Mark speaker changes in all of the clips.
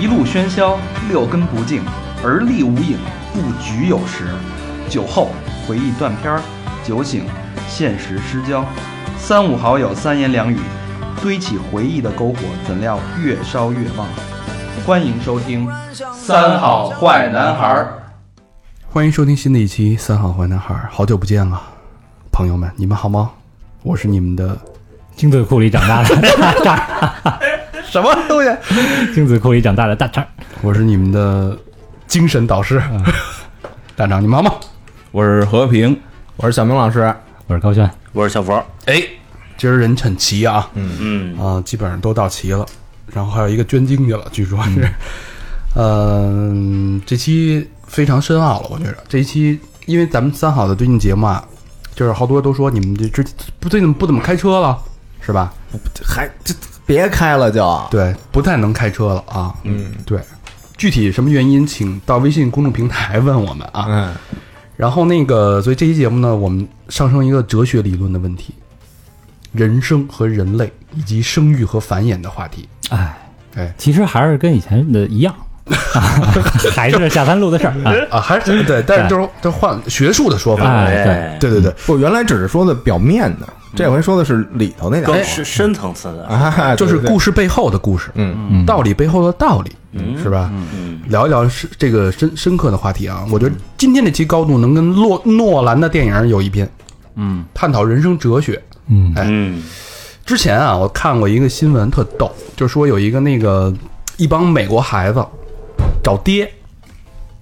Speaker 1: 一路喧嚣，六根不净，而立无影，不局有时。酒后回忆断片儿，酒醒现实失焦。三五好友三言两语，堆起回忆的篝火，怎料越烧越旺。欢迎收听《三好坏男孩》。
Speaker 2: 欢迎收听新的一期《三好坏男孩》，好久不见了，朋友们，你们好吗？我是你们的，
Speaker 3: 精子库里长大的大肠，
Speaker 2: 什么东西？
Speaker 3: 精子库里长大的大肠，
Speaker 2: 我是你们的精神导师， 大长，你们好吗？
Speaker 4: 我是和平，
Speaker 5: 我是小明老师，
Speaker 3: 我是高轩，
Speaker 4: 我是小佛。哎，
Speaker 2: 今儿人很齐啊，
Speaker 4: 嗯，
Speaker 2: 啊，基本上都到齐了，然后还有一个捐精去了，据说是，嗯，这期非常深奥了，我觉得这一期，因为咱们三好的最近节目啊，就是好多都说你们这之不最近不怎么开车了，是吧？
Speaker 5: 还这别开了就
Speaker 2: 对，不太能开车了啊。嗯，对，具体什么原因，请到微信公众平台问我们啊。
Speaker 5: 嗯，
Speaker 2: 然后那个，所以这期节目呢，我们上升一个哲学理论的问题，人生和人类以及生育和繁衍的话题。
Speaker 3: 哎，
Speaker 2: 哎
Speaker 3: 其实还是跟以前的一样，啊 还是下三路的事儿啊。
Speaker 2: 啊，还是对，但是就是就换学术的说法。
Speaker 3: 哎，对，
Speaker 2: 对对对，
Speaker 5: 不，原来只是说的表面的，这回说的是里头那点
Speaker 6: 更深深层次的。
Speaker 5: 啊，
Speaker 2: 就是
Speaker 5: 对对
Speaker 2: 故事背后的故事，
Speaker 5: 嗯
Speaker 3: 嗯
Speaker 2: 道理背后的道理，是吧？
Speaker 6: 嗯，
Speaker 2: 聊一聊是这个深深刻的话题啊。我觉得
Speaker 5: 嗯
Speaker 2: 今天这期高度能跟诺诺兰的电影有一拼，
Speaker 3: 嗯
Speaker 2: 探讨人生哲学。
Speaker 3: 嗯
Speaker 2: 哎
Speaker 6: 嗯
Speaker 2: 之前啊，我看过一个新闻，特逗，就是说有一个那个一帮美国孩子找爹，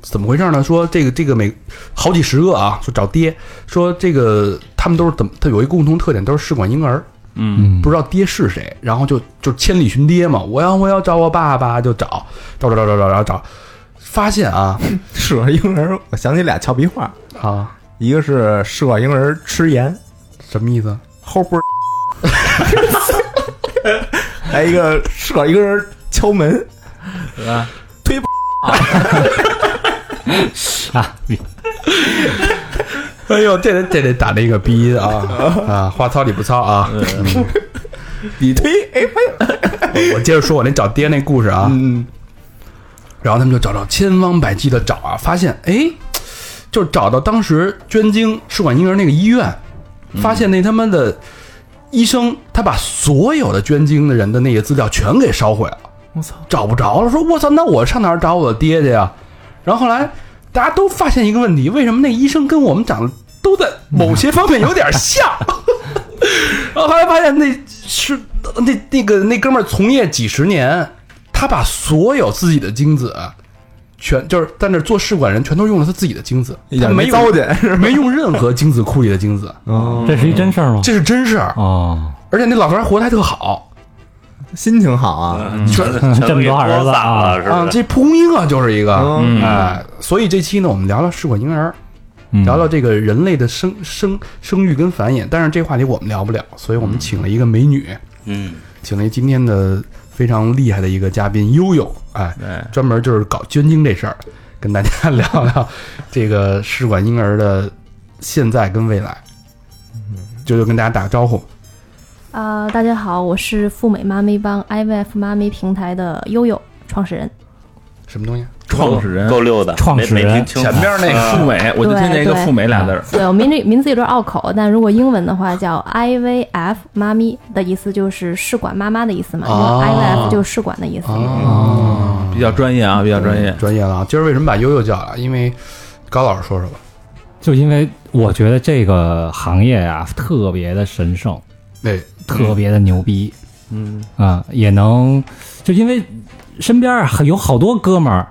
Speaker 2: 怎么回事呢？说这个这个美好几十个啊，说找爹，说这个他们都是怎么，他有一个共同特点，都是试管婴儿，
Speaker 3: 嗯
Speaker 2: 不知道爹是谁，然后就就千里寻爹嘛，我要我要找我爸爸，就找找找找找找找找，发现 啊
Speaker 5: 试管婴儿，我想起俩俏皮话，
Speaker 2: 啊
Speaker 5: 一个是试管婴儿吃盐
Speaker 2: 什么意思？
Speaker 5: 齁不， 还有一个试管婴儿敲门，
Speaker 3: 啊，
Speaker 2: 哎呦，这 得这得打那个鼻音 啊啊，话糙理不糙啊！
Speaker 5: 嗯你推哎
Speaker 2: 我接着说我那找爹那故事啊，
Speaker 5: 嗯
Speaker 2: 然后他们就找到千方百计的找啊，发现哎，就找到当时捐精试管婴儿那个医院，发现那他妈的医生他把所有的捐精的人的那些资料全给烧毁了，
Speaker 5: 我操，
Speaker 2: 找不着了，说我操，那我上哪儿找我爹去呀？然后后来大家都发现一个问题，为什么那医生跟我们长得都在某些方面有点像？ 然后后来发现那是那那个那哥们儿从业几十年，他把所有自己的精子全就是在那儿做试管人，全都用了他自己的精子，
Speaker 5: 一
Speaker 2: 他
Speaker 5: 点
Speaker 2: 没
Speaker 5: 没
Speaker 2: 有
Speaker 5: 糟践是吧？
Speaker 2: 没用任何精子库里的精子，
Speaker 5: 嗯，
Speaker 3: 这是一真事儿吗？
Speaker 2: 这是真事儿。
Speaker 3: 哦，
Speaker 2: 而且那老头儿还活得还特好
Speaker 5: 心情好啊，
Speaker 6: 全
Speaker 3: 这么多儿子啊
Speaker 6: 啊，是
Speaker 2: 啊，
Speaker 6: 不是？
Speaker 2: 这蒲公英啊就是一个。
Speaker 5: 嗯，
Speaker 2: 哎，所以这期呢，我们聊聊试管婴儿，
Speaker 3: 嗯
Speaker 2: 聊聊这个人类的生生生育跟繁衍。但是这话题我们聊不了，所以我们请了一个美女，
Speaker 6: 嗯，
Speaker 2: 请了一今天的非常厉害的一个嘉宾悠悠，哎，专门就是搞捐精这事儿，跟大家 聊聊这个试管婴儿的现在跟未来。
Speaker 3: 嗯
Speaker 2: 悠悠跟大家打个招呼，
Speaker 7: 啊，大家好，我是赴美妈咪帮 IVF 妈咪平台的悠悠创始人。
Speaker 2: 什么东西？啊
Speaker 4: 创始人
Speaker 6: 够溜的，
Speaker 3: 创始人啊
Speaker 6: 没没听清楚
Speaker 4: 前边那个赴美，我就听见一个赴美俩字儿，
Speaker 7: 啊对我呃名字名字有点拗口，但如果英文的话叫 IVF 妈咪的意思就是试管妈妈的意思嘛，因
Speaker 2: 哦
Speaker 7: 为 IVF 就是试管的意思。
Speaker 2: 哦，
Speaker 4: 比较专业啊，比较专业。
Speaker 2: 专业了啊！今儿为什么把悠悠叫来？因为高老师说说吧，
Speaker 3: 就因为我觉得这个行业呀、特别的神圣，
Speaker 2: 哎，
Speaker 3: 特别的牛逼，嗯啊、也能就因为身边儿有好多哥们儿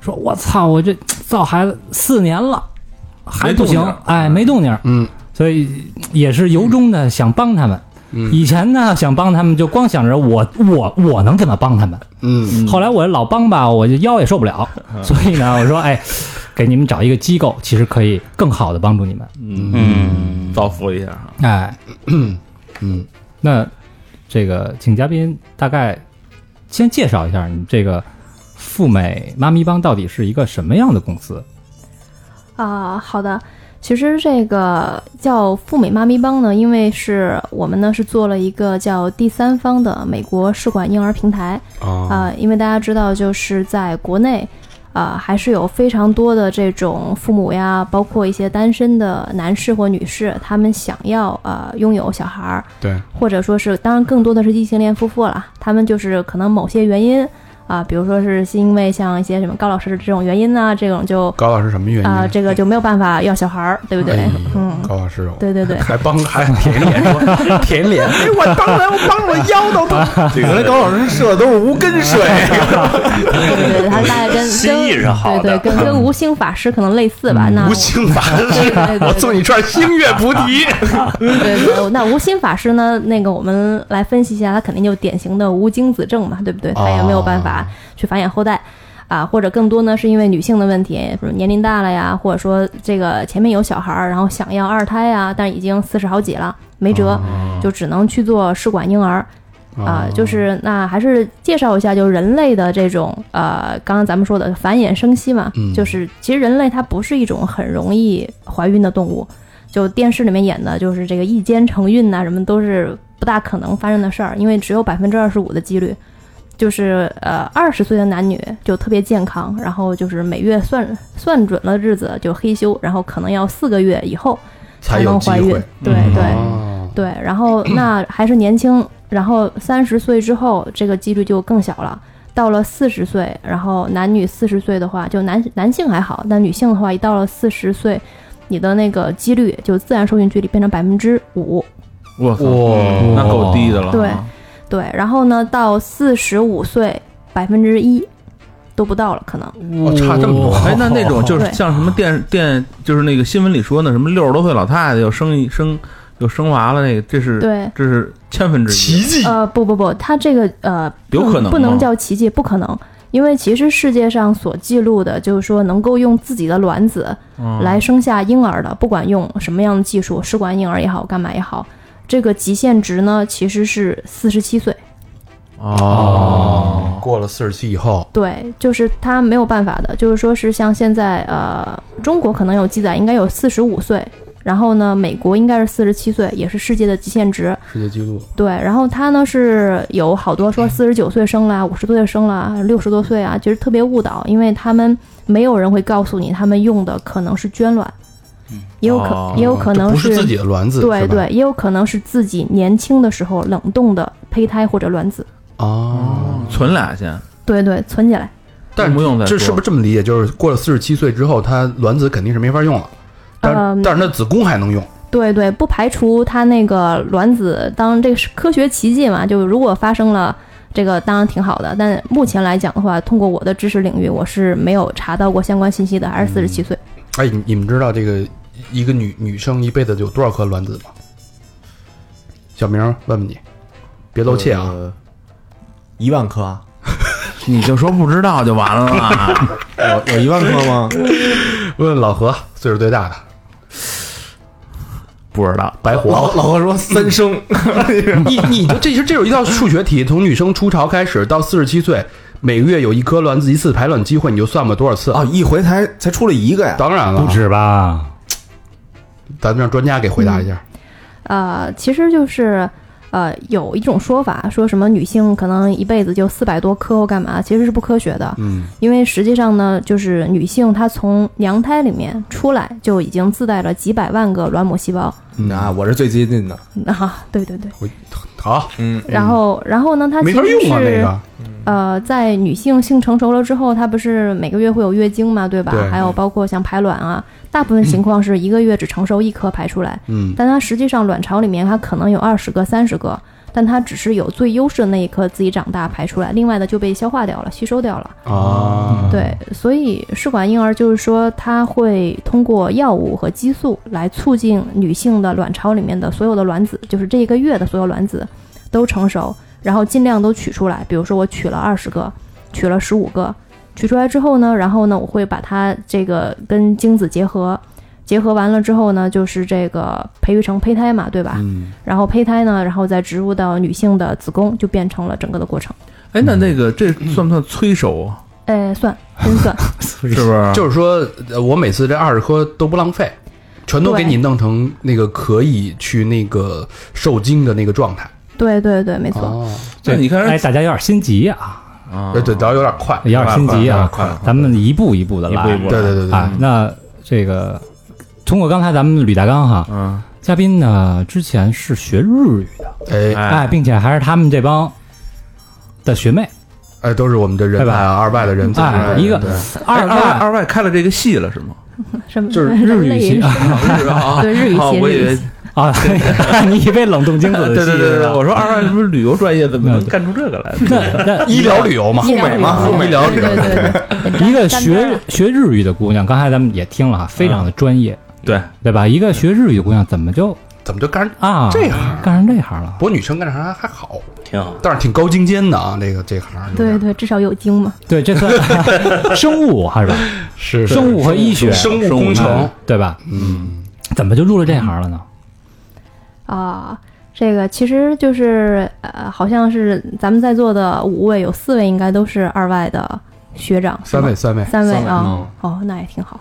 Speaker 3: 说，我操，我这造孩子四年了还不行
Speaker 4: 没动静儿，
Speaker 3: 哎，没动静儿，
Speaker 2: 嗯
Speaker 3: 所以也是由衷的想帮他们。
Speaker 2: 嗯
Speaker 3: 以前呢，想帮他们就光想着我我我能怎么帮他们，
Speaker 2: 嗯
Speaker 3: 后来我老帮吧，我就腰也受不了，所以呢，我说哎，给你们找一个机构，其实可以更好的帮助你们。
Speaker 4: 嗯，造福一下啊。
Speaker 3: 哎，
Speaker 2: 嗯，
Speaker 3: 那这个请嘉宾大概先介绍一下你这个赴美妈咪帮到底是一个什么样的公司？
Speaker 7: 啊、好的。其实这个叫赴美妈咪帮呢，因为是我们呢是做了一个叫第三方的美国试管婴儿平台啊、因为大家知道就是在国内。啊，还是有非常多的这种父母呀，包括一些单身的男士或女士，他们想要呃拥有小孩儿，
Speaker 2: 对，
Speaker 7: 或者说是，当然更多的是异性恋夫妇了，他们就是可能某些原因啊、比如说是是因为像一些什么高老师这种原因呢、这种就
Speaker 2: 高老师什么原因？
Speaker 7: 啊、这个就没有办法要小孩儿，对不对？
Speaker 2: 哎呦
Speaker 7: 嗯，
Speaker 2: 高老师有，
Speaker 7: 对对对，
Speaker 2: 还帮还舔脸说舔脸，哎，我当然我帮我腰 都疼。
Speaker 5: 原来高老师射的都是无根水，
Speaker 7: 对对对，他大概跟跟
Speaker 6: 心意是好的
Speaker 7: 对对，跟跟无心法师可能类似吧？那
Speaker 2: 无心法
Speaker 7: 对
Speaker 2: 师，
Speaker 7: 对对
Speaker 2: 我送你一串星月菩提。
Speaker 7: 对对，那无心法师呢？那个我们来分析一下，他肯定就典型的无精子症嘛，对不对？他也没有办法去繁衍后代。啊，或者更多呢，是因为女性的问题，比如年龄大了呀，或者说这个前面有小孩儿，然后想要二胎呀，但已经四十好几了，没辙，就只能去做试管婴儿。
Speaker 5: 哦
Speaker 7: 啊、就是那还是介绍一下，就人类的这种呃，刚刚咱们说的繁衍生息嘛，
Speaker 2: 嗯
Speaker 7: 就是其实人类它不是一种很容易怀孕的动物，就电视里面演的，就是这个一肩成孕呐、什么都是不大可能发生的事儿，因为只有百分之二十五的几率。就是呃，二十岁的男女就特别健康，然后就是每月算算准了日子就嘿咻，然后可能要四个月以后
Speaker 5: 才有
Speaker 7: 能
Speaker 5: 机
Speaker 7: 怀孕
Speaker 5: 会。嗯
Speaker 7: 对对，
Speaker 2: 哦
Speaker 7: 对，然后那还是年轻，然后三十岁之后这个几率就更小了。到了四十岁，然后男女四十岁的话，就男男性还好，但女性的话，一到了四十岁，你的那个几率就自然受孕几率变成百分之五。
Speaker 4: 我靠，
Speaker 2: 哇
Speaker 4: 那够低的了。
Speaker 7: 对对，然后呢，到四十五岁，百分之一都不到了，可能。
Speaker 2: 哦差这么多
Speaker 4: 哎，那那种就是
Speaker 7: 对
Speaker 4: 像什么电电，就是那个新闻里说的什么六十多岁老太太又生一生又生娃了，那个这是
Speaker 7: 对
Speaker 4: 这是千分之一，
Speaker 5: 迹
Speaker 7: 呃，不不不，它这个呃，
Speaker 4: 有
Speaker 7: 不
Speaker 4: 可能哦
Speaker 7: 不能
Speaker 4: 吗
Speaker 7: 叫奇迹，不可能，因为其实世界上所记录的，就是说能够用自己的卵子，
Speaker 4: 嗯
Speaker 7: 来生下婴儿的，不管用什么样的技术，试管婴儿也好，干嘛也好，这个极限值呢其实是四十七岁。
Speaker 4: 哦，
Speaker 2: 过了四十七以后，
Speaker 7: 对，就是他没有办法的，就是说是像现在呃，中国可能有记载，应该有四十五岁，然后呢，美国应该是四十七岁，也是世界的极限值。
Speaker 2: 世界纪录
Speaker 7: 对，然后他呢是有好多说四十九岁生了，五十多岁生了，六十多岁啊，其实特别误导，因为他们没有人会告诉你，他们用的可能是捐卵，也有可、
Speaker 4: 哦
Speaker 7: 也有可
Speaker 2: 啊这
Speaker 7: 能
Speaker 2: 嗯不是自己的卵子，
Speaker 7: 对
Speaker 2: 是吧
Speaker 7: 对，也有可能是自己年轻的时候冷冻的胚胎或者卵子，
Speaker 2: 哦。
Speaker 4: 存俩先，
Speaker 7: 对对，存起来。
Speaker 2: 但
Speaker 4: 不用再
Speaker 2: 这是不是
Speaker 4: 是
Speaker 2: 这么理解？就是过了四十七岁之后，它卵子肯定是没法用了，但
Speaker 7: 嗯
Speaker 2: 但是那子宫还能用。
Speaker 7: 对对，不排除它那个卵子，当然这个是科学奇迹嘛，就如果发生了。这个当然挺好的，但目前来讲的话，通过我的知识领域，我是没有查到过相关信息的。还是四十七岁，
Speaker 2: 哎，你你们知道这个一个女女生一辈子有多少颗卵子吗？小明，问问你，别露怯啊！
Speaker 5: 呃， 一万颗啊，
Speaker 4: 你就说不知道就完了。啊
Speaker 5: 有有一万颗吗？
Speaker 2: 问问老何，岁数最大的
Speaker 4: 不知道，
Speaker 2: 白活。
Speaker 5: 老老何说三生，
Speaker 2: 你你就这是这有一道数学题，从女生初潮开始到四十七岁，每个月有一颗卵子一次排卵机会，你就算吧多少次
Speaker 5: 啊，？一回才才出了一个呀，
Speaker 2: 当然了
Speaker 3: 不，止吧？
Speaker 2: 咱们让专家给回答一下。
Speaker 7: 呃，其实就是，呃，有一种说法说什么女性可能一辈子就四百多颗或干嘛，其实是不科学的。
Speaker 2: 嗯，
Speaker 7: 因为实际上呢，就是女性她从娘胎里面出来就已经自带了几百万个卵母细胞
Speaker 2: 嗯
Speaker 5: 啊，我是最接近的，
Speaker 7: 啊，对对对。
Speaker 2: 好，
Speaker 5: 嗯，
Speaker 7: 然后，然后呢，它
Speaker 2: 没
Speaker 7: 其
Speaker 2: 法
Speaker 7: 实
Speaker 2: 用
Speaker 7: 是、
Speaker 2: 啊，那个
Speaker 7: 呃，在女性性成熟了之后，她不是每个月会有月经嘛，对吧？
Speaker 2: 对
Speaker 7: 还有包括像排卵啊，大部分情况是一个月只成熟一颗排出来，
Speaker 2: 嗯，
Speaker 7: 但它实际上卵巢里面它可能有二十个、三十个，但它只是有最优势的那一颗自己长大排出来，另外的就被消化掉了、吸收掉了。
Speaker 2: 啊，
Speaker 7: 对，所以试管婴儿就是说，它会通过药物和激素来促进女性的卵巢里面的所有的卵子，就是这一个月的所有卵子都成熟，然后尽量都取出来。比如说我取了二十个，取了十五个，取出来之后呢，然后呢，我会把它这个跟精子结合，结合完了之后呢，就是这个培育成胚胎嘛，对吧？
Speaker 2: 嗯，
Speaker 7: 然后胚胎呢，然后再植入到女性的子宫，就变成了整个的过程。
Speaker 4: 哎，那那个这算不算催熟啊？
Speaker 7: 哎，算，真算。
Speaker 4: 是不是？
Speaker 2: 就是说，呃我每次这二十颗都不浪费，全都给
Speaker 7: 对
Speaker 2: 你弄成那个可以去那个受精的那个状态。
Speaker 7: 对对对，没错。
Speaker 2: 哦，
Speaker 4: 对，你看
Speaker 3: 哎，
Speaker 4: 人
Speaker 3: 大家有点心急啊，
Speaker 4: 啊，
Speaker 2: 对对，聊得有点快，
Speaker 3: 有点心急啊，
Speaker 2: 快了快了
Speaker 3: 咱们一步一步的来，
Speaker 4: 一步一步
Speaker 2: 对对对对，
Speaker 3: 啊。那这个通过刚才咱们吕大刚哈，
Speaker 4: 嗯，
Speaker 3: 嘉宾呢之前是学日语的，
Speaker 2: 对哎
Speaker 3: 哎，并且还是他们这帮的学妹，
Speaker 2: 哎，都是我们的人才啊，二外的人才，
Speaker 3: 哎，
Speaker 2: 对
Speaker 3: 一个
Speaker 2: 对
Speaker 4: 哎
Speaker 3: 二
Speaker 4: 二外
Speaker 3: 外
Speaker 4: 二外开了这个戏了是吗？
Speaker 7: 什么
Speaker 3: 就是日
Speaker 7: 人
Speaker 3: 语
Speaker 7: 类
Speaker 3: 系
Speaker 4: 是吧？
Speaker 7: 对日语
Speaker 4: 哦
Speaker 7: 系
Speaker 4: 我
Speaker 7: 日
Speaker 4: 以
Speaker 7: 语
Speaker 4: 为
Speaker 7: 系
Speaker 3: 啊，你以为冷冻精子
Speaker 4: 对
Speaker 3: 的
Speaker 4: 对
Speaker 3: 戏
Speaker 4: 对对
Speaker 3: 是
Speaker 4: 对，
Speaker 3: 吧？
Speaker 4: 我说二外是不是旅游专业，怎么能
Speaker 3: 嗯
Speaker 4: 干出这个来？
Speaker 3: 那那
Speaker 2: 医疗旅游嘛，
Speaker 7: 医疗
Speaker 5: 美嘛
Speaker 7: 旅游
Speaker 5: 赴美
Speaker 7: 对对对对对，对
Speaker 3: 一个
Speaker 7: 沾边儿
Speaker 3: 学
Speaker 7: 了
Speaker 3: 学日语的姑娘，刚才咱们也听了哈，非常的专业，
Speaker 4: 嗯对，
Speaker 3: 对吧？一个学日语的姑娘怎么就
Speaker 2: 怎么就干？
Speaker 3: 啊
Speaker 2: 这行
Speaker 3: 干成这行了？
Speaker 2: 不过女生干这行还好，
Speaker 6: 挺好。
Speaker 2: 但是挺高精尖的啊，这个这行有
Speaker 7: 对
Speaker 2: 点
Speaker 7: 对，至少有精嘛。
Speaker 3: 对，这算生物还是吧？
Speaker 2: 是是
Speaker 3: 生物和医学，
Speaker 2: 生物工程，
Speaker 3: 对吧？
Speaker 2: 嗯，
Speaker 3: 怎么就入了这行了呢？
Speaker 7: 啊，这个其实就是呃，好像是咱们在座的五位，有四位应该都是二外的学长，是
Speaker 2: 三
Speaker 7: 吗
Speaker 2: 位三位，
Speaker 7: 三位
Speaker 2: 三位
Speaker 7: 啊，哦，那也挺好。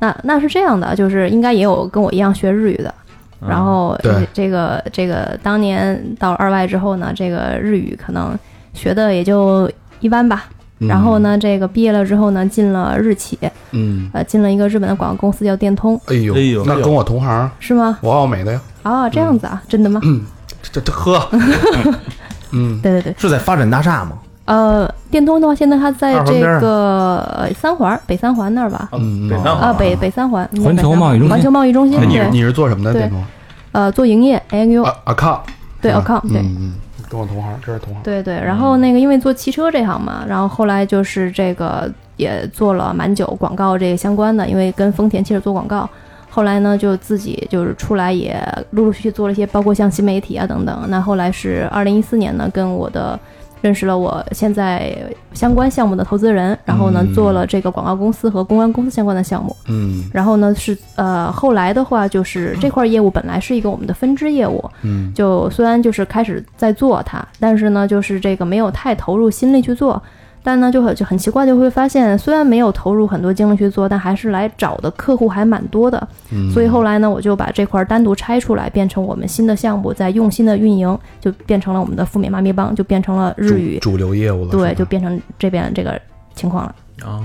Speaker 7: 那那是这样的，就是应该也有跟我一样学日语的，然后
Speaker 2: 对
Speaker 7: 这这个这个当年到了二外之后呢，这个日语可能学的也就一般吧。然后呢，这个毕业了之后呢，进了日企，
Speaker 2: 嗯，
Speaker 7: 呃，进了一个日本的广告公司叫电通，
Speaker 2: 哎呦
Speaker 4: 哎呦
Speaker 2: 那跟我同行，
Speaker 7: 是吗？
Speaker 2: 我奥美的呀，
Speaker 7: 哦，这样子
Speaker 2: 嗯
Speaker 7: 啊，真的吗？
Speaker 2: 这这这喝，嗯，
Speaker 7: 对对对，
Speaker 5: 是在发展大厦吗？
Speaker 7: 呃，电通的话，现在它在
Speaker 4: 二环
Speaker 7: 这
Speaker 4: 边儿啊
Speaker 7: 个呃三环北三环那儿吧？
Speaker 2: 嗯
Speaker 4: 北方
Speaker 7: 啊，北北三环，
Speaker 3: 环球贸易中心
Speaker 7: 环球贸易中心
Speaker 2: 哎那你是
Speaker 7: 对，
Speaker 2: 你是做什么的
Speaker 7: 对
Speaker 2: 那种？
Speaker 7: 呃，做营业 AU，
Speaker 2: 啊啊靠，
Speaker 7: 对
Speaker 2: 啊
Speaker 7: account，对
Speaker 2: 嗯嗯，跟我同行，这是同行，
Speaker 7: 对对，然后那个因为做汽车这行嘛，然后后来就是这个也做了蛮久广告这相关的，因为跟丰田汽车做广告。后来呢，就自己就是出来也陆陆续续做了一些，包括像新媒体啊等等。那后来是二零一四年呢，跟我的认识了我现在相关项目的投资人，然后呢
Speaker 2: 嗯
Speaker 7: 做了这个广告公司和公关公司相关的项目。
Speaker 2: 嗯
Speaker 7: 然后呢是呃，后来的话就是这块业务本来是一个我们的分支业务，
Speaker 2: 嗯
Speaker 7: 就虽然就是开始在做它，但是呢，就是这个没有太投入心力去做。但呢，就很就很奇怪，就会发现，虽然没有投入很多精力去做，但还是来找的客户还蛮多的。
Speaker 2: 嗯，
Speaker 7: 所以后来呢，我就把这块儿单独拆出来，变成我们新的项目，再用心的运营，就变成了我们的赴美妈咪帮，就变成了日语，
Speaker 2: 主主流业务了，
Speaker 7: 对，
Speaker 2: 是吧
Speaker 7: 就变成这边这个情况了。
Speaker 4: 哦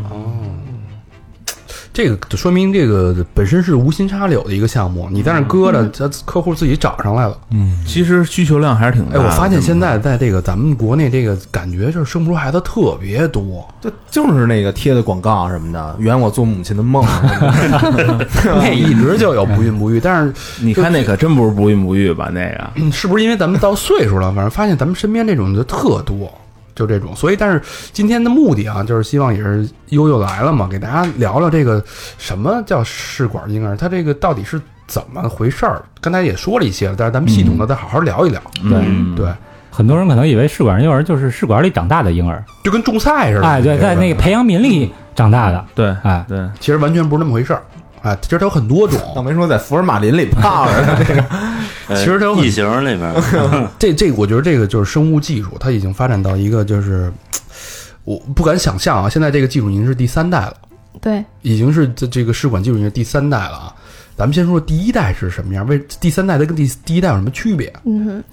Speaker 2: 这个就说明这个本身是无心插柳的一个项目，你在那搁着，
Speaker 7: 嗯
Speaker 2: 这客户自己找上来了。
Speaker 4: 其实需求量还是挺大
Speaker 2: 哎，
Speaker 4: 的。
Speaker 2: 我发现现在在这个咱们国内这个感觉就是生不出孩子特别多，
Speaker 5: 就就是那个贴的广告啊什么的，圆我做母亲的梦。
Speaker 2: 那啊一直就有不孕不育，但是
Speaker 4: 你看那可真不是不孕不育吧？那个
Speaker 2: 嗯是不是因为咱们到岁数了，反正发现咱们身边这种就特多，就这种。所以，但是今天的目的啊，就是希望也是悠悠来了嘛，给大家聊聊这个什么叫试管婴儿，它这个到底是怎么回事儿。刚才也说了一些了，但是咱们系统的再好好聊一聊。
Speaker 4: 嗯，
Speaker 2: 对，
Speaker 3: 很多人可能以为试管婴儿就是试管里长大的婴儿，
Speaker 2: 就跟种菜似的。
Speaker 3: 哎，对，
Speaker 2: 这
Speaker 3: 在那个培养皿里长大的，
Speaker 4: 对
Speaker 3: 哎，
Speaker 4: 对，
Speaker 2: 其实完全不是那么回事儿。啊，其实它有很多种，
Speaker 5: 倒没说在福尔马林里泡着呢，这个
Speaker 6: 呃
Speaker 2: 其实都很
Speaker 6: 异形里边儿，
Speaker 2: 这这，我觉得这个就是生物技术，它已经发展到一个就是，我不敢想象啊，现在这个技术已经是第三代了，
Speaker 7: 对，
Speaker 2: 已经是这这个试管技术已经是第三代了啊。咱们先说第一代是什么样，为第三代它跟第第一代有什么区别？
Speaker 7: 嗯哼，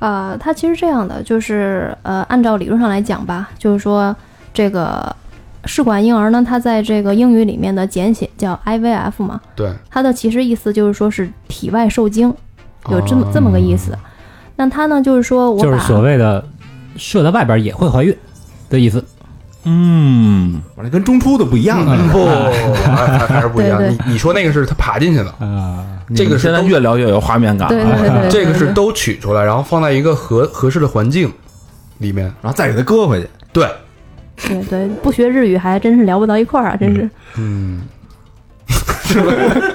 Speaker 7: 呃，它其实这样的，就是呃，按照理论上来讲吧，就是说这个试管婴儿呢，它在这个英语里面的简写叫 IVF 嘛，
Speaker 2: 对，
Speaker 7: 它的其实意思就是说是体外受精，有这么、
Speaker 2: 哦
Speaker 7: 这么个意思。那它呢，就是说我把
Speaker 3: 就是所谓的射在外边也会怀孕的意思。
Speaker 4: 嗯，
Speaker 5: 我这跟中出的不一样啊。
Speaker 2: 嗯不，还还还是不一样。
Speaker 7: 对对
Speaker 2: 你你说那个是它爬进去的，
Speaker 3: 啊，
Speaker 2: 这个
Speaker 4: 你
Speaker 2: 是
Speaker 4: 现在
Speaker 2: 都
Speaker 4: 越聊越有画面感
Speaker 7: 对
Speaker 4: 了。
Speaker 7: 对对对，
Speaker 2: 这个
Speaker 7: 对
Speaker 2: 是都取出来，然后放在一个合合适的环境里面。
Speaker 5: 然后再给他搁回去，
Speaker 2: 对，
Speaker 7: 对对，不学日语还真是聊不到一块儿啊，真是。
Speaker 2: 嗯，来，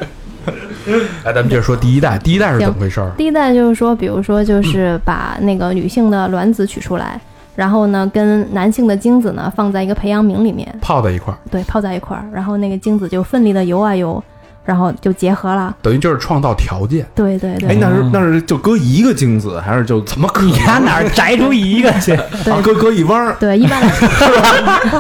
Speaker 2: 哎咱们接着说第一代，第一代是怎么回事儿？
Speaker 7: 第一代就是说，比如说就是把那个女性的卵子取出来，然后呢跟男性的精子呢放在一个培养皿里面，
Speaker 2: 泡在一块儿，
Speaker 7: 对，泡在一块儿，然后那个精子就奋力的游啊游，然后就结合了。
Speaker 2: 等于就是创造条 件。
Speaker 7: 对对
Speaker 5: 哎，
Speaker 7: 对，
Speaker 5: 那是那是就搁一个精子，还是就怎么搁
Speaker 3: 你看哪儿摘出一个去？
Speaker 5: 啊？搁搁一弯儿，
Speaker 7: 对，一般来 说，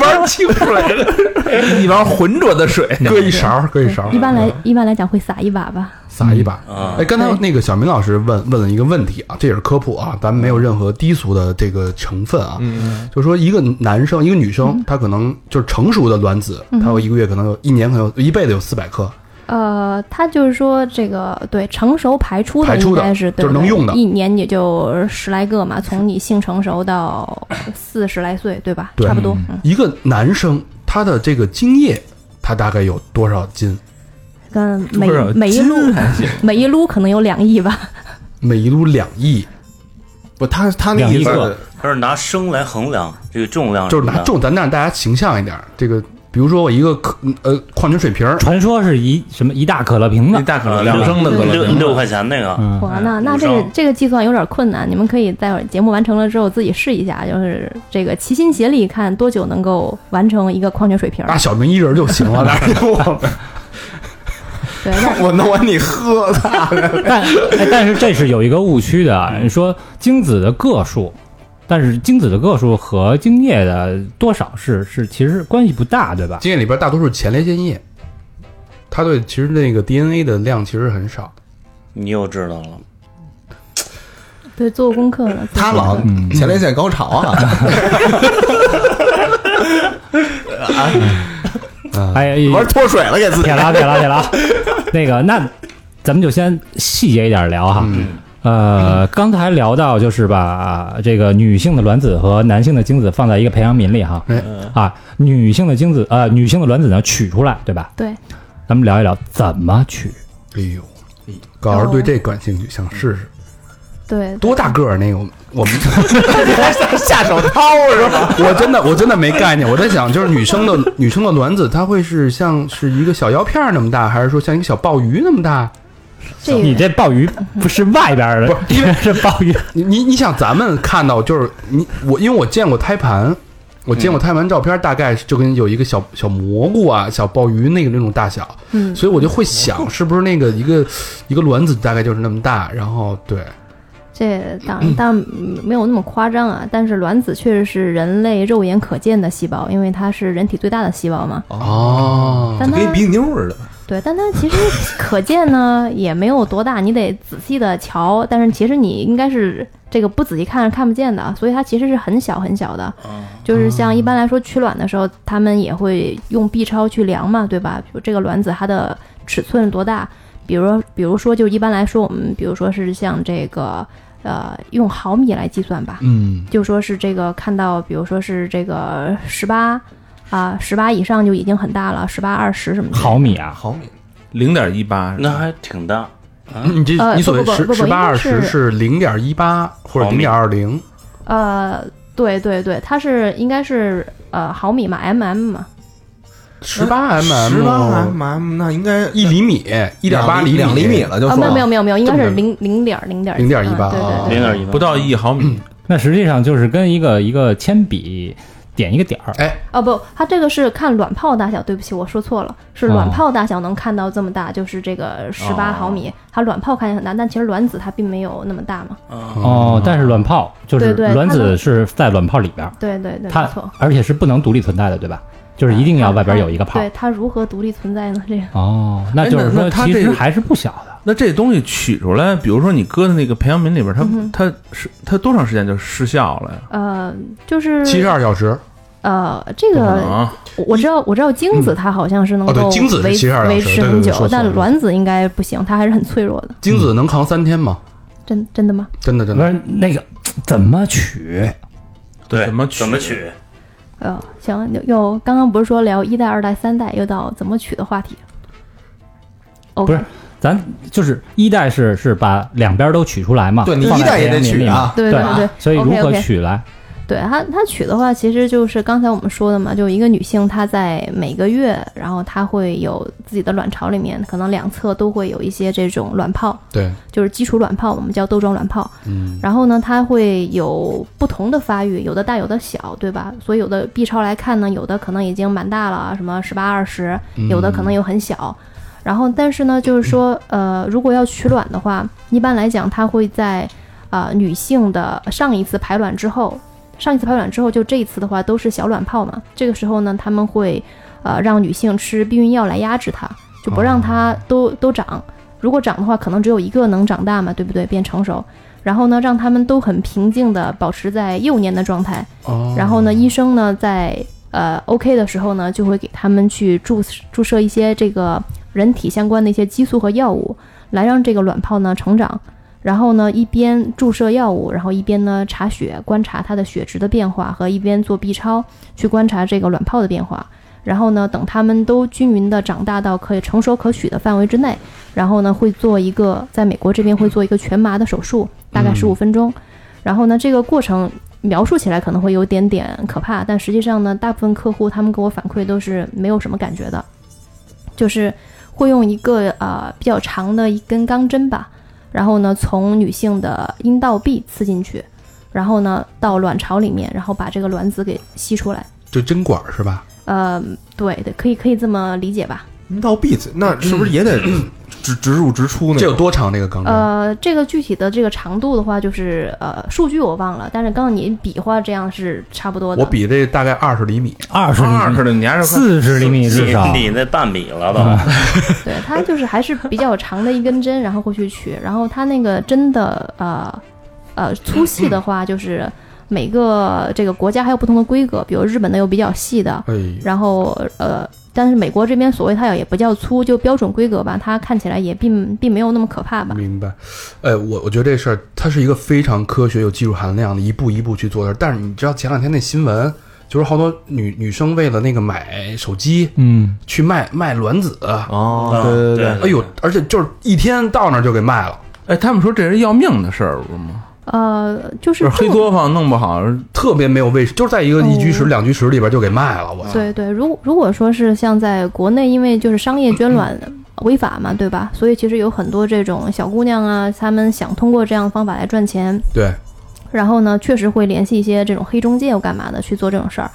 Speaker 4: 玩清出来了， 一碗浑浊的水。
Speaker 2: 搁 一勺，搁一勺，嗯
Speaker 7: 一般来一般来讲会撒一把吧。
Speaker 2: 撒一把。哎，刚才那个小明老师问问了一个问题啊，这也是科普啊，咱们没有任何低俗的这个成分啊。嗯，就说一个男生，一个女生，她可能就是成熟的卵子，她有一个月可能有一年，可能有一辈子有四百克，
Speaker 7: 呃，它就是说这个对成熟排出
Speaker 2: 排
Speaker 7: 的
Speaker 2: 出
Speaker 7: 应
Speaker 2: 的
Speaker 7: 该是对
Speaker 2: 就是能
Speaker 7: 对
Speaker 2: 用的
Speaker 7: 一年也就十来个嘛，从你性成熟到四十来岁，对吧？
Speaker 2: 对
Speaker 7: 差不多。嗯，
Speaker 2: 一个男生他的这个精液，他大概有多少斤？
Speaker 7: 跟每
Speaker 4: 多少
Speaker 7: 每一
Speaker 4: 斤
Speaker 7: 撸
Speaker 4: 还行
Speaker 7: 每一撸可能有两亿吧。
Speaker 2: 每一撸两亿，
Speaker 5: 不，他他那
Speaker 3: 两
Speaker 5: 意
Speaker 3: 一
Speaker 5: 思
Speaker 3: 个
Speaker 6: 而是拿升来衡量这个重量
Speaker 2: 就
Speaker 6: 什
Speaker 2: 是
Speaker 6: 么的，
Speaker 2: 拿重，咱让大家形象一点。这个，比如说我一个可呃矿泉水瓶儿，
Speaker 3: 传说是一什么一大可乐瓶
Speaker 4: 那啊
Speaker 3: 子，
Speaker 4: 大可乐
Speaker 6: 呃
Speaker 4: 两
Speaker 6: 六
Speaker 4: 升的可
Speaker 6: 六
Speaker 4: 乐
Speaker 6: 六块钱那个，
Speaker 3: 嗯，
Speaker 7: 哇，那那
Speaker 6: 五
Speaker 7: 这个
Speaker 6: 升
Speaker 7: 这个计算有点困难，你们可以待会儿节目完成了之后自己试一下，就是这个齐心协力看多久能够完成一个矿泉水瓶儿。
Speaker 2: 拿啊小明一人就行了。拿着我们
Speaker 7: 对， 那
Speaker 5: 我弄完你喝，操
Speaker 3: 但哎但是这是有一个误区的啊，你说精子的个数，但是精子的个数和精液的多少是是其实关系不大，对吧？
Speaker 2: 精液里边大多数是前列腺液，它对其实那个 DNA 的量其实很少。
Speaker 6: 你又知道了。
Speaker 7: 对做功课了。
Speaker 5: 他老前列腺高潮 啊，
Speaker 2: 啊
Speaker 3: 哎，
Speaker 5: 玩脱水了给自己
Speaker 3: 铁。了，铁了，铁了。那个，那咱们就先细节一点聊哈。呃，刚才聊到就是把这个女性的卵子和男性的精子放在一个培养皿里哈
Speaker 2: 哎，
Speaker 3: 啊，女性的精子呃，女性的卵子呢取出来，对吧？
Speaker 7: 对，
Speaker 3: 咱们聊一聊怎么取。
Speaker 2: 哎呦，高老师对这感兴趣，想试试
Speaker 7: 对，
Speaker 2: 多大个儿那个？我们 下手掏是吧？我真的我真的没概念，我在想就是女生的 女生的卵子，它会是像是一个小药片儿那么大，还是说像一个小鲍鱼那么大？
Speaker 7: 这个
Speaker 3: 你这鲍鱼不是外边儿
Speaker 2: 不
Speaker 3: 的，
Speaker 2: 是
Speaker 3: 因为 是鲍鱼，
Speaker 2: 你你你想，咱们看到就是你我，因为我见过胎盘，我见过胎盘照片，大概就跟有一个小小蘑菇啊、小鲍鱼那个那种大小，
Speaker 7: 嗯，
Speaker 2: 所以我就会想，是不是那个一个一个卵子大概就是那么大，然后对，
Speaker 7: 这当然，但没有那么夸张啊。但是卵子确实是人类肉眼可见的细胞，因为它是人体最大的细胞嘛。
Speaker 2: 哦，
Speaker 7: 但它
Speaker 5: 跟一鼻涕妞似的，
Speaker 7: 对，但它其实可见呢也没有多大，你得仔细的瞧。但是其实你应该是这个不仔细看是看不见的，所以它其实是很小很小的。就是像一般来说取卵的时候，他们也会用 B 超去量嘛，对吧？比如这个卵子它的尺寸多大，比如说比如说就一般来说我们比如说是像这个呃用毫米来计算吧，
Speaker 2: 嗯，
Speaker 7: 就说是这个看到，比如说是这个十八啊十八以上就已经很大了，十八二十什么的。
Speaker 3: 毫米啊，
Speaker 5: 毫米
Speaker 4: 零点一八，
Speaker 6: 那还挺大，
Speaker 2: 你这
Speaker 7: 呃
Speaker 2: 你所谓
Speaker 7: 不不
Speaker 2: 十
Speaker 7: 不不
Speaker 2: 十八二
Speaker 7: 应该
Speaker 2: 十
Speaker 7: 是
Speaker 2: 是零点一八或者
Speaker 6: 毫
Speaker 2: 零
Speaker 6: 米
Speaker 2: 点二零，
Speaker 7: 呃，对对对，它是应该是呃毫米嘛，mm 嘛，
Speaker 2: 十八 mm，
Speaker 5: 十八 mm，那应该
Speaker 2: 一厘米，一点八厘
Speaker 5: 两厘米，了，就
Speaker 7: 啊，
Speaker 5: 说
Speaker 7: 没有没有没有，应该
Speaker 2: 这
Speaker 7: 是
Speaker 2: 么
Speaker 7: 零零点零点
Speaker 2: 0.18
Speaker 7: 啊对
Speaker 2: 哦
Speaker 7: 对
Speaker 6: 零
Speaker 7: 对，
Speaker 6: 点一
Speaker 4: 不到一嗯毫米，
Speaker 3: 那实际上就是跟一个一个铅笔点一个点儿，
Speaker 7: 哦不，它这个是看卵泡大小，对不起，我说错了，是卵泡大小能看到这么大，就是这个十八毫米，它卵泡看起来很大，但其实卵子它并没有那么大嘛，
Speaker 3: 哦，但是卵泡就是
Speaker 7: 对对它
Speaker 3: 卵子
Speaker 7: 的
Speaker 3: 是在卵泡里边儿，
Speaker 7: 对对对，
Speaker 3: 它
Speaker 7: 没错，
Speaker 3: 而且是不能独立存在的，对吧？就是一定要外边有一个泡
Speaker 7: 对。它如何独立存在呢？这个
Speaker 3: 哦，那就是
Speaker 4: 哎那
Speaker 3: 说
Speaker 4: 那它
Speaker 3: 其
Speaker 4: 这
Speaker 3: 实
Speaker 4: 个
Speaker 3: 还是不小的。
Speaker 4: 那这东西取出来，比如说你搁在那个培养皿里边，
Speaker 7: 嗯
Speaker 4: 它它是它多长时间就失效了呀？
Speaker 7: 呃，就是
Speaker 2: 七十二小时，
Speaker 7: 呃，这
Speaker 4: 不可
Speaker 7: 个
Speaker 4: 能啊，
Speaker 7: 我我知道，我知道精子它好像是能
Speaker 2: 哦对
Speaker 7: 够
Speaker 2: 精子是
Speaker 7: 维
Speaker 2: 72小时
Speaker 7: 维
Speaker 2: 对
Speaker 7: 持
Speaker 2: 对
Speaker 7: 很
Speaker 2: 对
Speaker 7: 久
Speaker 2: 说错，了
Speaker 7: 但卵子应该不行，它还是很脆弱的。
Speaker 2: 精子能扛三天吗？
Speaker 7: 真真的吗？
Speaker 2: 真的真
Speaker 3: 不
Speaker 2: 的，
Speaker 3: 是那个怎么取？
Speaker 6: 对，
Speaker 4: 怎么取
Speaker 6: 取？怎么取？
Speaker 7: 呃，行，又又刚刚不是说聊一代、二代、三代，又到怎么取的话题了。
Speaker 3: 不
Speaker 7: OK，
Speaker 3: 是咱就是一代是是把两边都取出来嘛，
Speaker 5: 对你
Speaker 3: 放
Speaker 5: 一
Speaker 3: 在
Speaker 5: 代也得
Speaker 3: 培养皿
Speaker 5: 取
Speaker 3: 里嘛。
Speaker 5: 啊，
Speaker 7: 对
Speaker 3: 对
Speaker 7: 对对，
Speaker 3: 所以如
Speaker 7: OK
Speaker 3: 何
Speaker 7: OK，
Speaker 3: 取来？
Speaker 7: 对它它取的话，其实就是刚才我们说的嘛，就一个女性她在每个月，然后她会有自己的卵巢里面，可能两侧都会有一些这种卵泡，
Speaker 2: 对，
Speaker 7: 就是基础卵泡，我们叫豆状卵泡。
Speaker 2: 嗯，
Speaker 7: 然后呢，它会有不同的发育，有的大，有的小，对吧？所以有啊
Speaker 2: 嗯
Speaker 7: 的 B 超来看呢，有的可能已经蛮大了，什么十八、二十，有的可能又很小。然后，但是呢，就是说，呃，如果要取卵的话，一般来讲，它会在啊、呃女性的上一次排卵之后，上一次排卵之后，就这一次的话都是小卵泡嘛。这个时候呢，他们会呃让女性吃避孕药来压制它，就不让它都、都长。如果长的话，可能只有一个能长大嘛，对不对？变成熟。然后呢，让他们都很平静的保持在幼年的状态。
Speaker 2: 哦
Speaker 7: 然后呢，医生呢在呃 OK 的时候呢，就会给他们去注注射一些这个人体相关的一些激素和药物，来让这个卵泡呢成长。然后呢，一边注射药物，然后一边呢查血，观察它的血值的变化，和一边做 B 超去观察这个卵泡的变化。然后呢，等它们都均匀的长大到可以成熟可取的范围之内，然后呢会做一个在美国这边会做一个全麻的手术，大概十五分钟。然后呢，这个过程描述起来可能会有点点可怕，但实际上呢，大部分客户他们给我反馈都是没有什么感觉的，就是会用一个呃比较长的一根钢针吧，然后呢从女性的阴道壁刺进去，然后呢到卵巢里面，然后把这个卵子给吸出来。
Speaker 2: 就哦针管儿是吧？
Speaker 7: 呃，对对，可以可以这么理解吧。
Speaker 5: 阴道壁
Speaker 2: 嗯
Speaker 5: 子，那是不是也得直直入直出那
Speaker 2: 这有
Speaker 5: 种？
Speaker 2: 多长？这个钢针？
Speaker 4: 嗯
Speaker 7: 呃，这个具体的这个长度的话，就是呃数据我忘了，但是刚刚你比划这样是差不多的。
Speaker 2: 我比这大概二十厘米，
Speaker 3: 二十
Speaker 4: 二
Speaker 3: 厘
Speaker 4: 十
Speaker 3: 米，
Speaker 4: 的你还是快
Speaker 3: 四十厘米至少嗯
Speaker 6: 你。你那半米了都，
Speaker 7: 对，它就是还是比较长的一根针，然后会去取，然后它那个针的呃呃粗细的话，就是每个这个国家还有不同的规格，比如日本的有比较细的，
Speaker 2: 哎，
Speaker 4: 嗯
Speaker 7: 然后呃，但是美国这边所谓它也不叫粗，就标准规格吧，它看起来也并并没有那么可怕吧。
Speaker 4: 嗯
Speaker 2: 明白。哎，我我觉得这事儿它是一个非常科学、有技术含量的，一步一步去做的。但是你知道前两天那新闻，就是好多女女生为了那个买手机
Speaker 3: 嗯，
Speaker 2: 去卖卖卵子，
Speaker 4: 哦
Speaker 6: 啊
Speaker 4: 对对
Speaker 6: 对
Speaker 4: 对，
Speaker 2: 哎呦，而且就是一天到那儿就给卖了，
Speaker 4: 哎，他们说这是要命的事儿，不是吗？
Speaker 7: 呃，就是
Speaker 4: 就是黑
Speaker 7: 正
Speaker 4: 作坊弄不好，
Speaker 2: 特别没有卫生，就是在一个
Speaker 7: 哦
Speaker 2: 一居室、两居室里边就给卖了。我操，
Speaker 7: 对对，如果如果说是像在国内，因为就是商业 捐卵违法嘛，对吧？所以其实有很多这种小姑娘啊，她们想通过这样的方法来赚钱，
Speaker 2: 对，
Speaker 7: 然后呢，确实会联系一些这种黑中介又干嘛的去做这种事儿，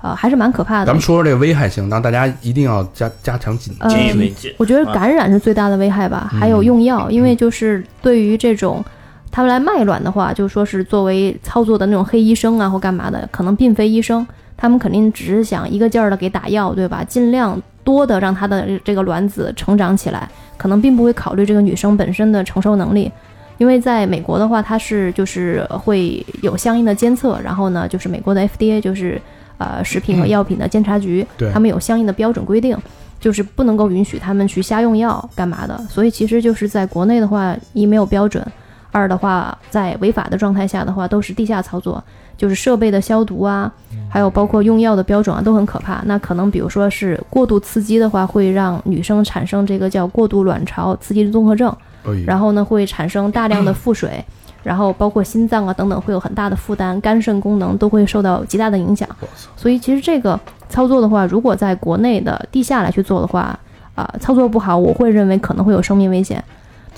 Speaker 7: 呃，还是蛮可怕
Speaker 2: 咱
Speaker 7: 的
Speaker 2: 们。说说这个危害性，让大家一定要加加强警
Speaker 7: 呃
Speaker 6: 引以为戒。
Speaker 7: 我觉得感染是最大的危害吧，还有用药，因为就是对于这种他们来卖卵的话，就说是作为操作的那种黑医生啊或干嘛的，可能并非医生，他们肯定只是想一个劲儿的给打药，对吧？尽量多的让他的这个卵子成长起来，可能并不会考虑这个女生本身的承受能力。因为在美国的话，它是就是会有相应的监测，然后呢，就是美国的 FDA 就是呃食品和药品的监察局，
Speaker 2: 对
Speaker 7: 他们有相应的标准规定，就是不能够允许他们去瞎用药干嘛的。所以其实就是在国内的话，一没有标准，二的话在违法的状态下的话都是地下操作，就是设备的消毒啊，还有包括用药的标准啊都很可怕。那可能比如说是过度刺激的话，会让女生产生这个叫过度卵巢刺激综合症。
Speaker 2: 哎
Speaker 7: 然后呢会产生
Speaker 2: 嗯
Speaker 7: 大量的腹水，然后包括心脏啊等等会有很大的负担，肝肾功能都会受到极大的影响。所以其实这个操作的话，如果在国内的地下来去做的话，啊、操作不好，我会认为可能会有生命危险。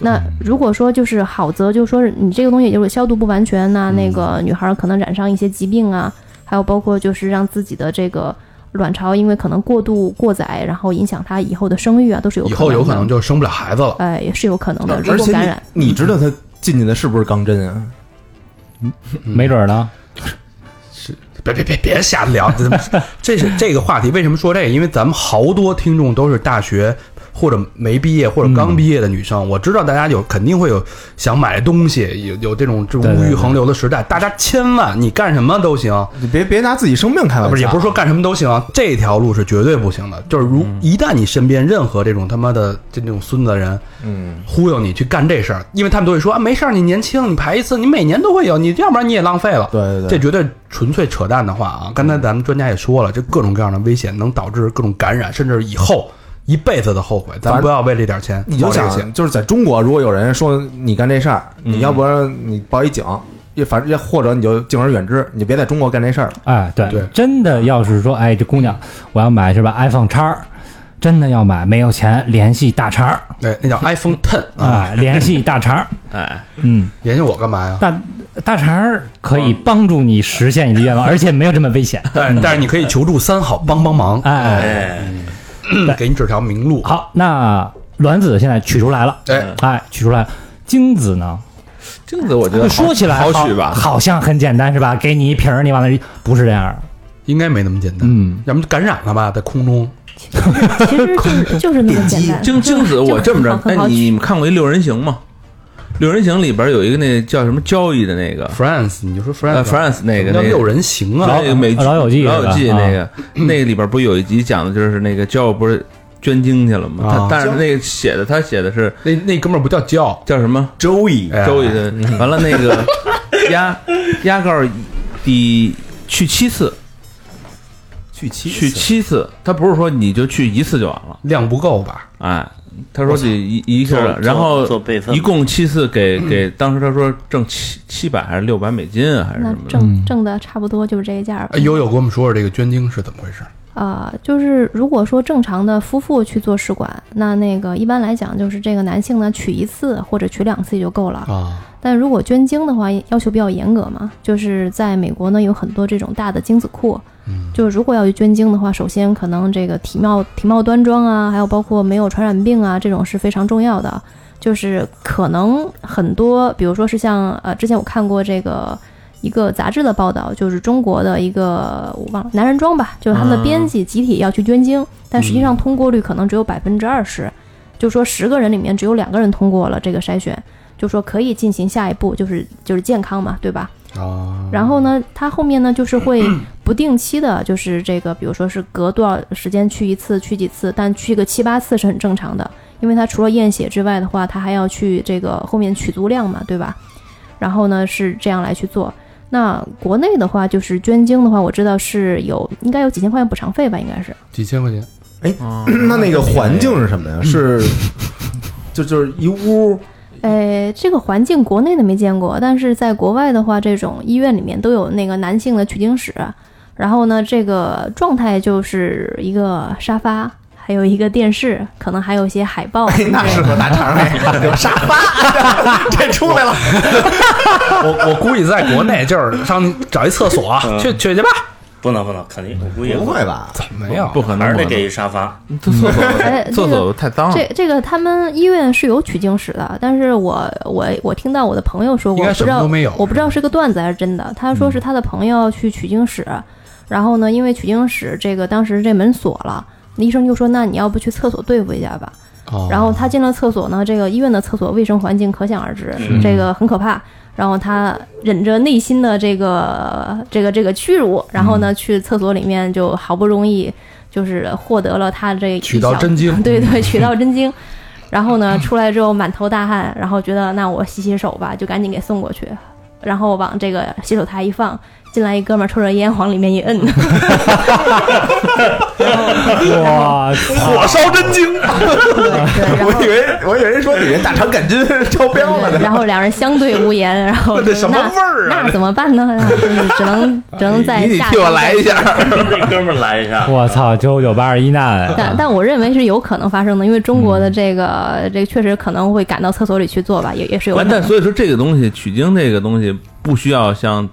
Speaker 7: 那如果说就是好则，就说是你这个东西就是消毒不完全呐、那
Speaker 2: 嗯
Speaker 7: 个女孩儿可能染上一些疾病啊，还有包括就是让自己的这个卵巢因为可能过度过载，然后影响她以后的生育啊，都是有
Speaker 2: 以后有可
Speaker 7: 的
Speaker 2: 能就生不了孩子了。
Speaker 7: 哎，也是有可能的。如
Speaker 5: 而
Speaker 7: 果
Speaker 5: 且
Speaker 7: 感染，
Speaker 5: 你你知道它进去的是不是钢针啊？
Speaker 3: 没准儿呢。
Speaker 2: 别别别别瞎聊，这这是这个话题。为什么说这个？因为咱们好多听众都是大学或者没毕业或者
Speaker 3: 嗯
Speaker 2: 刚毕业的女生，我知道大家有肯定会有想买东西，有有这种这种
Speaker 3: 对对
Speaker 2: 物欲
Speaker 3: 对
Speaker 2: 横流的时代，大家千万你干什么都行，
Speaker 5: 你别别拿自己生命开玩笑，啊
Speaker 2: 啊不是也不是说干什么都行，啊这条路是绝对不行的。就是如
Speaker 5: 嗯
Speaker 2: 一旦你身边任何这种他妈的这种孙子人
Speaker 5: 嗯，
Speaker 2: 忽悠你去干这事儿，因为他们都会说啊没事儿，你年轻，你排一次，你每年都会有，你要不然你也浪费了。
Speaker 5: 对对对，嗯
Speaker 2: 这绝对纯粹扯淡的话啊！刚才咱们专家也说了，这各种各样的危险能导致各种感染，甚至以后一辈子的后悔。咱
Speaker 5: 反
Speaker 2: 不要为这点钱
Speaker 5: 你就
Speaker 2: 冒这个险
Speaker 5: 想，就是在中国，如果有人说你干这事儿，
Speaker 2: 嗯
Speaker 5: 你要不然你报一警，也反正也或者你就敬而远之，你就别在中国干这事儿了。
Speaker 3: 哎，对，
Speaker 2: 对
Speaker 3: 真的要是说，哎，这姑娘我要买是吧？iPhone 叉，真的要买，没有钱联系大叉儿
Speaker 2: 对，哎那 叫 iPhone Ten
Speaker 5: 嗯
Speaker 2: 啊！
Speaker 3: 啊，联系大叉儿。
Speaker 4: 哎，
Speaker 3: 嗯，
Speaker 2: 联系我干嘛呀？
Speaker 3: 大大肠儿啊可以帮助你实现你的愿 望，而且没有这么危险。
Speaker 5: 嗯
Speaker 2: 但但是你可以求助三好帮帮忙，嗯
Speaker 3: 哎，
Speaker 6: 哎，
Speaker 2: 给你指条明路。
Speaker 3: 好，那卵子现在取出来了，
Speaker 5: 哎，
Speaker 3: 哎，取出来了。精子呢？
Speaker 4: 精子我觉得
Speaker 3: 呃说起来
Speaker 4: 好取吧，
Speaker 3: 好像很简单是吧？给你一瓶儿，你往那儿一不是这 样的。
Speaker 2: 应该没那么简单，
Speaker 3: 嗯，
Speaker 2: 要么就感染了吧，在空中。
Speaker 7: 其实就是就是那么简 单。
Speaker 4: 精精子，我这么 着，
Speaker 7: 很
Speaker 4: 哎
Speaker 7: 好，
Speaker 4: 你你们看过一《六人行》吗？《六人行》里边有一个那叫什么交易的那个
Speaker 2: France，你就说 France，
Speaker 4: 呃 France 那个
Speaker 2: 叫
Speaker 4: 那个
Speaker 2: 六人行啊
Speaker 4: 那，个美剧
Speaker 3: 老友记
Speaker 4: 老友记
Speaker 3: 是吧
Speaker 4: 那个那个里边不是有一集讲的就是那个交友不是捐精去了吗？
Speaker 2: 啊
Speaker 4: 他但是那个写的他写的是
Speaker 2: 那那哥们儿不叫叫，
Speaker 4: 叫什么？
Speaker 5: Joey，
Speaker 2: 哎
Speaker 4: 周易的，完了那个压压告得去七次，
Speaker 5: 去七
Speaker 4: 去七次，他不是说你就去一次就完了，
Speaker 2: 量不够吧？
Speaker 4: 哎，他说得一一
Speaker 6: 做
Speaker 4: 个，然后
Speaker 6: 做备份
Speaker 4: 一共七次给给，当时他说挣七七百还是六百美金啊还是
Speaker 7: 那
Speaker 4: 什么的，
Speaker 7: 挣挣的差不多就是这个价儿吧
Speaker 2: 哎，。悠悠给我们说说这个捐精是怎么回事？
Speaker 7: 啊、就是如果说正常的夫妇去做试管，那那个一般来讲就是这个男性呢取一次或者取两次也就够了。
Speaker 2: 啊，
Speaker 7: 但如果捐精的话，要求比较严格嘛，就是在美国呢有很多这种大的精子库，就是如果要去捐精的话，首先可能这个体貌体貌端庄啊，还有包括没有传染病啊，这种是非常重要的。就是可能很多，比如说是像呃，之前我看过这个一个杂志的报道，就是中国的一个我忘了男人装吧，就是他们的编辑集体要去捐精，但实际上通过率可能只有百分之二十，就说十个人里面只有两个人通过了这个筛选。就说可以进行下一步，就是就是健康嘛，对吧？
Speaker 2: 啊，
Speaker 7: 然后呢，它后面呢就是会 不定期的，就是这个，比如说是隔多少时间去一次，去几次，但去个七八次是很正常的，因为它除了验血之外的话，它还要去这个后面取足量嘛，对吧？然后呢是这样来去做。那国内的话，就是捐精的话，我知道是有应该有几千块钱补偿费吧，应该是。
Speaker 2: 几千块钱，
Speaker 5: 哎
Speaker 2: 哦
Speaker 5: 那那个环境是什
Speaker 2: 嗯
Speaker 5: 么呀？是就就是 一屋
Speaker 7: 呃，这个环境国内的没见过，但是在国外的话，这种医院里面都有那个男性的取精室，然后呢，这个状态就是一个沙发，还有一个电视，可能还有一些海报。
Speaker 5: 那适合大 肠哎，有沙发，这出来了。
Speaker 2: 我我估计在国内就是上找一厕 所去去去吧，
Speaker 6: 不能不能，肯定我估计
Speaker 5: 不会吧？
Speaker 2: 没有
Speaker 4: 不可嗯能
Speaker 6: 还是得
Speaker 4: 不可能
Speaker 6: 给一沙发。
Speaker 4: 厕所
Speaker 7: 哎
Speaker 4: 厕
Speaker 7: 那
Speaker 4: 所
Speaker 7: 个
Speaker 4: 太脏了
Speaker 7: 这，这个他们医院是有取经室的，但是我我我听到我的朋友说过，
Speaker 2: 应
Speaker 7: 我
Speaker 2: 该
Speaker 7: 不
Speaker 2: 什
Speaker 7: 知
Speaker 2: 么
Speaker 7: 道
Speaker 2: 都没有
Speaker 7: 我不知道是个段子还是真的。他说是他的朋友去取经室，然后呢，因为取经室这个当时这门锁了，那医生就说那你要不去厕所对付一下吧。
Speaker 2: 哦
Speaker 7: 然后他进了厕所呢，这个医院的厕所卫生环境可想而知，这个很可怕。然后他忍着内心的这个这个这个屈辱，然后
Speaker 2: 嗯
Speaker 7: 呢去厕所里面就好不容易就是获得了他这一
Speaker 2: 取到
Speaker 7: 小
Speaker 2: 真经
Speaker 7: 对对，取到真经。然后呢出来之后满头大汗，然后觉得那我洗洗手吧，就赶紧给送过去，然后往这个洗手台一放。进来一哥们儿抽着烟往里面一摁，
Speaker 3: 哇，
Speaker 5: 火烧真经，我以为我以为人说里面大肠杆菌超标了
Speaker 7: 对
Speaker 5: 呢。
Speaker 7: 然后两人相对无言，然 后
Speaker 5: 这什么味儿啊
Speaker 7: 那？那怎么办呢？ 就是只能只能在
Speaker 5: 你得
Speaker 7: 下
Speaker 5: 替我来一下，
Speaker 6: 那哥们儿来一下，
Speaker 3: 我操，九九八二一 难
Speaker 7: 但但我认为是有可能发生的，因为
Speaker 5: 嗯
Speaker 7: 中国的这个、这个确实可能会赶到厕所里去做吧，也也是有可
Speaker 4: 完
Speaker 7: 能
Speaker 4: 蛋，。所以说这个东西取经这个东西不需要像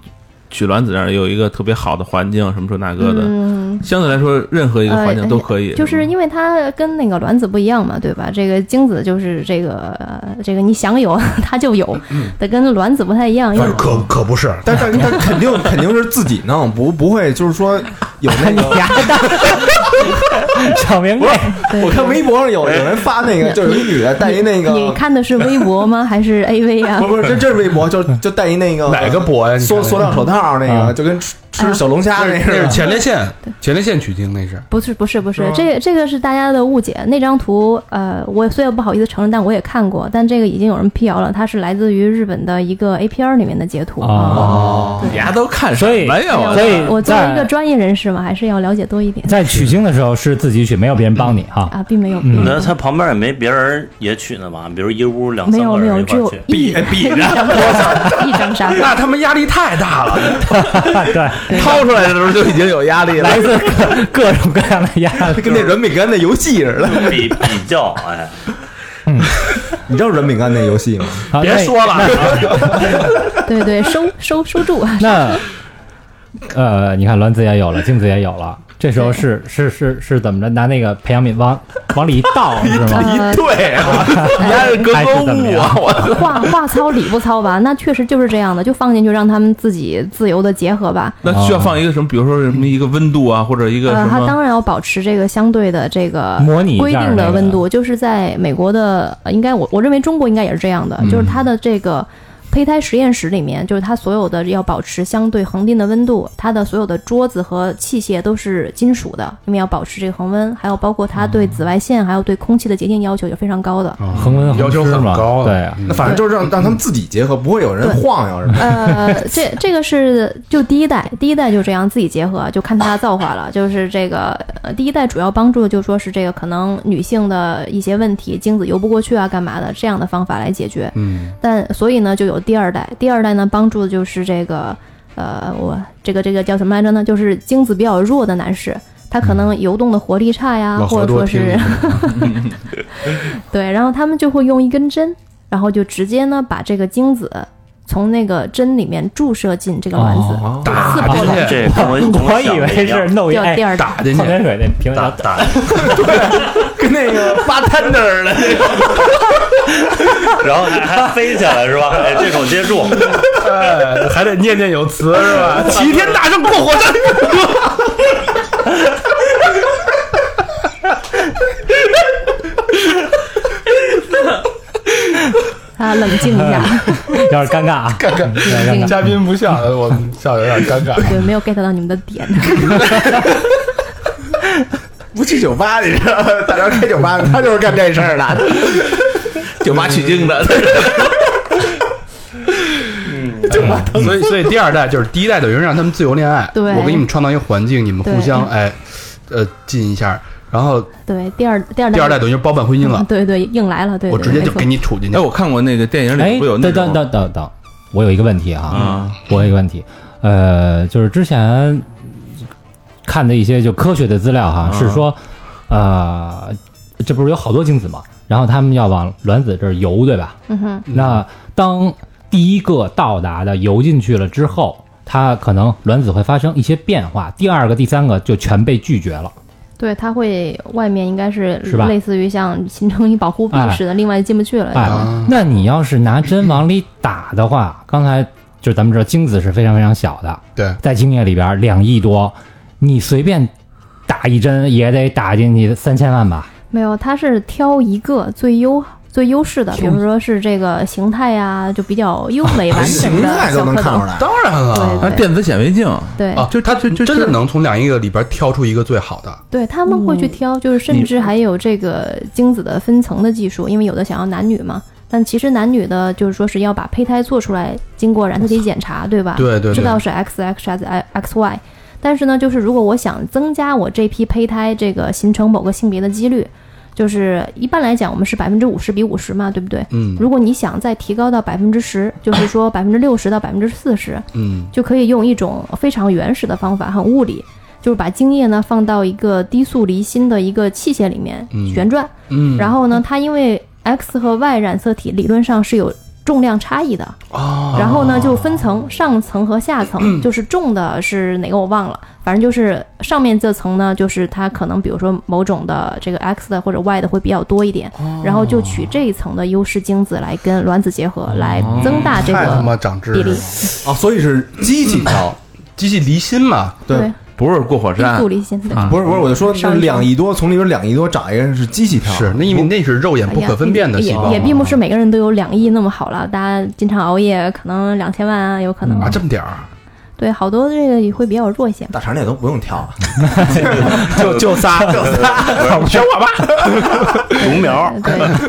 Speaker 4: 取卵子这样有一个特别好的环境什么这那个的，
Speaker 7: 嗯，
Speaker 4: 相对来说任何一个环境
Speaker 7: 呃
Speaker 4: 都可以，
Speaker 7: 就是因为它跟那个卵子不一样嘛，对吧？这个精子就是这个呃这个你想有 它就有，
Speaker 5: 嗯
Speaker 7: 得跟卵子不太一样，因为
Speaker 2: 可可不是，
Speaker 5: 但但但肯定肯定是自己弄，不不会就是说有 那个。
Speaker 3: 小明这
Speaker 7: 对
Speaker 5: 我看微博上有有人发那个，就是有一女的带一那个，
Speaker 7: 你看的是微博吗？还是 AV 啊
Speaker 5: 不？不是，这这是微博，就就戴一嗯那个
Speaker 2: 哪个博呀？你
Speaker 5: 塑
Speaker 2: 看
Speaker 5: 塑料手套那
Speaker 3: 啊
Speaker 5: 个，就跟吃吃小龙虾
Speaker 2: 那
Speaker 5: 那
Speaker 2: 是那
Speaker 5: 个
Speaker 2: 是前列腺，前列腺取经那是。
Speaker 7: 不是不是不是
Speaker 5: 是吗，
Speaker 7: 这这个是大家的误解。那张图，呃，我虽然不好意思承认，但我也看过，但这个已经有人辟谣了，它是来自于日本的一个 A P R 里面的截图。
Speaker 3: 哦
Speaker 7: 对
Speaker 4: 你丫都看什
Speaker 3: 所以
Speaker 4: 么呀？我
Speaker 3: 所以
Speaker 7: 我作为一个
Speaker 3: 在
Speaker 7: 专业人士嘛，还是要了解多一点
Speaker 3: 在取经的时候是自己取，没有别人帮你哈。
Speaker 7: 啊，并没有，
Speaker 3: 嗯
Speaker 6: 那他旁边也没别人也取呢吧？比如一屋两
Speaker 7: 没
Speaker 6: 三
Speaker 7: 有
Speaker 6: 个
Speaker 7: 没有，
Speaker 6: 人一
Speaker 7: 只
Speaker 6: 块儿
Speaker 7: 有
Speaker 6: 去，哎
Speaker 7: 一一张沙发，一张 沙发。
Speaker 2: 那他们压力太大 了，
Speaker 3: 对，
Speaker 5: 掏出来的时候就已经有压力了，
Speaker 3: 来 自各 各种各样的压力。
Speaker 5: 跟那软饼干那游戏似 的。
Speaker 6: 比比较哎，
Speaker 5: 你知道软饼干那游戏吗？
Speaker 3: 好
Speaker 2: 别
Speaker 3: 那
Speaker 2: 说了，
Speaker 7: 对对，收收收住。
Speaker 3: 那，呃，你看卵子也有了，精子也有了，这时候是 是是是怎么着？拿那个培养皿往往里一倒是 吗？
Speaker 7: 呃，
Speaker 4: 对啊，
Speaker 7: 哎
Speaker 4: 你还是格
Speaker 6: 哎
Speaker 3: 还
Speaker 4: 格
Speaker 3: 是怎么
Speaker 4: 物啊！
Speaker 3: 样？
Speaker 4: 我
Speaker 7: 话话糙理不糙吧？那确实就是这样的，就放进去让他们自己自由的结合吧。
Speaker 4: 那需要放一个什么，比如说什么一个温度啊，或者一个
Speaker 7: 呃，
Speaker 4: 什
Speaker 7: 它
Speaker 4: 么
Speaker 7: 当然要保持这个相对的这个
Speaker 3: 模拟一下
Speaker 7: 规定
Speaker 3: 那
Speaker 7: 的
Speaker 3: 个
Speaker 7: 温度，就是在美国的，呃应该我我认为中国应该也是这样的，
Speaker 3: 嗯
Speaker 7: 就是它的这个胚胎实验室里面，就是它所有的要保持相对恒定的温度，它的所有的桌子和器械都是金属的，因为要保持这个恒温，还有包括它对紫外线还有对空气的洁净要求也非常高的。
Speaker 3: 恒温恒
Speaker 2: 要求
Speaker 3: 湿
Speaker 2: 很
Speaker 3: 嘛
Speaker 2: 高的
Speaker 3: 对啊，
Speaker 5: 那反正就是让让他们自己结合，不会有人晃悠是吧？
Speaker 7: 呃，这这个是就第一代，第一代就这样自己结合，就看他的造化了。就是这个呃，第一代主要帮助的就说是这个可能女性的一些问题，精子游不过去啊，干嘛的这样的方法来解决。
Speaker 2: 嗯，
Speaker 7: 但所以呢，就有第二代，第二代呢帮助的就是这个呃，我这个这个叫什么来着呢？就是精子比较弱的男士。他可能游动的活力差呀，
Speaker 2: 嗯老
Speaker 7: 啊或
Speaker 2: 何
Speaker 7: 者
Speaker 2: 多
Speaker 7: 说
Speaker 2: 听
Speaker 7: 是，对，然后他们就会用一根针，然后就直接呢把这个精子从那个针里面注射进这个卵子，
Speaker 3: 哦
Speaker 7: 刺破
Speaker 3: 进
Speaker 7: 了
Speaker 3: 去
Speaker 6: 这跟我跟
Speaker 3: 我
Speaker 6: 想
Speaker 3: 以
Speaker 6: 的
Speaker 3: 为
Speaker 6: 一样
Speaker 3: 是弄一
Speaker 7: 掉
Speaker 3: 哎
Speaker 7: 第二
Speaker 2: 打进
Speaker 3: 矿泉
Speaker 2: 去，
Speaker 3: 水那瓶子
Speaker 6: 打打
Speaker 5: 跟那个
Speaker 4: 八摊儿的那个，
Speaker 6: 然后还还飞起来是吧？哎，这种接触，
Speaker 2: 哎还得念念有词 是吧？齐天大圣过火山，
Speaker 7: 啊，冷静一下，
Speaker 3: 有点尴尬啊，
Speaker 2: 看看
Speaker 7: 冷静一下，
Speaker 2: 嘉宾不笑，我们笑 得有点尴尬。
Speaker 7: 对，没有 get 到你们的点。
Speaker 5: 不去酒吧，你知道吗？大张开酒吧，他就是干这事儿 的。
Speaker 4: 酒吧取经的，
Speaker 2: 所以，所以第二代就是第一代，等于让他们自由恋爱。
Speaker 7: 对
Speaker 2: 我给你们创造一个环境，你们互相哎，呃，进一下。然后
Speaker 7: 对，第二第二代
Speaker 2: 第二代等于包办婚姻
Speaker 7: 嗯
Speaker 2: 了，
Speaker 7: 对对，硬来了，对，
Speaker 2: 我
Speaker 7: 对
Speaker 2: 直接
Speaker 7: 没
Speaker 2: 就
Speaker 7: 错
Speaker 2: 给你杵进去
Speaker 4: 哎，。我看过那个电影里
Speaker 3: 哎
Speaker 4: 不有，那
Speaker 3: 等等
Speaker 4: 种
Speaker 3: 等等等，我有一个问题啊，
Speaker 4: 啊，
Speaker 3: 我有一个问题，呃，就是之前看的一些就科学的资料哈，
Speaker 4: 嗯
Speaker 3: 是说，呃，这不是有好多精子嘛，然后他们要往卵子这儿游，对吧？
Speaker 7: 嗯哼，
Speaker 3: 那当第一个到达的游进去了之后，它可能卵子会发生一些变化，第二个、第三个就全被拒绝了。
Speaker 7: 对，它会外面应该是
Speaker 3: 是吧
Speaker 7: 类似于像形成一保护壁
Speaker 3: 哎
Speaker 7: 似的，另外进不去了。
Speaker 3: 哎，那你要是拿针往里打的话，刚才就是咱们知道精子是非常非常小的，
Speaker 2: 对，
Speaker 3: 在精液里边两亿多，你随便打一针也得打进去三千万吧？
Speaker 7: 没有，它是挑一个最优。最优势的，比如说是这个形态呀、就比较优美
Speaker 5: 哎啊
Speaker 7: 完整
Speaker 5: 形
Speaker 7: 的
Speaker 5: 态
Speaker 7: 小
Speaker 5: 都能
Speaker 7: 蝌
Speaker 5: 看
Speaker 7: 蚪
Speaker 5: 出。来，
Speaker 2: 当然了，
Speaker 4: 啊，电子显微镜，
Speaker 7: 对
Speaker 2: 啊，
Speaker 4: 就
Speaker 2: 他就
Speaker 4: 就
Speaker 2: 真的
Speaker 4: 就
Speaker 2: 能从两亿个里边挑出一个最好的。
Speaker 7: 对，他们会去挑，就是甚至还有这个精子的分层的技术，因为有的想要男女嘛。但其实男女的，就是说是要把胚胎做出来，经过染色体检查，对吧？
Speaker 2: 对对
Speaker 7: 知
Speaker 2: 对，
Speaker 7: 道是 X X X X Y。但是呢，就是如果我想增加我这批胚胎这个形成某个性别的几率，就是一般来讲我们是百分之五十比五十嘛，对不对？
Speaker 2: 嗯
Speaker 7: 如果你想再提高到百分之十，就是说百分之六十到百分之四十，
Speaker 2: 嗯，
Speaker 7: 就可以用一种非常原始的方法，很物理，就是把精液呢放到一个低速离心的一个器械里面
Speaker 2: 嗯
Speaker 7: 旋转，
Speaker 2: 嗯
Speaker 7: 然后呢，它因为 X 和 Y 染色体理论上是有重量差异的，
Speaker 2: 哦，
Speaker 7: 然后呢就分层，上层和 下层，就是重的是哪个我忘了，反正就是上面这层呢，就是它可能比如说某种的这个 X 的或者 Y 的会比较多一点，
Speaker 2: 哦
Speaker 7: 然后就取这一层的优势精子来跟卵子结合，来增大这
Speaker 2: 哦太他妈
Speaker 7: 个
Speaker 2: 长知
Speaker 7: 比
Speaker 2: 识了
Speaker 7: 例，，
Speaker 5: 哦，所以是机器挑，
Speaker 2: 嗯机器离心嘛，
Speaker 5: 对
Speaker 7: 对，
Speaker 4: 不是过火
Speaker 7: 低
Speaker 4: 山
Speaker 7: 速，离心，对。
Speaker 4: 啊
Speaker 5: 不是不是，我就说那两亿多，从里边两亿多找一个人是机器挑，
Speaker 2: 是那因为那是肉眼不可分辨的细胞
Speaker 7: 哎
Speaker 2: 啊
Speaker 7: 也也并不是每个人都有两亿那么好了。大家经常熬夜，可能两千万啊，有可能。
Speaker 2: 啊，这么点儿，
Speaker 7: 对，好多这个也会比较弱一些。
Speaker 5: 大肠那都不用挑了，
Speaker 2: 就就仨， 就仨，选我吧。
Speaker 6: 独苗
Speaker 7: 对，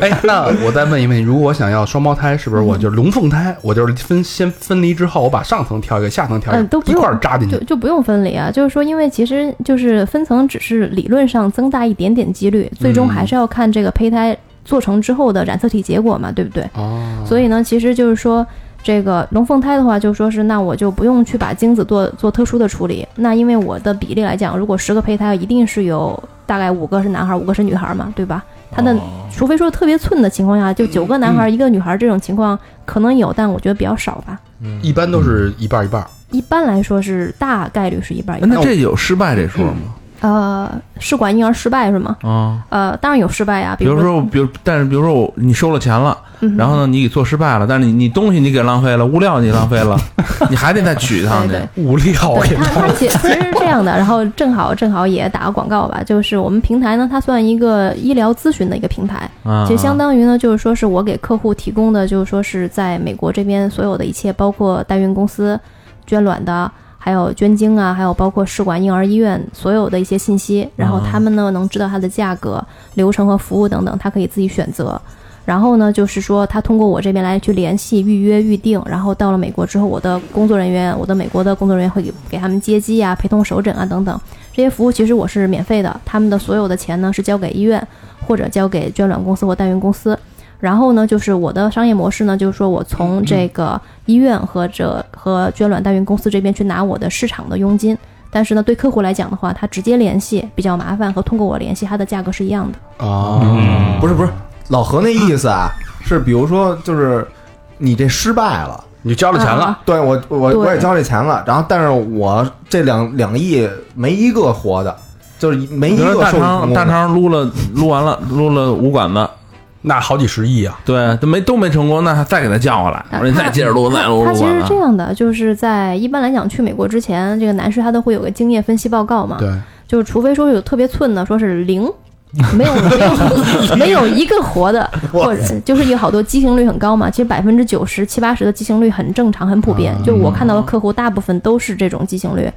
Speaker 2: 哎，那我再问一问，如果我想要双胞胎，是不是我
Speaker 7: 嗯
Speaker 2: 就龙凤胎？我就是分先分离之后，我把上层挑一个，下层挑一
Speaker 7: 嗯，
Speaker 2: 个
Speaker 7: 都，不
Speaker 2: 一
Speaker 7: 用
Speaker 2: 块儿扎进
Speaker 7: 就
Speaker 2: 去。
Speaker 7: 就不用分离啊。就是说，因为其实就是分层只是理论上增大一点点几率，最终还是要看这个胚胎做成之后的染色体结果嘛，对不对？
Speaker 4: 嗯
Speaker 2: 哦，
Speaker 7: 所以呢，其实就是说，这个龙凤胎的话，就说是那我就不用去把精子做做特殊的处理。那因为我的比例来讲，如果十个胚胎，一定是有大概五个是男孩，五个是女孩嘛，对吧？
Speaker 4: 哦
Speaker 7: 他的、除非说特别寸的情况下，就九个男孩、一个女孩这种情况可能有，但我觉得比较少吧。
Speaker 2: 一般都是一半儿一半儿。
Speaker 4: 嗯
Speaker 7: 一般来说是大概率是一半儿一半儿。
Speaker 4: 那这有失败这说吗？
Speaker 7: 呃，试管婴儿失败是吗？
Speaker 4: 啊。
Speaker 7: 呃，当然有失败呀，
Speaker 4: 比如
Speaker 7: 说，
Speaker 4: 说，比如，但是比如说我你收了钱了，
Speaker 7: 嗯哼
Speaker 4: 然后呢，你给做失败了，但是你你东西你给浪费了，物料你浪费 了，你还得再取一趟去
Speaker 7: 对对。
Speaker 2: 物料
Speaker 7: 对它，它其其实是这样的，然后正好正好也打个广告吧，就是我们平台呢，它算一个医疗咨询的一个平台，
Speaker 4: 啊，
Speaker 7: 其实相当于呢，就是说是我给客户提供的，就是说是在美国这边所有的一切，包括代孕公司捐卵的，还有捐精啊，还有包括试管婴儿医院所有的一些信息，然后他们呢能知道它的价格、流程和服务等等，他可以自己选择。然后呢，就是说他通过我这边来去联系、预约、预定，然后到了美国之后，我的工作人员，我的美国的工作人员会给给他们接机啊、陪同首诊啊等等这些服务，其实我是免费的，他们的所有的钱呢是交给医院，或者交给捐卵公司或代孕公司。然后呢，就是我的商业模式呢，就是说我从这个医院和这和捐卵代孕公司这边去拿我的市场的佣金，但是呢，对客户来讲的话，他直接联系比较麻烦，和通过我联系，它的价格是一样的。
Speaker 2: 啊，
Speaker 5: 不是不是，老何那意思啊，是比如说就是你这失败了，
Speaker 2: 你交了钱
Speaker 7: 啊
Speaker 2: 了，
Speaker 5: 对我我
Speaker 7: 对
Speaker 5: 我也交这钱了，然后但是我这两两亿没一个活的，就是没
Speaker 4: 比
Speaker 5: 一
Speaker 4: 如说
Speaker 5: 个
Speaker 4: 大
Speaker 5: 受成
Speaker 4: 肠
Speaker 5: 功
Speaker 4: 大
Speaker 5: 的。
Speaker 4: 肠撸了撸完了撸了五管子，
Speaker 2: 那好几十亿啊！
Speaker 4: 对，都没都没成功，那还再给他叫过来，我
Speaker 7: 啊
Speaker 4: 说你再接着录，再录
Speaker 7: 它
Speaker 4: 录
Speaker 7: 其实
Speaker 4: 哦完
Speaker 7: 是这
Speaker 4: 了。
Speaker 7: 样的，就是在一般来讲去美国之前，这个男士他都会有个经验分析报告嘛，
Speaker 2: 对，
Speaker 7: 就是除非说有特别寸的，说是零，没有没有 没有一个活的，或者就是有好多畸形率很高嘛。其实百分之九十七八十的畸形率很正常，很普遍。就我看到的客户大部分都是这种畸形率，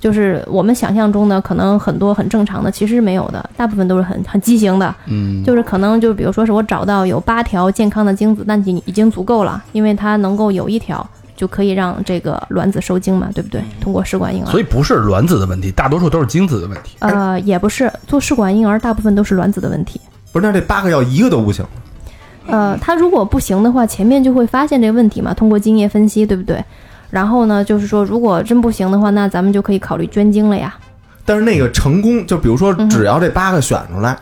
Speaker 7: 就是我们想象中的可能很多很正常的，其实是没有的，大部分都是很很畸形的。
Speaker 2: 嗯，
Speaker 7: 就是可能就比如说是我找到有八条健康的精子，那你已经足够了，因为它能够有一条就可以让这个卵子受精嘛，对不对？通过试管婴儿
Speaker 2: 所。以不是卵子的问题，大多数都是精子的问题。
Speaker 7: 呃，也不是做试管婴儿，大部分都是卵子的问题。
Speaker 5: 不是，那这八个要一个都不行，
Speaker 7: 呃，他如果不行的话，前面就会发现这个问题嘛，通过精液分析，对不对？然后呢，就是说，如果真不行的话，那咱们就可以考虑捐精了呀。
Speaker 5: 但是那个成功，就比如说
Speaker 7: 嗯哼
Speaker 5: 只要这八个选出来，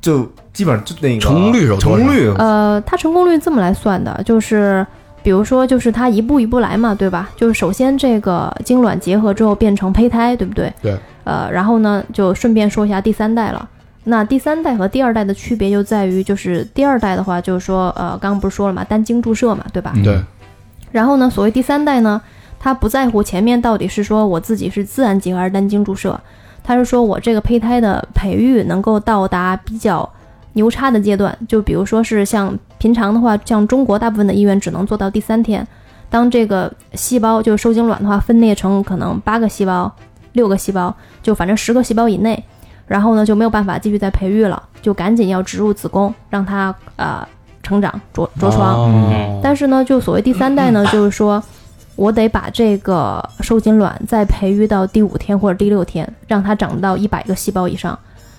Speaker 5: 就基本上就那个
Speaker 2: 成功率是有
Speaker 5: 成
Speaker 2: 多少
Speaker 5: 功率
Speaker 7: 呃，它成功率这么来算的，就是比如说，就是它一步一步来嘛，对吧？就是首先这个精卵结合之后变成胚胎，对不对？
Speaker 2: 对。
Speaker 7: 呃，然后呢，就顺便说一下第三代了。那第三代和第二代的区别就在于，就是第二代的话，就是说，呃，刚刚不是说了嘛，单精注射嘛，对吧？
Speaker 2: 对，
Speaker 7: 然后呢，所谓第三代呢，他不在乎前面到底是说我自己是自然结合还是单精注射，他是说我这个胚胎的培育能够到达比较牛叉的阶段，就比如说是像平常的话，像中国大部分的医院只能做到第三天，当这个细胞就是受精卵的话分裂成可能八个细胞、六个细胞，就反正十个细胞以内。然后呢，就没有办法继续再培育了，就赶紧要植入子宫，让它呃成长着着床。
Speaker 4: 嗯
Speaker 2: 哦
Speaker 7: 但是呢，就所谓第三代呢，就是说我得把这个受精卵再培育到第五天或者第六天，让它长到一百个细胞以上。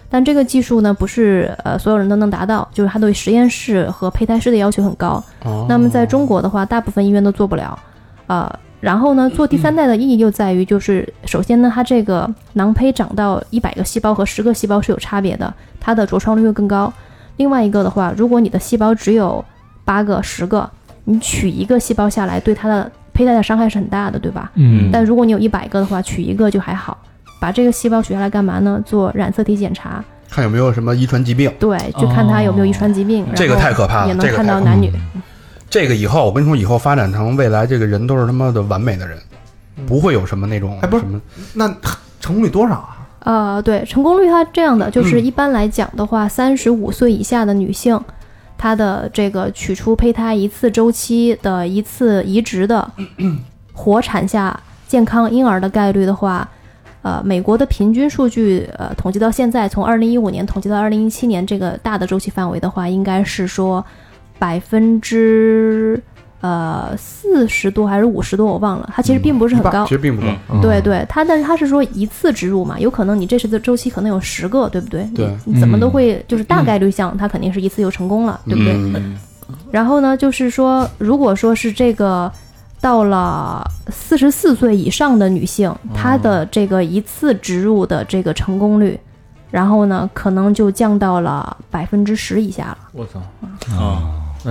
Speaker 7: 但这个技术呢，不是呃所有人都能达到，就是它对实验室和胚胎师的要求很高。那么在中国的话，大部分医院都做不了。呃，然后呢，做第三代的意义就在于，就是首先呢，它这个囊胚长到一百个细胞和十个细胞是有差别的，它的着床率会更高。另外一个的话，如果你的细胞只有八个、十个，你取一个细胞下来，对它的胚胎的伤害是很大的，对吧？
Speaker 3: 嗯
Speaker 7: 但如果你有一百个的话，取一个就还好。把这个细胞取下来干嘛呢？做染色体检查，
Speaker 2: 看有没有什么遗传疾病。
Speaker 7: 对，就看它有没有遗传疾病。然后
Speaker 2: 这个太可怕了
Speaker 7: 也能
Speaker 2: 这个
Speaker 7: 看
Speaker 2: 太
Speaker 7: 到
Speaker 2: 可
Speaker 7: 男女。
Speaker 2: 这个以后，我跟你说，以后发展成未来，这个人都是他妈的完美的人，
Speaker 7: 嗯
Speaker 2: 不会有什么那种
Speaker 5: 哎不是
Speaker 2: 什么
Speaker 5: 那成功率多少啊？
Speaker 7: 呃，对，成功率它这样的，
Speaker 2: 嗯
Speaker 7: 就是一般来讲的话，三十五岁以下的女性，她的这个取出胚胎一次周期的一次移 植的活产下健康婴儿的概率的话，呃，美国的平均数据，呃，统计到现在，从二零一五年统计到二零一七年这个大的周期范围的话，应该是说百分之。呃，四十多还是五十多，我忘了。它其实并不是
Speaker 2: 一
Speaker 7: 很
Speaker 2: 半
Speaker 7: 高
Speaker 2: 其，实并不高。
Speaker 7: 对对，它但是它是说一次植入嘛，有可能你这次的周期可能有十个，对不对？
Speaker 2: 对
Speaker 7: 你你怎么都会就是大概率上，它肯定是一次就成功了，对不对？
Speaker 2: 嗯，
Speaker 7: 然后呢，就是说，如果说是这个到了四十四岁以上的女性，她的这个一次植入的这个成功率，然后呢，可能就降到了百分之十以下了。
Speaker 4: 我操！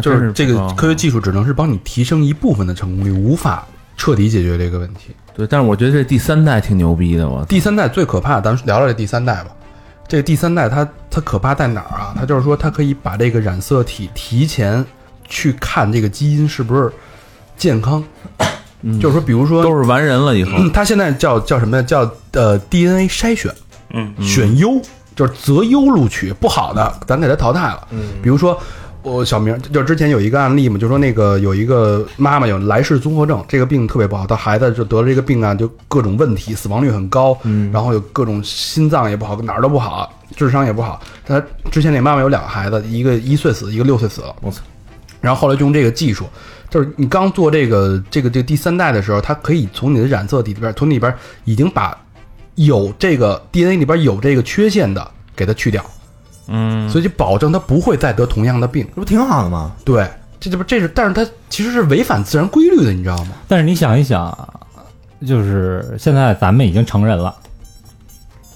Speaker 2: 就是这个
Speaker 4: 可
Speaker 2: 科学技术只能是帮你提升一部分的成功率，无法彻底解决这个问题。
Speaker 4: 对，但是我觉得这第三代挺牛逼的，我
Speaker 2: 第三代最可怕，咱们聊聊这第三代吧。这第三代它它可怕在哪儿啊？它就是说它可以把这个染色体提前去看这个基因是不是健康，就是说，比如说，
Speaker 4: 嗯都是完人了以后，
Speaker 2: 嗯它现在叫叫什么呀？叫呃 DNA 筛选，
Speaker 6: 嗯，
Speaker 2: 选优就是择优录取，不好的咱给它淘汰了。嗯，比如说我小明，就之前有一个案例嘛，就说那个有一个妈妈有来世综合症，这个病特别不好，她孩子就得了这个病啊，就各种问题，死亡率很高，嗯，然后有各种心脏也不好，哪儿都不好，智商也不好。她之前那妈妈有两个孩子，一个一岁死，一个六岁死了。
Speaker 5: 我操！
Speaker 2: 然后后来就用这个技术，就是你刚做这个这个这个第三代的时候，它可以从你的染色体里边，从里边已经把有这个 DNA 里边有这个缺陷的给它去掉，
Speaker 4: 嗯，
Speaker 2: 所以就保证它不会再得同样的病。
Speaker 5: 这不挺好的吗？
Speaker 2: 对，这这不这是，但是它其实是违反自然规律的，你知道吗？
Speaker 3: 但是你想一想，就是现在咱们已经成人了，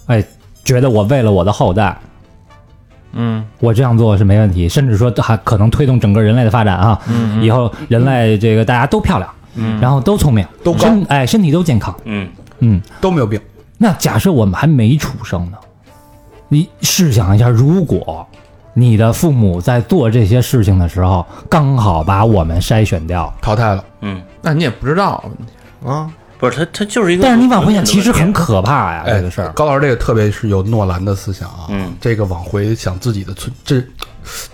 Speaker 3: 哎，觉得我为了我的后代，
Speaker 4: 嗯
Speaker 3: 我这样做是没问题，甚至说还可能推动整个人类的发展啊。
Speaker 4: 嗯
Speaker 3: 以后人类这个大家都漂亮，
Speaker 4: 嗯
Speaker 3: 然后都聪明，
Speaker 2: 都高
Speaker 3: 身哎身体都健康。
Speaker 6: 嗯，
Speaker 3: 嗯，
Speaker 2: 都没有病，
Speaker 3: 那假设我们还没出生呢，你试想一下，如果你的父母在做这些事情的时候，刚好把我们筛选掉，
Speaker 2: 淘汰了。
Speaker 4: 那你也不知道，
Speaker 5: 啊，
Speaker 6: 嗯不是，它它就是一个。
Speaker 3: 但是你往回想，其实很，可怕
Speaker 6: 哎
Speaker 3: 呀，这个事儿。
Speaker 2: 哎高老师这个特别是有诺兰的思想啊，
Speaker 6: 嗯
Speaker 2: 这个往回想自己的存这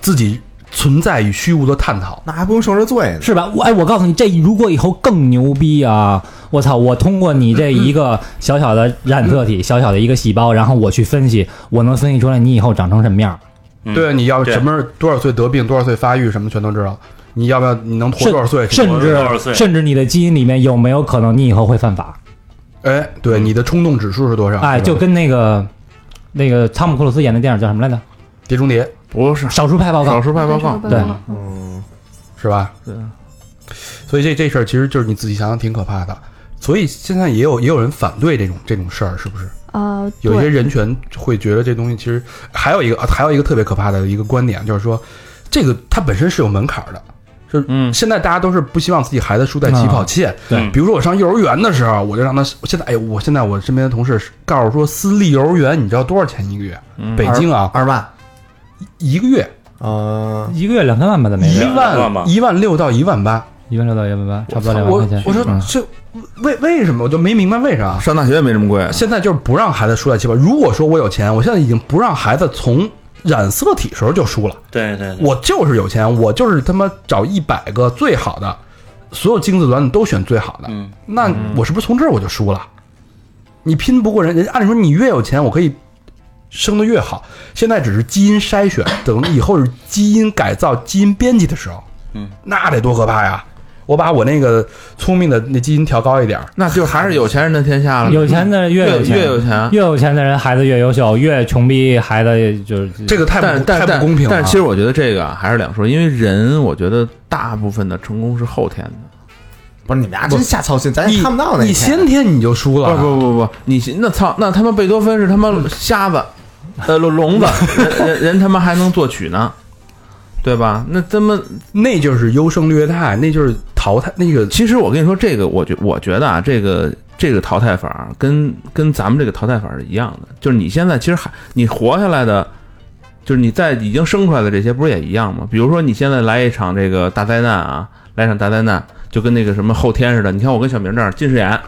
Speaker 2: 自己存在与虚无的探讨。
Speaker 5: 那还不用受这罪呢。
Speaker 3: 是吧？我哎，我告诉你，这如果以后更牛逼啊！我操，我通过你这一个小小的染色体、小小的一个细胞，然后我去分析，我能分析出来你以后长成什么样儿。
Speaker 6: 嗯
Speaker 2: 对，啊你要
Speaker 6: 对
Speaker 2: 什么时候多少岁得病，多少岁发育，什么全都知道。你要不要？你能活
Speaker 3: 甚
Speaker 2: 多少岁？
Speaker 3: 甚
Speaker 6: 多少
Speaker 3: 至
Speaker 6: 岁
Speaker 3: 甚至你的基因里面有没有可能你以后会犯法？
Speaker 2: 哎，对，你的冲动指数是
Speaker 6: 啊
Speaker 2: 多少？
Speaker 3: 哎，就跟那个那个汤姆·克鲁斯演的电影叫什么来着？
Speaker 2: 《碟中谍》
Speaker 4: 不是
Speaker 3: 《少数派报告
Speaker 4: 少》。数派报告，
Speaker 3: 对
Speaker 5: 嗯，
Speaker 2: 是吧？
Speaker 4: 对，
Speaker 2: 所以这这事儿其实就是你仔细想想挺可怕的。所以现在也有也有人反对这种这种事儿，是不是？
Speaker 7: 呃，
Speaker 2: 有一些
Speaker 7: 对，
Speaker 2: 人权会觉得这东西其实还有一个还有一个特别可怕的一个观点，就是说这个它本身是有门槛儿的。就是
Speaker 4: 嗯
Speaker 2: 现在大家都是不希望自己孩子输在起跑线。
Speaker 6: 对
Speaker 2: 比如说我上幼儿园的时候，我就让他现在，哎，我现在我身边的同事告诉我说，私立幼儿园你知道多少钱一个月？
Speaker 5: 嗯
Speaker 2: 北京啊，
Speaker 5: 二万，
Speaker 2: 一个月
Speaker 5: 呃，
Speaker 3: 一个月两三万吧，咱们也
Speaker 2: 一
Speaker 3: 是
Speaker 6: 两万吧
Speaker 2: 万一万六到一万八。
Speaker 3: 一万六到一万八，差不多两万
Speaker 2: 我
Speaker 3: 块钱。
Speaker 2: 我说
Speaker 3: 嗯
Speaker 2: 这为为什么我就没明白为啥？
Speaker 4: 上大学也没这么贵，
Speaker 2: 现在就是不让孩子输在起跑。如果说我有钱，我现在已经不让孩子从染色体时候就输了。
Speaker 6: 对对对，
Speaker 2: 我就是有钱，我就是他妈找一百个最好的，所有精子卵子都选最好的。
Speaker 6: 嗯
Speaker 2: 那我是不是从这儿我就输了？你拼不过人，人家按理说你越有钱，我可以生的越好。现在只是基因筛选，等以后是基因改造、基因编辑的时候，
Speaker 6: 嗯，
Speaker 2: 那得多可怕呀！我把我那个聪明的那基因调高一点儿，
Speaker 4: 那就还是有钱人的天下了。
Speaker 3: 有钱的人越有
Speaker 4: 越
Speaker 3: 钱，
Speaker 4: 越有钱，
Speaker 3: 越有钱的人孩子越优秀，越穷逼孩子就是
Speaker 2: 这个太
Speaker 4: 但
Speaker 2: 不
Speaker 4: 但
Speaker 2: 太
Speaker 4: 但
Speaker 2: 不公平了啊。
Speaker 4: 但其实我觉得这个啊还是两说，因为人我觉得大部分的成功是后天的。
Speaker 5: 不是你们俩真瞎操心，咱也
Speaker 4: 哎
Speaker 2: 你
Speaker 5: 看不到那一
Speaker 2: 你
Speaker 5: 天
Speaker 2: 先天你就输了，啊
Speaker 4: 不不不不，你那操那他妈贝多芬是 他妈瞎子，呃聋聋子，人人人他妈还能作曲呢，对吧？那他妈
Speaker 2: 那就是优胜劣汰，那就是淘汰，那个
Speaker 4: 其实我跟你说，这个我觉我觉得啊，这个这个淘汰法儿跟跟咱们这个淘汰法儿是一样的，就是你现在其实还你活下来的，就是你在已经生出来的这些，不是也一样吗？比如说你现在来一场这个大灾难啊，来一场大灾难，就跟那个什么后天似的。你看我跟小明这样近视眼，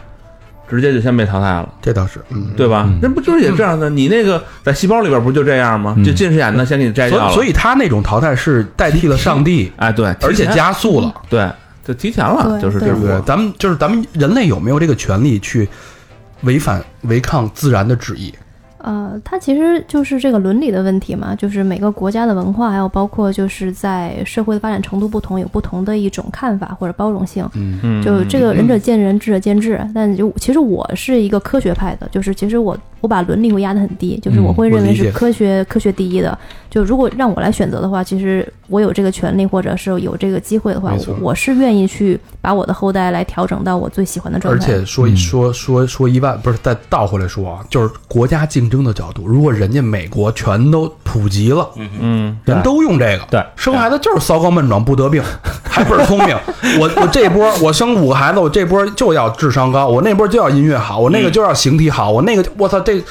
Speaker 4: 直接就先被淘汰了，
Speaker 2: 这倒是，嗯，
Speaker 4: 对吧？那、不就是也这样的？你那个在细胞里边不就这样吗？就近视眼的先给你摘掉
Speaker 2: 所
Speaker 4: 了，
Speaker 2: 以嗯所以他那种淘汰是代替了上 帝，
Speaker 4: 哎对，
Speaker 2: 而且
Speaker 4: 提前
Speaker 2: 加速了，
Speaker 4: 对就提前了，
Speaker 7: 对
Speaker 4: 就是
Speaker 7: 对
Speaker 4: 这
Speaker 2: 对不对
Speaker 4: 么？
Speaker 2: 咱们就是咱们人类有没有这个权利去违反违抗自然的旨意？
Speaker 7: 呃，它其实就是这个伦理的问题嘛，就是每个国家的文化，还有包括就是在社会的发展程度不同，有不同的一种看法或者包容性。
Speaker 2: 嗯，
Speaker 4: 嗯
Speaker 7: 就这个仁者见仁，智者见智。但就其实我是一个科学派的，就是其实我我把伦理会压得很低，就是我会
Speaker 2: 嗯我
Speaker 7: 认为
Speaker 2: 理解
Speaker 7: 是科学科学第一的。就如果让我来选择的话，其实我有这个权利或者是有这个机会的话
Speaker 2: 没错，
Speaker 7: 我是愿意去把我的后代来调整到我最喜欢的状
Speaker 2: 而
Speaker 7: 态。
Speaker 2: 且说一说说说一万，不是再倒回来说啊，就是国家竞争的角度，如果人家美国全都普及了，
Speaker 4: 嗯。
Speaker 2: 人都用这个，
Speaker 3: 对
Speaker 2: 生孩子就是骚高闷壮不得病，还倍儿聪明。我我这波我生五个孩子，我这波就要智商高，我那波就要音乐好，我那个就要形体好，我那个就我操这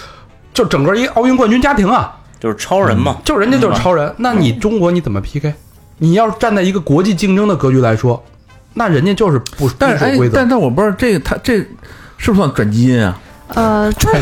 Speaker 2: 就整个一奥运冠军家庭啊，
Speaker 6: 就是超人嘛，
Speaker 2: 就人家就是超人。那你中国你怎么 PK？你要是站在一个国际竞争的格局来说，那人家就是不
Speaker 4: 但是
Speaker 2: 不
Speaker 4: 哎
Speaker 2: 守规，则
Speaker 4: 但。但我不知道这个他这是不是算转基因啊？
Speaker 7: 呃，但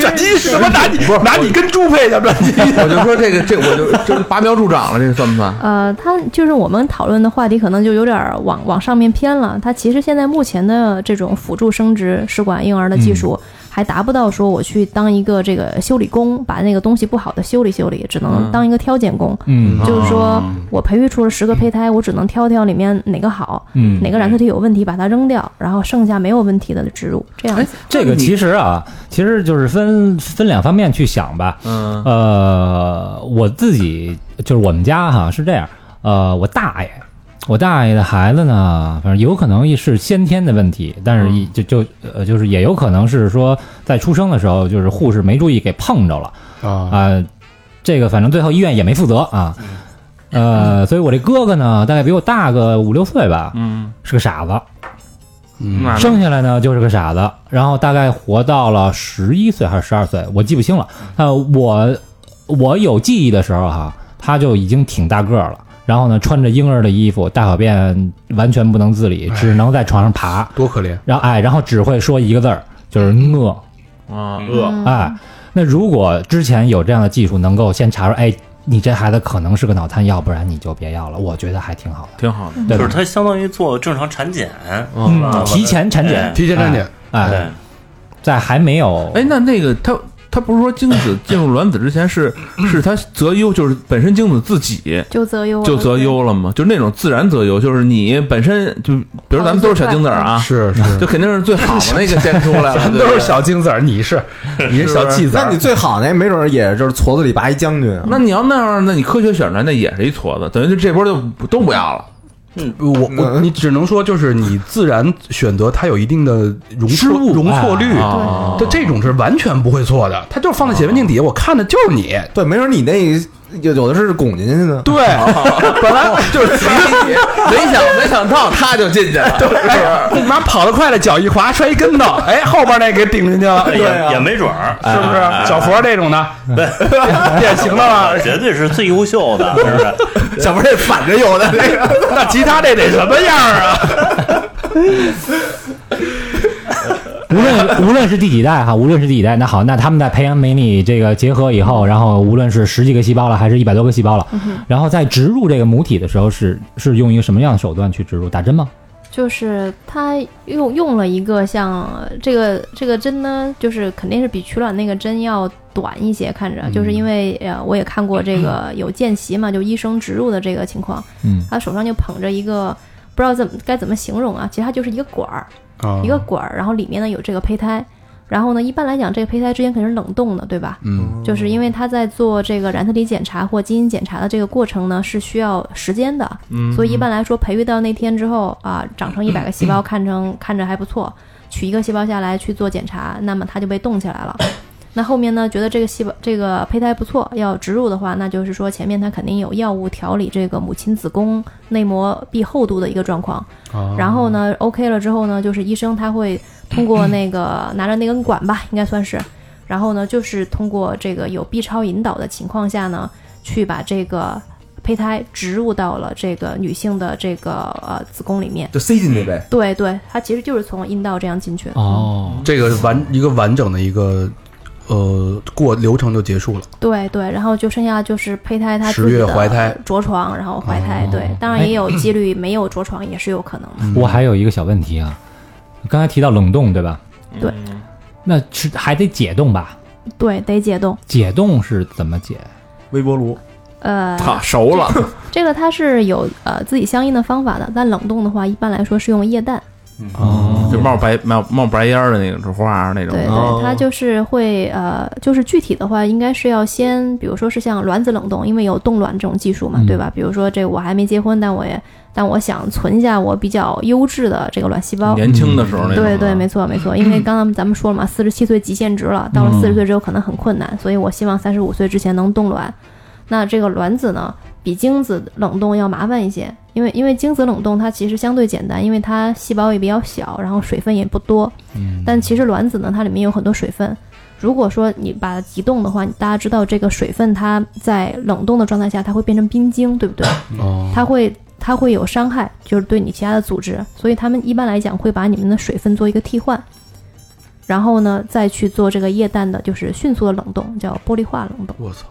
Speaker 2: 转基
Speaker 7: 实
Speaker 2: 因是什么？拿你拿你跟猪配叫转基因？
Speaker 4: 我就说这个这我 就这拔苗助长了，这个算不算？
Speaker 7: 呃，它就是我们讨论的话题，可能就有点儿往往上面偏了。它其实现在目前的这种辅助生殖试管婴儿的技术，还达不到说我去当一个这个修理工，把那个东西不好的修理修理，只能当一个挑拣工。
Speaker 3: 嗯
Speaker 7: 就是说我培育出了十个胚胎，我只能挑挑里面哪个好，
Speaker 3: 嗯
Speaker 7: 哪个染色体有问题，把它扔掉，然后剩下没有问题的植入。这样子，
Speaker 3: 哎这个其实啊，其实就是分分两方面去想吧。
Speaker 4: 嗯
Speaker 3: 呃，我自己就是我们家哈是这样，呃，我大爷，我大爷的孩子呢，反正有可能也是先天的问题，但是一就就呃就是也有可能是说在出生的时候就是护士没注意给碰着了
Speaker 2: 啊
Speaker 3: 啊、这个反正最后医院也没负责啊。呃，所以我这哥哥呢，大概比我大个五六岁吧，
Speaker 4: 嗯，
Speaker 3: 是个傻子，
Speaker 4: 那
Speaker 3: 嗯生下来呢就是个傻子，然后大概活到了十一岁还是十二岁，我记不清了。呃，我我有记忆的时候哈、他就已经挺大个儿了。然后呢，穿着婴儿的衣服，大小便完全不能自理，只能在床上爬。
Speaker 2: 多可怜！
Speaker 3: 然后哎，然后只会说一个字儿，就是饿。
Speaker 4: 啊饿
Speaker 7: 嗯
Speaker 3: 哎，那如果之前有这样的技术，能够先查出，哎，你这孩子可能是个脑瘫，要不然你就别要了。我觉得还挺好
Speaker 4: 挺好的，
Speaker 3: 的，嗯对
Speaker 6: 就是
Speaker 3: 吧？
Speaker 6: 它相当于做正常产检，
Speaker 2: 哦
Speaker 3: 嗯，提前产检，
Speaker 2: 啊提前产检，
Speaker 3: 哎，
Speaker 6: 对
Speaker 3: 哎，在还没有
Speaker 4: 哎，那那个他他不是说精子进入卵子之前是是他择优，就是本身精子自己
Speaker 7: 就择优啊，
Speaker 4: 就择优了吗？就是那种自然择优，就是你本身就，比如咱们都是小精子儿啊，
Speaker 2: 是是，
Speaker 4: 就肯定是最好的那个先出来了，
Speaker 2: 咱们
Speaker 4: 对
Speaker 2: 都
Speaker 4: 不
Speaker 2: 是
Speaker 4: 对
Speaker 2: 小精子儿，你是你是小气子儿，
Speaker 5: 那你最好那没准儿也就是矬子里拔一将军啊。
Speaker 4: 那你要那样，那你科学选出来那也是一矬子，等于就这波就不都不要了。
Speaker 2: 我我
Speaker 5: 嗯
Speaker 2: 你只能说就是你自然选择，它有一定的容错容错率，
Speaker 4: 啊
Speaker 2: 对这种是完全不会错的，它就放在显微镜底下，我看的就是你。
Speaker 5: 对，没准你那有有的是拱进去的。
Speaker 2: 对，本来就是自己，
Speaker 4: 没想没想到他就进去了，
Speaker 2: 哎你妈跑得快了，脚一滑摔一跟头，哎，后边那给顶进去了，
Speaker 6: 也也没准儿，
Speaker 2: 是不是？小佛这种的，啊典型的了。
Speaker 6: 绝对是最优秀 的，是不是？
Speaker 5: 小明这反着有的那个，
Speaker 2: 那其他这得什么样啊？
Speaker 3: 无论 无论是第几代哈，无论是第几代，那好，那他们在培养皿里这个结合以后，然后无论是十几个细胞了，还是一百多个细胞了，然后在植入这个母体的时候是，是用一个什么样的手段去植入？打针吗？
Speaker 7: 就是它用用了一个像呃这个这个针呢，就是肯定是比取卵那个针要短一些，看着，就是因为呃我也看过这个有见习嘛，就医生植入的这个情况，
Speaker 3: 嗯，
Speaker 7: 他手上就捧着一个不知道怎么该怎么形容啊，其实它就是一个管儿，
Speaker 2: 啊哦
Speaker 7: 一个管儿，然后里面呢有这个胚胎，然后呢一般来讲这个胚胎之间肯定是冷冻的，对吧？
Speaker 2: 嗯，
Speaker 7: 就是因为他在做这个染色体检查或基因检查的这个过程呢，是需要时间的，所以一般来说，培育到那天之后啊、长成一百个细胞，看成 看着还不错，取一个细胞下来去做检查，那么它就被冻起来了。那后面呢，觉得这个细胞这个胚胎不错，要植入的话，那就是说前面它肯定有药物调理这个母亲子宫内膜壁厚度的一个状况，然后呢，OK 了之后呢，就是医生他会通过那个 拿着那根管吧，应该算是，然后呢，就是通过这个有 B 超引导的情况下呢，去把这个胚胎植入到了这个女性的这个呃子宫里面。
Speaker 5: 就塞进去呗。
Speaker 7: 对对，它其实就是从阴道这样进去的。
Speaker 3: 哦，
Speaker 2: 这个完一个完整的一个呃过流程就结束了。
Speaker 7: 对对，然后就剩下就是胚胎它
Speaker 2: 十
Speaker 7: 自己
Speaker 2: 月
Speaker 7: 的
Speaker 2: 怀胎
Speaker 7: 着床，然后怀胎。对，当然也有几率没有着床，也是有可能的。
Speaker 3: 我还有一个小问题啊，刚才提到冷冻对吧？
Speaker 7: 对，
Speaker 3: 那是还得解冻吧？
Speaker 7: 对，得解冻。
Speaker 3: 解冻是怎么解？
Speaker 5: 微波炉
Speaker 7: 呃，
Speaker 4: 操，熟了，
Speaker 7: 这个它是有呃自己相应的方法的，但冷冻的话，一般来说是用液氮。
Speaker 3: 哦
Speaker 4: 就冒白冒冒白烟儿的那种花儿那种
Speaker 7: 对，对，它就是会呃，就是具体的话，应该是要先，比如说是像卵子冷冻，因为有冻卵这种技术嘛，
Speaker 3: 嗯
Speaker 7: 对吧？比如说这我还没结婚，但我也但我想存一下我比较优质的这个卵细胞。
Speaker 4: 嗯年轻的时候那种。
Speaker 7: 嗯
Speaker 4: 啊
Speaker 7: 对对，没错没错，因为刚刚咱们说了嘛，四十七岁极限值了，
Speaker 4: 嗯
Speaker 7: 到了四十岁之后可能很困难，所以我希望三十五岁之前能冻卵。那这个卵子呢，比精子冷冻要麻烦一些，因为因为精子冷冻它其实相对简单，因为它细胞也比较小，然后水分也不多。
Speaker 3: 嗯
Speaker 7: 但其实卵子呢，它里面有很多水分。如果说你把它急冻的话，大家知道这个水分它在冷冻的状态下，它会变成冰晶，对不对？
Speaker 2: 哦，
Speaker 7: 它会它会有伤害，就是对你其他的组织，所以他们一般来讲会把你们的水分做一个替换，然后呢再去做这个液氮的，就是迅速的冷冻，叫玻璃化冷冻。
Speaker 2: 我操，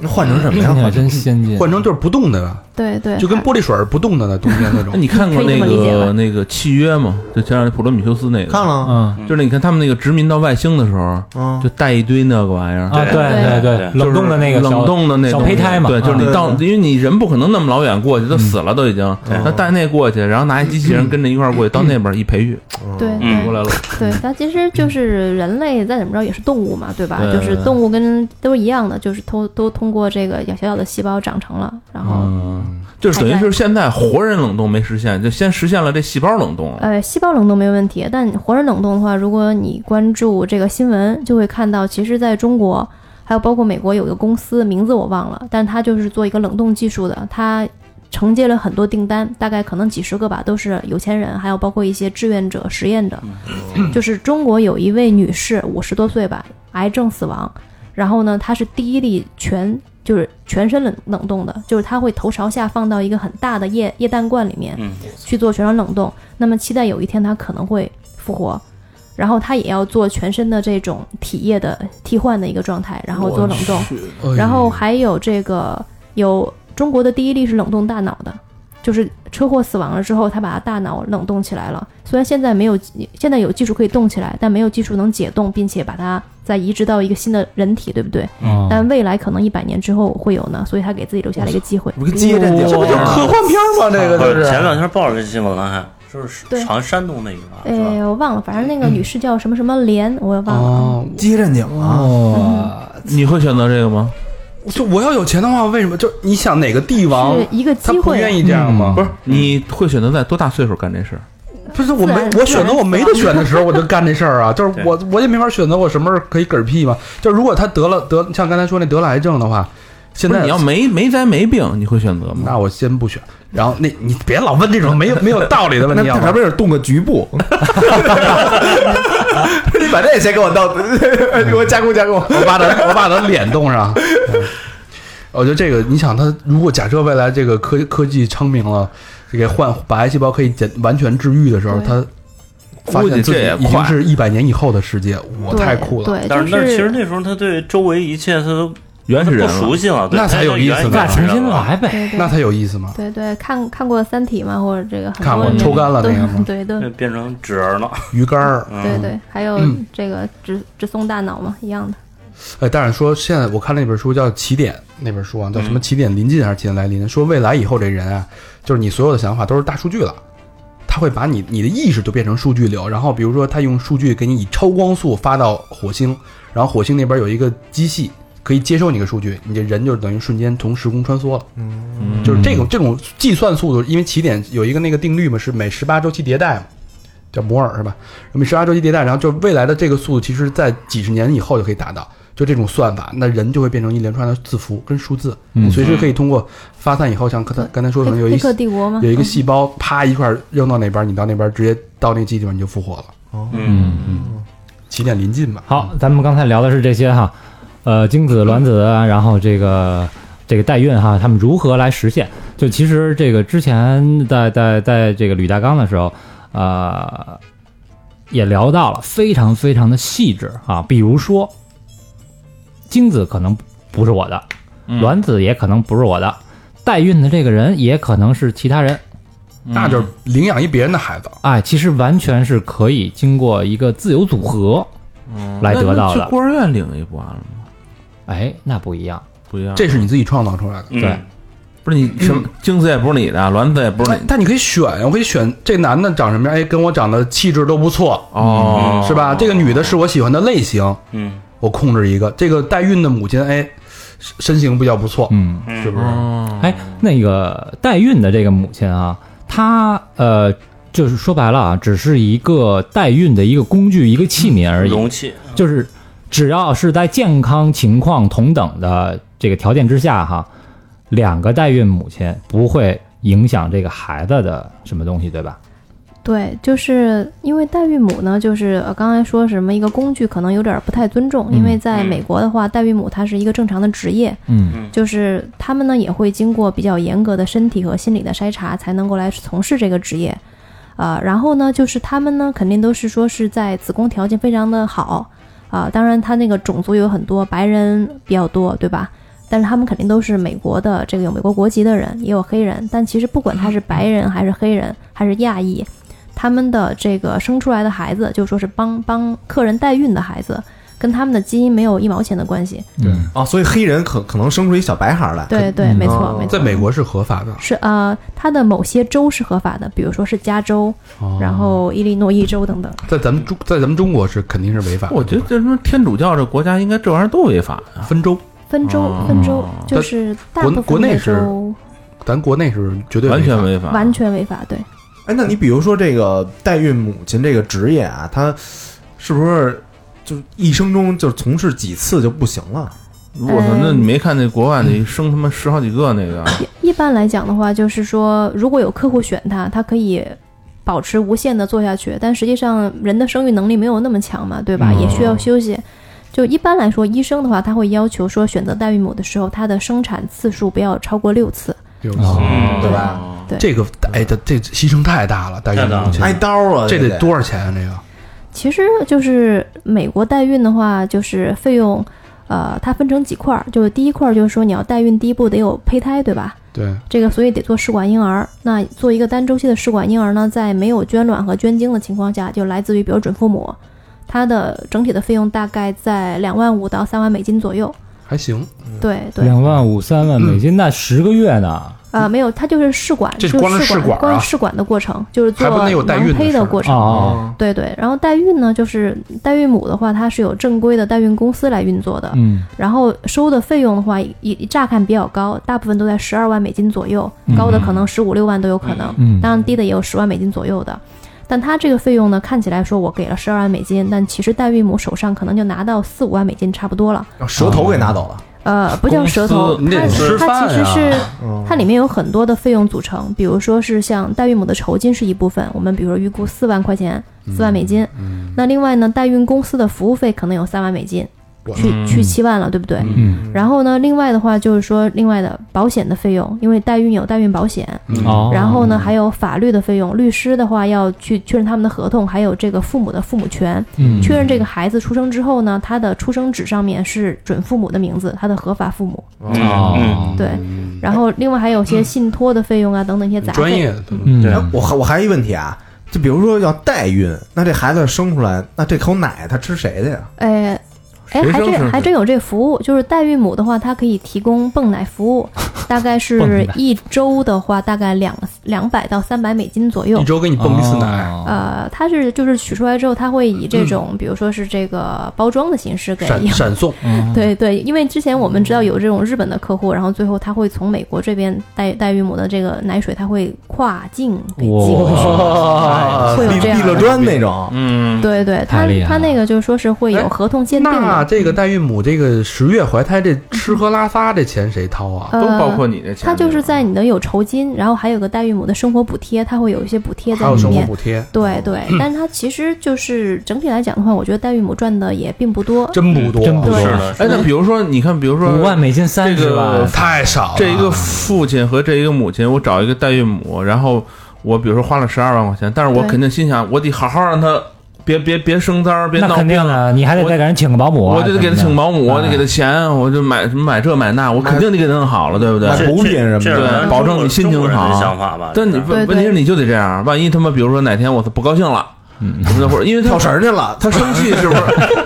Speaker 5: 那换成什么
Speaker 3: 听起来
Speaker 5: 呀？
Speaker 3: 哎真先进，
Speaker 2: 换成就是不动的了，
Speaker 7: 对对，
Speaker 2: 就跟玻璃水儿不动的那冬天那
Speaker 4: 那
Speaker 2: 种。
Speaker 4: 哎你看
Speaker 7: 可
Speaker 4: 过
Speaker 7: 以
Speaker 4: 那
Speaker 7: 这么理解
Speaker 4: 个
Speaker 7: 吧
Speaker 4: 那个契约吗？就前两天普罗米修斯那个，
Speaker 5: 看了，
Speaker 3: 嗯
Speaker 4: 就是你看他们那个殖民到外星的时候，
Speaker 5: 嗯
Speaker 4: 就，带一堆那个玩意儿。
Speaker 3: 啊，
Speaker 6: 对
Speaker 3: 对
Speaker 6: 对
Speaker 3: 对，
Speaker 6: 对
Speaker 3: 冷冻的那个小
Speaker 4: 冷冻的那
Speaker 3: 小
Speaker 4: 东西
Speaker 3: 胚胎嘛嗯
Speaker 4: 对，就是你
Speaker 5: 啊
Speaker 4: 到，因为你人不可能那么老远过去，都死了都已经。
Speaker 5: 对
Speaker 4: 那带那过去，然后拿一机器人跟着一块儿过去，到那边一培育，
Speaker 7: 对
Speaker 6: 嗯
Speaker 4: 过
Speaker 7: 对
Speaker 4: 来了。
Speaker 7: 对，它其实就是人类再怎么着也是动物嘛，对吧？
Speaker 4: 对
Speaker 7: 就是动物跟都是一样的，就是都都通过这个小小的细胞长成了，然后、
Speaker 4: 嗯，就是等于是现在活人冷冻没实现，就先实现了这细胞冷冻。
Speaker 7: 呃，细胞冷冻没问题，但活人冷冻的话，如果你关注这个新闻，就会看到，其实在中国还有包括美国有一个公司，名字我忘了，但它就是做一个冷冻技术的，它承接了很多订单，大概可能几十个吧，都是有钱人，还有包括一些志愿者、实验者。就是中国有一位女士，五十多岁吧，癌症死亡，然后呢，她是第一例全。就是全身冷冷冻的，就是她会头朝下放到一个很大的液液氮罐里面，
Speaker 6: 嗯
Speaker 7: 去做全身冷冻，那么期待有一天它可能会复活，然后它也要做全身的这种体液的替换的一个状态，然后做冷冻，然后还有这个有中国的第一例是冷冻大脑的，就是车祸死亡了之后，他把大脑冷冻起来了。虽然现在没有现在有技术可以冻起来，但没有技术能解冻，并且把它再移植到一个新的人体，对不对？
Speaker 3: 嗯
Speaker 7: 但未来可能一百年之后会有呢，所以他给自己留下了一个机会。
Speaker 5: 不跟基业战警
Speaker 2: 这不就科幻片儿吗？这个
Speaker 6: 不
Speaker 2: 就是是
Speaker 6: 前两天报了这新闻了，还就是
Speaker 7: 对
Speaker 6: 长山东那一块儿是吧？
Speaker 7: 哎，我忘了，反正那个女士叫什么什么莲，我也忘了。
Speaker 2: 哦，
Speaker 5: 基业战警啊，
Speaker 7: 嗯
Speaker 3: 哦，
Speaker 4: 你会选择这个吗？
Speaker 2: 就我要有钱的话，为什么？就是你想哪个帝王
Speaker 7: 是一个
Speaker 2: 他
Speaker 7: 机
Speaker 2: 不
Speaker 7: 会，
Speaker 2: 愿意这样吗？
Speaker 3: 嗯
Speaker 4: 不是，你会选择在多大岁数干这事儿？
Speaker 2: 不是我
Speaker 7: 自
Speaker 2: 没
Speaker 7: 然
Speaker 2: 我选择我没得选的时候，我就干这事儿 啊，就是
Speaker 6: 对
Speaker 2: 我我也没法选择我什么时候可以嗝屁嘛。就如果他得了得像刚才说那得了癌症的话，现
Speaker 4: 不是
Speaker 2: 在
Speaker 4: 你要没没灾没病，你会选择吗？
Speaker 2: 那我先不选。然后那你别老问这种没有没有道理的问
Speaker 5: 那
Speaker 2: 题，好
Speaker 5: 他
Speaker 2: 吗
Speaker 5: 不？是动个局部？你把这先给我到， 给我加工加工。
Speaker 2: 我把他我把他脸冻上。 嗯我觉得这个，你想他如果假设未来这个科科技昌明了，这个换把癌细胞可以减完全治愈的时候，
Speaker 7: 对
Speaker 2: 他发
Speaker 4: 估计
Speaker 2: 现自
Speaker 4: 这
Speaker 2: 己
Speaker 4: 也
Speaker 2: 已经
Speaker 4: 快
Speaker 2: 是一百年以后的世界，我
Speaker 7: 对
Speaker 2: 太酷了。
Speaker 7: 对，
Speaker 6: 但
Speaker 7: 就是
Speaker 6: 那其实那时候他对周围一切他都
Speaker 4: 原
Speaker 6: 他
Speaker 4: 始人
Speaker 6: 不
Speaker 4: 了
Speaker 6: 熟悉了，对
Speaker 2: 那才有意思呢
Speaker 3: 那重新。来
Speaker 7: 对
Speaker 3: 呗，
Speaker 7: 对
Speaker 2: 那才有意思 嘛。
Speaker 7: 对对，看看过《三体》吗？或者这个很
Speaker 2: 看
Speaker 7: 多
Speaker 2: 过
Speaker 7: 人
Speaker 2: 抽干了那个吗
Speaker 7: 都 对
Speaker 6: 他
Speaker 7: 对
Speaker 6: 就变成纸人了，
Speaker 2: 鱼竿儿，
Speaker 6: 嗯
Speaker 7: 对对，还有这个直直送大脑嘛，一样的。
Speaker 2: 哎，但是说现在我看那本书叫《起点》，那本书啊叫什么《起点临近》还是《起点来临》？说未来以后这人啊，就是你所有的想法都是大数据了，他会把你你的意识就变成数据流，然后比如说他用数据给你以超光速发到火星，然后火星那边有一个机器可以接收你的数据，你这人就等于瞬间从时空穿梭了。
Speaker 4: 嗯
Speaker 2: 就是这种这种计算速度，因为起点有一个那个定律嘛，是每十八周期迭代嘛，叫摩尔是吧？每十八周期迭代，然后就是未来的这个速度，其实在几十年以后就可以达到。就这种算法，那人就会变成一连串的字符跟数字，
Speaker 3: 嗯
Speaker 2: 你随时可以通过发散以后，像刚才
Speaker 7: 对
Speaker 2: 刚才说可能有
Speaker 7: 黑
Speaker 2: 一
Speaker 7: 嗯黑客帝国吗？
Speaker 2: 有一个细胞啪一块儿扔到那边，你到那边直接到那个机里面你就复活了。
Speaker 6: 嗯，
Speaker 2: 起点临近吧，
Speaker 3: 好，咱们刚才聊的是这些哈，呃，精子、卵子，然后这个这个代孕哈，他们如何来实现？就其实这个之前在在在这个吕大刚的时候，呃，也聊到了非常非常的细致啊，比如说精子可能不是我的，
Speaker 4: 嗯
Speaker 3: 卵子也可能不是我的，代孕的这个人也可能是其他人。
Speaker 4: 嗯
Speaker 2: 那就是领养一别人的孩子，
Speaker 3: 哎，其实完全是可以经过一个自由组合
Speaker 4: 嗯
Speaker 3: 来得到
Speaker 4: 那那去
Speaker 3: 的。
Speaker 4: 孤儿院领一不完了吗？
Speaker 3: 哎，那不一样。
Speaker 4: 不一样，
Speaker 2: 这是你自己创造出来的。
Speaker 6: 对
Speaker 3: 对
Speaker 4: 不是
Speaker 3: 嗯
Speaker 4: 你什么精子也不是你的，卵子也不是
Speaker 2: 但
Speaker 4: 你的
Speaker 2: 但你可以选呀，我可以选这男的长什么样，哎，跟我长得气质都不错，
Speaker 4: 哦，
Speaker 2: 嗯是吧？这个女的是我喜欢的类型，
Speaker 6: 嗯，
Speaker 2: 我控制一个。这个代孕的母亲，哎，身身形比较不错，
Speaker 3: 嗯，
Speaker 6: 嗯
Speaker 2: 是不是？
Speaker 4: 哦，
Speaker 3: 哎，那个代孕的这个母亲啊，她呃，就是说白了啊，只是一个代孕的一个工具、一个器皿而已，
Speaker 6: 容器，
Speaker 3: 就是只要是在健康情况同等的这个条件之下哈，两个代孕母亲不会影响这个孩子的什么东西，对吧？
Speaker 7: 对，就是因为代孕母呢，就是呃刚才说什么一个工具，可能有点不太尊重，
Speaker 2: 嗯
Speaker 7: 因为在美国的话，代孕母她是一个正常的职业，
Speaker 3: 嗯
Speaker 7: 就是他们呢也会经过比较严格的身体和心理的筛查，才能够来从事这个职业。呃，然后呢，就是他们呢肯定都是说是在子宫条件非常的好啊、当然他那个种族有很多，白人比较多，对吧？但是他们肯定都是美国的这个有美国国籍的人，也有黑人。但其实不管他是白人还是黑人还是亚裔，他们的这个生出来的孩子，就说是帮帮客人代孕的孩子，跟他们的基因没有一毛钱的关系。
Speaker 3: 对，
Speaker 5: 哦，所以黑人可可能生出一小白孩儿来，
Speaker 7: 对对，
Speaker 3: 嗯
Speaker 7: 没错
Speaker 5: 哦，
Speaker 7: 没错。
Speaker 2: 在美国是合法的，
Speaker 7: 是呃，它的某些州是合法的，比如说是加州，嗯
Speaker 2: 哦
Speaker 7: 然后伊利诺伊州等等。
Speaker 2: 在咱们中在咱们中国是肯定是违法的。
Speaker 4: 我觉得这什么天主教这国家应该这玩意儿都违法呀。
Speaker 2: 分州，
Speaker 7: 分州
Speaker 4: 哦，
Speaker 7: 分州就
Speaker 2: 但
Speaker 7: 是大
Speaker 2: 国
Speaker 7: 部
Speaker 2: 国
Speaker 7: 分
Speaker 2: 内
Speaker 7: 的
Speaker 2: 是
Speaker 7: 州
Speaker 2: 咱国内是绝对
Speaker 4: 完
Speaker 2: 违
Speaker 4: 全
Speaker 2: 法的
Speaker 4: 违法，
Speaker 7: 完全违法。对，
Speaker 5: 哎，那你比如说这个代孕母亲这个职业啊，她是不是就是一生中就是从事几次就不行了？
Speaker 4: 我操！
Speaker 7: 嗯
Speaker 4: 那你没看那国外那生他妈十好几个那个，
Speaker 7: 一一般来讲的话，就是说如果有客户选它，它可以。保持无限的做下去，但实际上人的生育能力没有那么强嘛，对吧？
Speaker 2: 嗯
Speaker 7: 也需要休息。就一般来说，医生的话，他会要求说，选择代孕母的时候，它的生产次数不要超过六次。
Speaker 2: 有
Speaker 6: 嗯
Speaker 5: 对吧？
Speaker 7: 对
Speaker 2: 这个哎，这这牺牲太大了，代孕
Speaker 6: 太大了
Speaker 2: 母亲
Speaker 5: 挨刀啊，
Speaker 2: 这得
Speaker 5: 得
Speaker 2: 多少钱啊？这个
Speaker 7: 其实就是美国代孕的话，就是费用，呃，它分成几块儿，就是第一块儿就是说你要代孕，第一步得有胚胎，对吧？
Speaker 2: 对，
Speaker 7: 这个所以得做试管婴儿。那做一个单周期的试管婴儿呢，在没有捐卵和捐精的情况下，就来自于比如准父母，它的整体的费用大概在两万五到三万美金左右。
Speaker 2: 还行，
Speaker 7: 对对，
Speaker 3: 两万五、三万美金，那十个月呢？
Speaker 7: 呃，没有，它就是试管，
Speaker 2: 这
Speaker 7: 就是
Speaker 2: 光是
Speaker 7: 试
Speaker 2: 试管啊
Speaker 7: 光是试管的过程，就是做
Speaker 2: 还不能有代孕的
Speaker 7: 囊胚
Speaker 2: 事儿
Speaker 7: 的过程。
Speaker 3: 哦，
Speaker 7: 对对，然后代孕呢，就是代孕母的话，它是有正规的代孕公司来运作的，
Speaker 3: 嗯，
Speaker 7: 然后收的费用的话，一一乍看比较高，大部分都在十二万美金左右，高的可能十五六万都有可能，
Speaker 3: 嗯
Speaker 7: 当然低的也有十万美金左右的。但它这个费用呢，看起来说我给了十二万美金，但其实代孕母手上可能就拿到四五万美金差不多了。
Speaker 5: 让舌头给拿走了。
Speaker 7: 呃，不叫舌头，
Speaker 2: 公司你得
Speaker 7: 它
Speaker 2: 吃
Speaker 7: 它其实
Speaker 2: 饭
Speaker 7: 是
Speaker 2: 呀
Speaker 7: 它里面有很多的费用组成，比如说是像代孕母的酬金是一部分，我们比如说预估四万块钱，四万美金。那另外呢，代孕公司的服务费可能有三万美金，去去七万了，对不对？
Speaker 3: 嗯
Speaker 7: 然后呢，另外的话就是说，另外的保险的费用，因为代孕有代孕保险，
Speaker 3: 哦，
Speaker 7: 然后呢还有法律的费用，律师的话要去确认他们的合同，还有这个父母的父母权，
Speaker 3: 嗯
Speaker 7: 确认这个孩子出生之后呢，他的出生纸上面是准父母的名字，他的合法父母，
Speaker 6: 嗯
Speaker 3: 哦，
Speaker 7: 对。然后另外还有些信托的费用啊，等等一些杂费。
Speaker 2: 专业的
Speaker 3: 嗯，
Speaker 5: 哎，我还我还有一问题啊，就比如说要代孕，那这孩子生出来，那这口奶他吃谁的呀？
Speaker 7: 哎，哎，
Speaker 4: 谁
Speaker 7: 还
Speaker 4: 生是
Speaker 7: 真还真有这服务，就是代孕母的话，它可以提供泵奶服务，大概是一周的话，大概两两百到三百美金左右
Speaker 2: 一。周给你泵一次奶，
Speaker 3: 哦，
Speaker 7: 呃，它是就是取出来之后，它会以这种、比如说是这个包装的形式给
Speaker 2: 闪闪送，
Speaker 3: 嗯
Speaker 7: 对对，因为之前我们知道有这种日本的客户，然后最后他会从美国这边代代孕母的这个奶水，他会跨境给寄过去。
Speaker 5: 啊
Speaker 2: 哇
Speaker 7: 会有这样
Speaker 5: 立
Speaker 7: 的
Speaker 5: 了砖那种，
Speaker 4: 嗯，
Speaker 7: 对对，他
Speaker 3: 太厉害
Speaker 7: 他
Speaker 3: 了
Speaker 7: 那个就是说是会
Speaker 2: 哎
Speaker 7: 有合同鉴定
Speaker 2: 那
Speaker 7: 的，嗯
Speaker 2: 这个代孕母这个十月怀胎这吃喝拉撒这钱谁掏啊？
Speaker 4: 都
Speaker 7: 呃
Speaker 4: 包括你这钱。
Speaker 7: 它就是在你的有酬金，然后还有个代孕母的生活补贴，它会有一些补贴
Speaker 2: 还
Speaker 7: 在
Speaker 2: 有
Speaker 7: 里
Speaker 2: 生活
Speaker 7: 面。
Speaker 2: 补嗯贴，
Speaker 7: 对对，但是它其实就是整体来讲的话，我觉得代孕母赚的也并不多。
Speaker 2: 真不多，啊
Speaker 3: 真不多
Speaker 7: 对
Speaker 6: 是的，
Speaker 4: 哎，那比如说，你看，比如说
Speaker 3: 五万美金三
Speaker 4: 这
Speaker 3: 十
Speaker 4: 个
Speaker 3: 万，
Speaker 2: 太少了。
Speaker 4: 这一个父亲和这一个母亲，我找一个代孕母，然后我比如说花了十二万块钱，但是我
Speaker 7: 对
Speaker 4: 肯定心想，我得好好让他别别别生灾儿，别
Speaker 3: 那
Speaker 4: 闹
Speaker 3: 肯
Speaker 4: 病
Speaker 3: 定
Speaker 4: 啊。
Speaker 3: 的，你还得再给人请个保姆啊，
Speaker 4: 我就得给他
Speaker 3: 什
Speaker 4: 请
Speaker 3: 么的哎
Speaker 4: 保姆，我得给他钱，我就买什么买这买那，我肯定得给他弄好了，对不对？
Speaker 5: 买补品什么的
Speaker 4: 对
Speaker 6: 的，
Speaker 4: 保证你心情
Speaker 6: 中国人的
Speaker 4: 好
Speaker 6: 想法吧？
Speaker 4: 但你
Speaker 6: 就是
Speaker 7: 对
Speaker 4: 问问题是你就得这样，万一他妈比如说哪天我不高兴了，嗯，什么的，或者因为他
Speaker 5: 跳绳儿去了，
Speaker 4: 他生气是不是？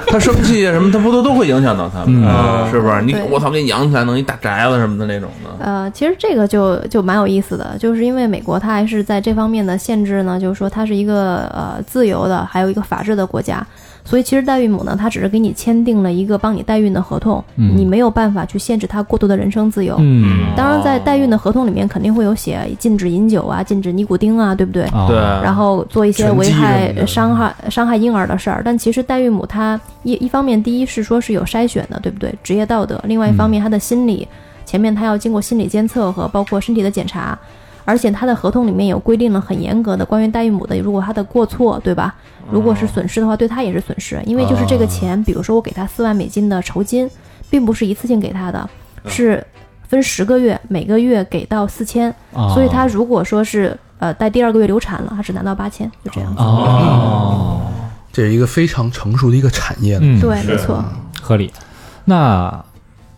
Speaker 4: 他生气啊什么，他不都都会影响到他们，
Speaker 6: 嗯
Speaker 4: 是不是？你
Speaker 7: 对
Speaker 4: 我操，给你养起来弄一大宅子什么的那种的，
Speaker 7: 呃，其实这个就就蛮有意思的，就是因为美国它还是在这方面的限制呢，就是说它是一个呃自由的，还有一个法治的国家，所以其实代孕母呢，它只是给你签订了一个帮你代孕的合同，你没有办法去限制她过度的人身自由。
Speaker 3: 嗯
Speaker 7: 当然，在代孕的合同里面肯定会有写禁止饮酒啊，禁止尼古丁啊，对不对？
Speaker 3: 哦
Speaker 4: 嗯对，
Speaker 7: 然后做一些
Speaker 5: 拳
Speaker 7: 危
Speaker 5: 击
Speaker 7: 害
Speaker 5: 什么的
Speaker 7: 伤害伤害婴儿的事儿。但其实代孕母她一一方面，第一是说是有筛选的，对不对？职业道德；另外一方面，她的心理、前面他要经过心理监测和包括身体的检查，而且他的合同里面有规定了很严格的关于代孕母的，如果他的过错，对吧？如果是损失的话，对他也是损失，因为就是这个钱，比如说我给他四万美金的酬金，并不是一次性给他的，是分十个月，每个月给到四千，
Speaker 3: 啊
Speaker 7: 所以他如果说是呃在第二个月流产了，他只拿到八千，就这样。
Speaker 3: 哦，
Speaker 2: 这是一个非常成熟的一个产业了。
Speaker 3: 嗯，
Speaker 7: 对，没错。
Speaker 3: 合理。那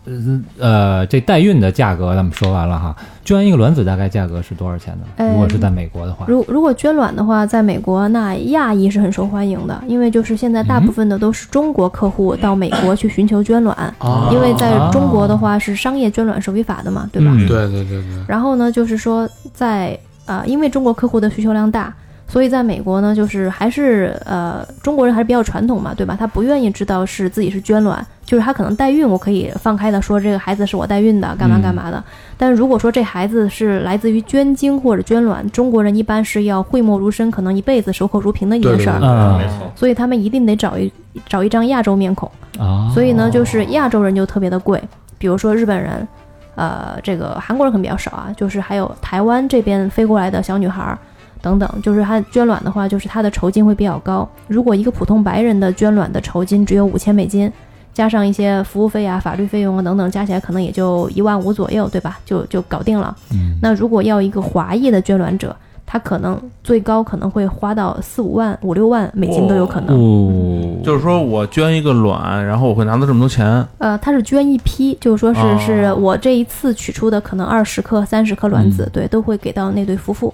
Speaker 3: 呃呃，这代孕的价格咱们说完了哈，捐一个卵子大概价格是多少钱呢？
Speaker 7: 嗯
Speaker 3: 如果是在美国的话，
Speaker 7: 如如果捐卵的话，在美国那亚裔是很受欢迎的，因为就是现在
Speaker 3: 嗯
Speaker 7: 大部分的都是中国客户到美国去寻求捐卵，
Speaker 3: 哦
Speaker 2: 啊
Speaker 7: 因为在中国的话是商业捐卵是违法的嘛，对吧？
Speaker 3: 嗯
Speaker 2: 对对对对，
Speaker 7: 然后呢，就是说在呃，因为中国客户的需求量大，所以在美国呢，就是还是呃，中国人还是比较传统嘛，对吧？他不愿意知道是自己是捐卵，就是他可能代孕，我可以放开的说这个孩子是我代孕
Speaker 2: 嗯
Speaker 7: 的，干嘛干嘛的。但如果说这孩子是来自于捐精或者捐卵，中国人一般是要讳莫如深，可能一辈子守口如瓶的一件事儿。
Speaker 2: 对
Speaker 3: 啊
Speaker 6: 嗯没错，
Speaker 7: 所以他们一定得找一找一张亚洲面孔，
Speaker 3: 啊，
Speaker 7: 所以呢，就是亚洲人就特别的贵，比如说日本人，呃，这个韩国人可能比较少啊，就是还有台湾这边飞过来的小女孩儿等等，就是她捐卵的话，就是她的酬金会比较高。如果一个普通白人的捐卵的酬金只有五千美金，加上一些服务费啊、法律费用啊等等，加起来可能也就一万五左右，对吧？就就搞定了。
Speaker 3: 嗯
Speaker 7: 那如果要一个华裔的捐卵者，他可能最高可能会花到四五万、五六万美金都有可能。
Speaker 3: 哦，
Speaker 4: 就是说我捐一个卵，然后我会拿到这么多钱，
Speaker 7: 呃，他是捐一批，就是说是、
Speaker 4: 哦
Speaker 7: 是我这一次取出的可能二十克、三十克卵子，对，都会给到那对夫妇。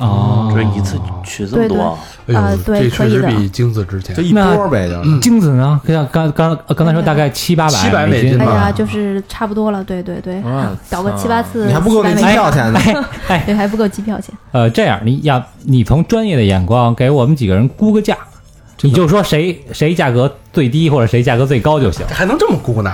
Speaker 3: 哦，
Speaker 4: 嗯
Speaker 6: 就是一次取这么多啊，
Speaker 2: 哎呦，
Speaker 7: 啊对
Speaker 2: 这确实
Speaker 7: 可以的
Speaker 2: 比精子值钱
Speaker 5: 就。一波呗，就是
Speaker 3: 精子呢？像刚刚刚才说大概七八百
Speaker 2: 700美
Speaker 3: 金
Speaker 2: 金
Speaker 7: 哎
Speaker 2: 吧
Speaker 7: 呀，就是差不多了，对对对
Speaker 4: 哇，
Speaker 7: 搞个七八次，
Speaker 5: 你还不够那
Speaker 7: 700
Speaker 5: 机
Speaker 7: 美
Speaker 5: 票钱呢。
Speaker 7: 哎金对，还不够机票钱。
Speaker 3: 呃，这样你要你从专业的眼光给我们几个人估个价，你就说谁谁价格最低或者谁价格最高就行。
Speaker 2: 还能这么估呢？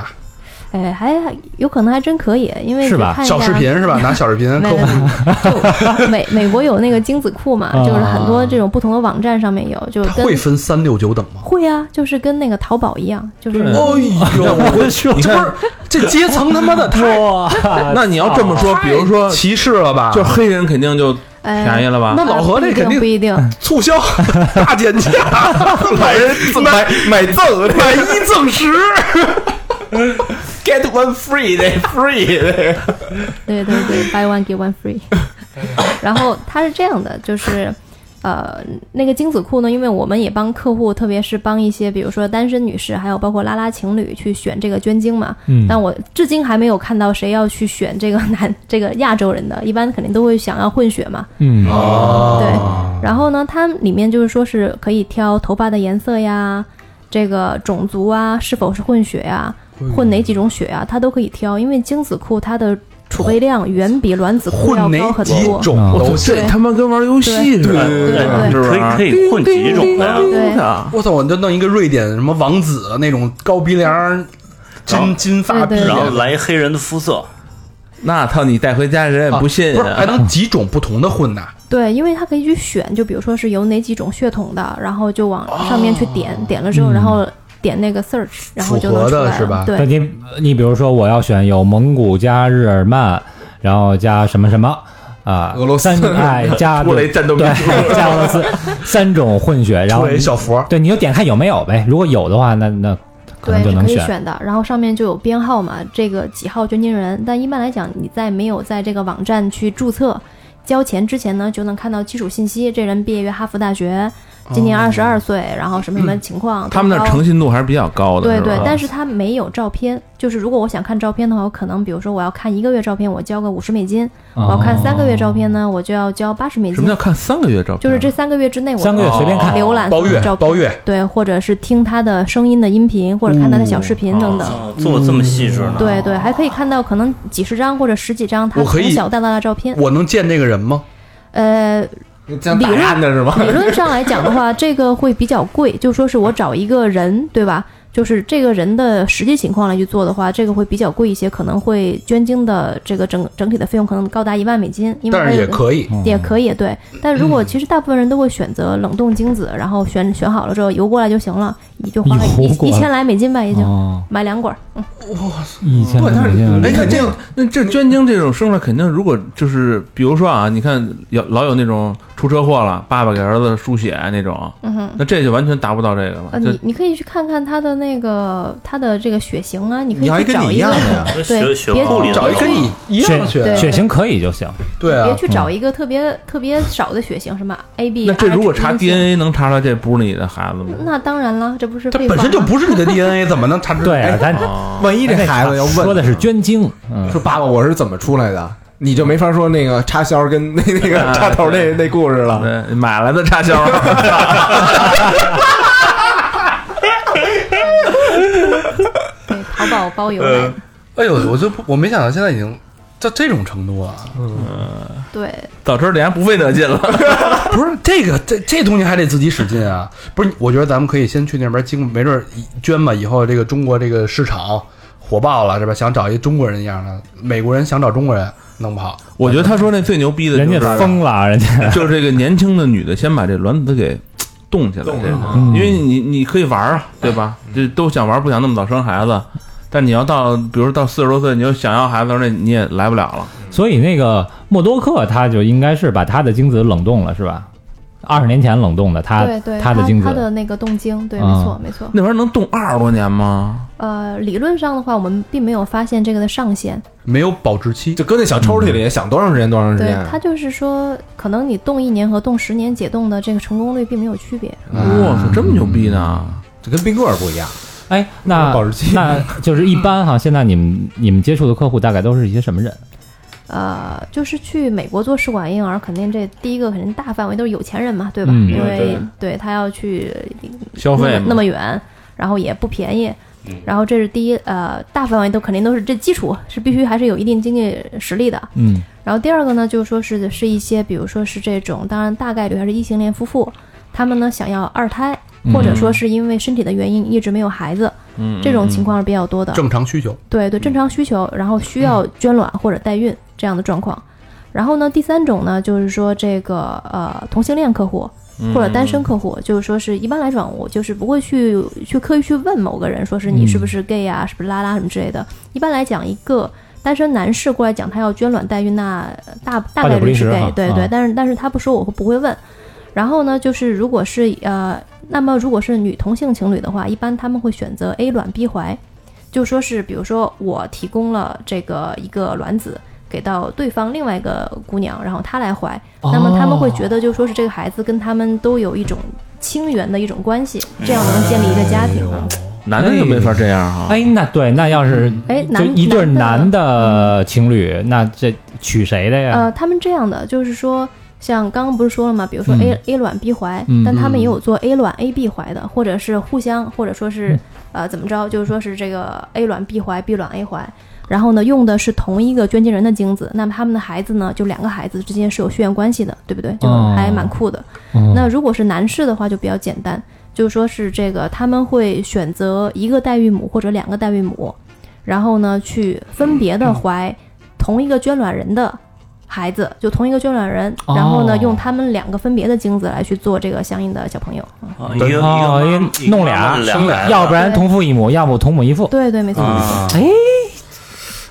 Speaker 7: 哎，还还有可能还真可以，因为
Speaker 3: 是吧
Speaker 7: 你看一下
Speaker 2: 小视频是 吧？拿小视频
Speaker 7: 哎没
Speaker 2: 抠
Speaker 7: 没没，就美美国有那个精子库嘛，
Speaker 3: 啊
Speaker 7: 就是很多这种不同的网站上面有，就
Speaker 2: 它
Speaker 7: 跟
Speaker 2: 会分三六九等吗？
Speaker 7: 会啊，就是跟那个淘宝一样，就是
Speaker 2: 哎呦， 我去，这不是这阶层他妈的太
Speaker 3: 哇，
Speaker 4: 那你要这么说，比如说，
Speaker 2: 歧视了吧？
Speaker 4: 就黑人肯定就
Speaker 7: 哎
Speaker 4: 便宜了吧
Speaker 7: 那
Speaker 2: 老何这肯定
Speaker 7: 不一定，
Speaker 2: 促销大减 价，买人买买赠买一赠十
Speaker 5: Get one free 那 free 那
Speaker 7: 对对对，buy one get one free。然后它是这样的，就是。呃，那个精子库呢？因为我们也帮客户，特别是帮一些，比如说单身女士，还有包括拉拉情侣去选这个捐精嘛。
Speaker 3: 嗯
Speaker 7: 但我至今还没有看到谁要去选这个男 这个亚洲人的，一般肯定都会想要混血嘛。
Speaker 3: 嗯
Speaker 2: 哦
Speaker 7: 对，然后呢，它里面就是说是可以挑头发的颜色呀，这个种族啊，是否是混血呀，混哪几种血啊，它都可以挑，因为精子库它的储备量远比卵子库要
Speaker 2: 混
Speaker 7: 高
Speaker 2: 哪
Speaker 7: 很
Speaker 2: 几
Speaker 7: 多。
Speaker 2: 种
Speaker 3: 嗯
Speaker 2: 都
Speaker 4: 我这
Speaker 2: 行。
Speaker 4: 他妈跟玩游戏似的，
Speaker 6: 对
Speaker 7: 对
Speaker 4: 是吧
Speaker 6: 可以可以混几种的呀，
Speaker 7: 对
Speaker 4: 啊
Speaker 2: 我操！我就弄一个瑞典什么王子那种高鼻梁、金金发碧
Speaker 7: 哦对对
Speaker 6: 然后
Speaker 2: 眼，
Speaker 6: 来一黑人的肤色，
Speaker 4: 那操，你带回家人也不信
Speaker 2: 不是还
Speaker 4: 啊。
Speaker 2: 能几种不同的混呢？
Speaker 7: 对，因为它可以去选，就比如说是有哪几种血统的，然后就往上面去
Speaker 4: 哦
Speaker 7: 点，点了之后，然后点那个 search，然后就能
Speaker 2: 符合
Speaker 7: 出
Speaker 2: 的
Speaker 7: 来了。
Speaker 2: 是吧
Speaker 3: 嗯那
Speaker 7: 对，
Speaker 3: 你你比如说，我要选有蒙古加日耳曼，然后加什么什么啊，
Speaker 5: 俄罗斯
Speaker 3: 三哎 加
Speaker 4: 出来战斗民族
Speaker 3: 对加俄罗斯三种混血，然
Speaker 2: 出
Speaker 3: 后
Speaker 2: 来一小佛，
Speaker 3: 对你就点看有没有呗，如果有的话，那那可能
Speaker 7: 对，
Speaker 3: 就是能
Speaker 7: 可以
Speaker 3: 选。
Speaker 7: 选的。然后上面就有编号嘛，这个几号捐精人。但一般来讲，你在没有在这个网站去注册、交钱之前呢，就能看到基础信息。这人毕业于哈佛大学，今年二十二岁，然后什么什么情况。
Speaker 4: 哦他们那儿
Speaker 7: 多高
Speaker 4: 诚信度还是比较高的，啊
Speaker 7: 对对
Speaker 4: 是吧，
Speaker 7: 但是他没有照片。就是如果我想看照片的话，我可能比如说我要看一个月照片，我交个五十美金；我要看三个月照片呢，我就要交八十美
Speaker 4: 什
Speaker 7: 金
Speaker 4: 么叫。看三个月照片？
Speaker 7: 就是这三个月之内，我
Speaker 3: 三个月随便看，
Speaker 7: 浏览
Speaker 2: 包
Speaker 7: 他的
Speaker 2: 月
Speaker 7: 照片
Speaker 2: 包月
Speaker 7: 对，或者是听他的声音的音频，或者看他的小视频等等。
Speaker 6: 啊做这么细致呢，
Speaker 7: 对对，还可以看到可能几十张或者十几张他
Speaker 2: 我可
Speaker 7: 从
Speaker 2: 以
Speaker 7: 小到大的照片。
Speaker 2: 我能见这个人吗？
Speaker 7: 呃，
Speaker 5: 像打案的是吗？
Speaker 7: 理论上来讲的话，这个会比较贵，就说是我找一个人，对吧？就是这个人的实际情况来去做的话，这个会比较贵一些，可能会捐精的这个整整体的费用可能高达一万美金，因为
Speaker 2: 但
Speaker 7: 它
Speaker 2: 是也
Speaker 7: 有个
Speaker 2: 可以，
Speaker 3: 嗯
Speaker 7: 也可以对，
Speaker 5: 嗯
Speaker 7: 但如果其实大部分人都会选择冷冻精子，然后选选好了之后邮过来就行了，也就花了
Speaker 3: 邮过
Speaker 7: 一
Speaker 3: 来
Speaker 7: 一千来美金吧，也就
Speaker 3: 哦
Speaker 7: 买两管儿。
Speaker 3: 以前的
Speaker 5: 不但是
Speaker 3: 母亲
Speaker 4: 哎，
Speaker 5: 哎看
Speaker 4: 看这
Speaker 5: 这
Speaker 4: 样，那这捐精这种生出来，肯定如果就是比如说啊，你看有老有那种出车祸了，爸爸给儿子输血那种，
Speaker 7: 嗯哼。
Speaker 4: 那这就完全达不到这个了。
Speaker 7: 呃，
Speaker 4: 就
Speaker 7: 你你可以去看看他的那个他的这个血型啊，你可
Speaker 5: 你还
Speaker 7: 以去
Speaker 5: 跟
Speaker 7: 找
Speaker 5: 你一
Speaker 7: 个
Speaker 5: 样的 呀，
Speaker 7: 对
Speaker 6: 学学
Speaker 7: 别
Speaker 6: 护理的
Speaker 2: 找一跟你一样的血，
Speaker 3: 血
Speaker 7: 嗯对
Speaker 3: 血型可以就行，
Speaker 2: 对
Speaker 7: 别
Speaker 2: 啊，
Speaker 7: 去找一个特别特别少的血型，什么 A B。
Speaker 4: 那这如果查
Speaker 7: R 这种
Speaker 4: DNA 能查出来这不是你的孩子吗？
Speaker 7: 那当然了，这不是
Speaker 2: 它
Speaker 7: 废话
Speaker 2: 本身就
Speaker 7: 吗
Speaker 2: 不是你 的 DNA，怎么能查出？
Speaker 3: 对啊
Speaker 2: 哎，
Speaker 3: 咱
Speaker 4: 哦，
Speaker 5: 万一这孩子要问，
Speaker 3: 说的是捐精，嗯，
Speaker 5: 说爸爸我是怎么出来的，你就没法说那个插销跟 那那个插头那那故事了。
Speaker 4: 对，买来的插销，
Speaker 7: 对淘宝包邮来的，
Speaker 2: 哎呦，我就不我没想到现在已经到这种程度了。
Speaker 7: 对，
Speaker 4: 早知道这还不费那劲了。
Speaker 2: 不是这个，这这东西还得自己使劲啊！不是，我觉得咱们可以先去那边经，没准儿一捐吧，以后这个中国这个市场火爆了，是吧？想找一中国人一样的，美国人想找中国人，弄不好。
Speaker 4: 我觉得他说那最牛逼的
Speaker 3: 人
Speaker 4: 就
Speaker 3: 家
Speaker 4: 是
Speaker 3: 疯了，啊 人家
Speaker 4: 就是这个年轻的女的先把这卵子给冻起来，这个
Speaker 3: 嗯
Speaker 4: 因为你你可以玩儿啊，对吧？这都想玩儿，不想那么早生孩子。但你要到，比如到四十多岁，你就想要孩子，那你也来不了了。
Speaker 3: 所以那个默多克他就应该是把他的精子冷冻了，是吧？二十年前冷冻的他
Speaker 7: 对对，
Speaker 3: 他
Speaker 7: 他
Speaker 3: 的精
Speaker 7: 他
Speaker 3: 子，
Speaker 7: 的那个动静，对，
Speaker 3: 啊
Speaker 7: 没错没错。
Speaker 4: 那玩意儿能冻二十多年吗？
Speaker 7: 呃，理论上的话，我们并没有发现这个的上限，
Speaker 2: 没有保质期，
Speaker 5: 就搁那小抽屉
Speaker 4: 嗯
Speaker 5: 里，想多长时间多长时
Speaker 7: 对
Speaker 5: 间。
Speaker 7: 他就是说，可能你冻一年和冻十年解冻的这个成功率并没有区别。
Speaker 4: 哇塞，这么牛逼呢！
Speaker 5: 这跟冰棍儿不一样，
Speaker 3: 哎，那
Speaker 5: 保质期
Speaker 3: 那就是一般哈，现在你们你们接触的客户大概都是一些什么人？
Speaker 7: 呃，就是去美国做试管婴儿，肯定这第一个肯定大范围都是有钱人嘛，对吧？
Speaker 3: 嗯
Speaker 7: 因为
Speaker 6: 对
Speaker 7: 对他要去
Speaker 4: 消
Speaker 7: 那
Speaker 4: 费
Speaker 7: 么那
Speaker 4: 嘛，
Speaker 7: 么远，然后也不便宜。然后这是第一，呃，大范围都肯定都是这基础是必须还是有一定经济实力的。
Speaker 3: 嗯，
Speaker 7: 然后第二个呢，就是说是是一些，比如说是这种，当然大概率还是异性恋夫妇，他们呢想要二胎，或者说是因为身体的原因一直没有孩子，
Speaker 4: 嗯，
Speaker 7: 这种情况是比较多的。
Speaker 2: 正常需求。
Speaker 7: 对
Speaker 3: 嗯
Speaker 7: 对，正常需求，然后需要捐卵或者代孕这样的状况。然后呢，第三种呢，就是说这个呃同性恋客户
Speaker 3: 嗯
Speaker 7: 或者单身客户，就是说是一般来讲，我就是不会去去刻意去问某个人，说是你是不
Speaker 3: 嗯
Speaker 7: 是 gay 啊，是不是拉拉什么之类的。一般来讲，一个单身男士过来讲他要捐卵代孕，那呃大
Speaker 3: 八
Speaker 7: 大概
Speaker 3: 九不
Speaker 7: 率
Speaker 3: 离
Speaker 7: 是
Speaker 3: 十
Speaker 7: gay，
Speaker 3: 哈
Speaker 7: 对对
Speaker 3: 啊。
Speaker 7: 但是但是他不说，我会不会问。然后呢，就是如果是呃，那么如果是女同性情侣的话，一般他们会选择 A 卵 B 怀，就说是比如说我提供了这个一个卵子给到对方另外一个姑娘，然后她来怀，
Speaker 3: 哦
Speaker 7: 那么他们会觉得就说是这个孩子跟他们都有一种亲缘的一种关系，这样能建立一个家庭
Speaker 3: 哦
Speaker 7: 嘛。
Speaker 4: 男的就没法这样啊哈。
Speaker 3: 哎，那对，那要是
Speaker 7: 嗯哎
Speaker 3: 就
Speaker 7: 男
Speaker 3: 一对男
Speaker 7: 男
Speaker 3: 的情侣，那这娶谁的呀？
Speaker 7: 呃，他们这样的就是说，像刚刚不是说了嘛，比如说
Speaker 3: 嗯
Speaker 7: A、A 卵 B 怀，
Speaker 3: 嗯
Speaker 7: 但他们也有做 A 卵 A B 怀的，或者是互相，或者说是、
Speaker 3: 嗯
Speaker 7: 呃怎么着，就是说是这个 A 卵 B 怀，B 卵 A 怀。然后呢，用的是同一个捐精人的精子，那么他们的孩子呢，就两个孩子之间是有血缘关系的，对不对？就
Speaker 3: 哦
Speaker 7: 还蛮酷的。
Speaker 3: 嗯
Speaker 7: 那如果是男士的话，就比较简单，就是说是这个他们会选择一个代孕母或者两个代孕母，然后呢去分别的怀同一个捐卵人的孩子，就同一个捐卵人，
Speaker 3: 哦
Speaker 7: 然后呢用他们两个分别的精子来去做这个相应的小朋友。嗯
Speaker 6: 啊一个一个
Speaker 3: 哦
Speaker 6: 妈妈
Speaker 3: 因为弄俩
Speaker 6: 一个妈妈
Speaker 2: 生
Speaker 6: 俩，
Speaker 3: 要不然同父异母，要不同母异父。
Speaker 7: 对对，没错，
Speaker 2: 哎，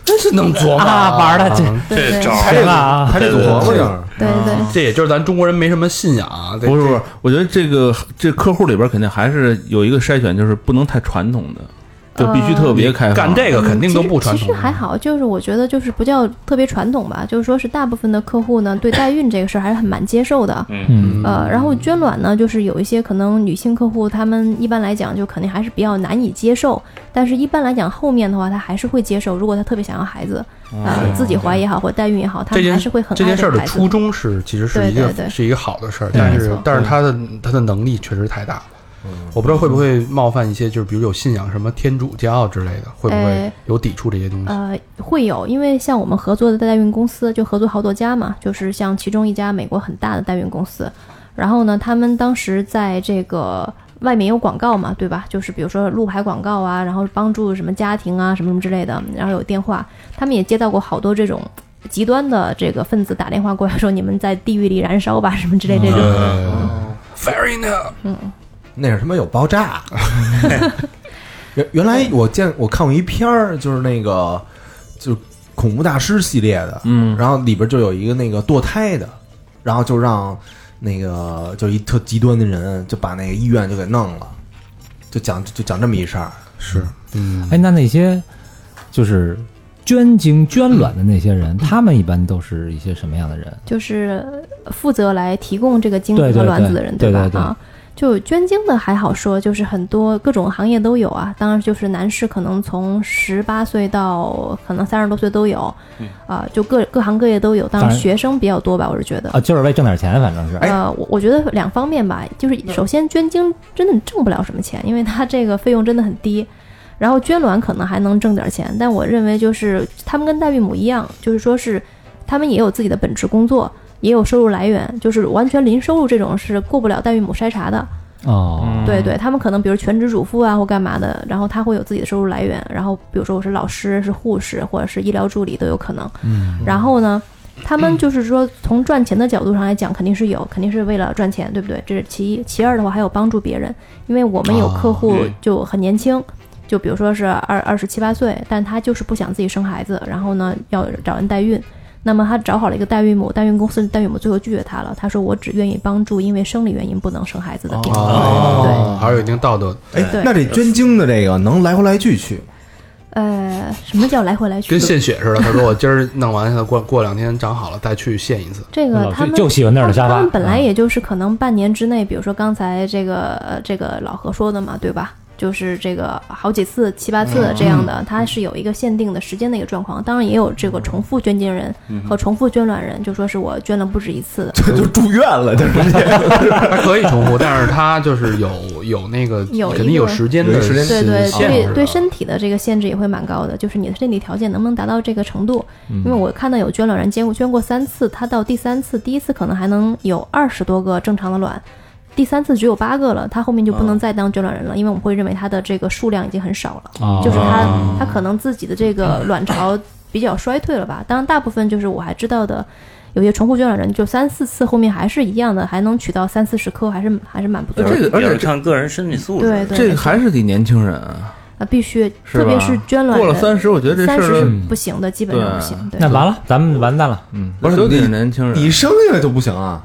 Speaker 2: 真是能琢磨
Speaker 3: 啊，玩的这
Speaker 7: 对对
Speaker 6: 这招
Speaker 7: 对
Speaker 6: 儿
Speaker 3: 行了啊，
Speaker 5: 还得组合吧，
Speaker 7: 对对。
Speaker 2: 这也就是咱中国人没什么信仰啊。这
Speaker 4: 不是不是，我觉得这个这客户里边肯定还是有一个筛选，就是不能太传统的，就
Speaker 7: 嗯
Speaker 4: 必须特别开放。
Speaker 2: 干这个肯定都不传
Speaker 7: 其
Speaker 2: 统
Speaker 7: 实。还好，就是我觉得就是不叫特别传统吧，就是说是大部分的客户呢对代孕这个事儿还是很蛮接受的。
Speaker 3: 嗯，
Speaker 7: 呃，然后捐卵呢，就是有一些可能女性客户，她们一般来讲就肯定还是比较难以接受，但是一般来讲后面的话，她还是会接受。如果她特别想要孩子，呃，自己怀也好或代孕也好，她
Speaker 2: 这
Speaker 7: 们
Speaker 2: 件
Speaker 7: 还是会很
Speaker 2: 这
Speaker 7: 爱
Speaker 2: 件事儿
Speaker 7: 个
Speaker 2: 的
Speaker 7: 孩
Speaker 2: 初
Speaker 7: 子。
Speaker 2: 衷是，其实是一
Speaker 7: 对对
Speaker 2: 个
Speaker 7: 对
Speaker 2: 是一个好的事儿，
Speaker 3: 对
Speaker 5: 嗯
Speaker 2: 但
Speaker 7: 没
Speaker 2: 是
Speaker 7: 错
Speaker 2: 但是他的他的能力确实太大了。我不知道会不会冒犯一些，就是比如有信仰什么天主教之类的，会不会
Speaker 7: 哎
Speaker 2: 有抵触这些东西？
Speaker 7: 呃，会有，因为像我们合作的代孕公司，就合作好多家嘛，就是像其中一家美国很大的代孕公司，然后呢，他们当时在这个外面有广告嘛，对吧？就是比如说路牌广告啊，然后帮助什么家庭啊，什么什么之类的，然后有电话，他们也接到过好多这种极端的这个分子打电话过来说你们在地狱里燃烧吧，什么之类这种。
Speaker 2: 呃，very no，
Speaker 5: 那是他妈有爆炸， 原原来我见我看过一片儿，就是那个就是恐怖大师系列的，
Speaker 4: 嗯
Speaker 5: 然后里边就有一个那个堕胎的，然后就让那个就一特极端的人就把那个医院就给弄了，就讲就讲这么一事儿，是
Speaker 3: 哎，那那些就是捐精捐卵的那些人，他们一般都是一些什么样的人？
Speaker 7: 就是负责来提供这个精
Speaker 3: 对对
Speaker 7: 子和卵
Speaker 3: 对
Speaker 7: 子的人，
Speaker 3: 对
Speaker 7: 吧？
Speaker 3: 对对
Speaker 7: 啊，就捐精的还好说，就是很多各种行业都有啊。当然，就是男士可能从十八岁到可能三十多岁都有，啊、
Speaker 3: 嗯
Speaker 7: 就各各行各业都有。当
Speaker 3: 当
Speaker 7: 然，
Speaker 3: 然
Speaker 7: 学生比较多吧，我是觉得。
Speaker 3: 啊，就是为挣点钱，反正是。哎
Speaker 7: 呃，我我觉得两方面吧，就是首先捐精真的挣不了什么钱，因为它这个费用真的很低。然后捐卵可能还能挣点钱，但我认为就是他们跟代孕母一样，就是说是他们也有自己的本职工作，也有收入来源，就是完全零收入这种是过不了代孕母筛查的。
Speaker 3: 哦，
Speaker 7: 对对，他们可能比如全职主妇啊或干嘛的，然后他会有自己的收入来源，然后比如说我是老师、是护士或者是医疗助理都有可能。嗯，然后呢，他们就是说从赚钱的角度上来讲，肯定是有，肯定是为了赚钱，对不对？这是其一，其二的话还有帮助别人，因为我们有客户就很年轻。就比如说是二二十七八岁，但他就是不想自己生孩子，然后呢要找人代孕，那么他找好了一个代孕母，代孕公司的代孕母最后拒绝他了，他说我只愿意帮助因为生理原因不能生孩子的病人。
Speaker 2: 哦
Speaker 7: 哦对，
Speaker 2: 啊还是有一定道德。
Speaker 5: 哎
Speaker 7: 对，
Speaker 5: 那这捐精的这个能来回来去去吗？
Speaker 7: 呃，什么叫来回来去？
Speaker 2: 跟献血似的，他说我今儿弄完，过过两天长好了再去献一次。
Speaker 7: 这
Speaker 3: 老
Speaker 7: 个
Speaker 3: 就
Speaker 7: 他们
Speaker 3: 就喜欢那儿的沙发
Speaker 7: 他们本来
Speaker 3: 嗯
Speaker 7: 也就是可能半年之内，比如说刚才这个呃这个老何说的嘛，对吧？就是这个好几次、七八次这样的，它是有一个限定的时间的一个状况。当然也有这个重复捐精人和重复捐卵人，就说是我捐了不止一次的。
Speaker 5: 就住院了，就是
Speaker 2: 它可以重复，但是它就是有有那个
Speaker 7: 有
Speaker 2: 肯定有时间的
Speaker 5: 有时间
Speaker 7: 对对
Speaker 2: 限制
Speaker 7: 对
Speaker 2: 的
Speaker 7: 对身体的这个限制也会蛮高的，就是你的身体条件能不能达到这个程度？因为我看到有捐卵人捐过捐过三次，他到第三次，第一次可能还能有二十多个正常的卵。第三次只有八个了，他后面就不能再当捐卵人了，因为我们会认为他的这个数量已经很少了，
Speaker 3: 哦
Speaker 7: 就是他他可能自己的这个卵巢比较衰退了吧。当然，大部分就是我还知道的，有些重复捐卵人就三四次后面还是一样的，还能取到三四十颗，还是还是蛮不错的。
Speaker 4: 这个而
Speaker 6: 也
Speaker 4: 且
Speaker 6: 是看个人身体素质。
Speaker 7: 对对，
Speaker 4: 这
Speaker 7: 没
Speaker 4: 个
Speaker 7: 错
Speaker 4: 还是得年轻人啊，
Speaker 7: 啊，必须，
Speaker 4: 是吧
Speaker 7: 特别是捐卵
Speaker 4: 过了
Speaker 7: 人
Speaker 4: 三十，我觉得这
Speaker 7: 三
Speaker 4: 事
Speaker 7: 十是
Speaker 4: 儿
Speaker 7: 不行的，基本上不行。对，
Speaker 3: 那完了，咱们完蛋了
Speaker 4: 嗯，
Speaker 5: 不是
Speaker 4: 都得
Speaker 5: 你
Speaker 4: 是年轻 人。
Speaker 5: 你生下来就不行啊，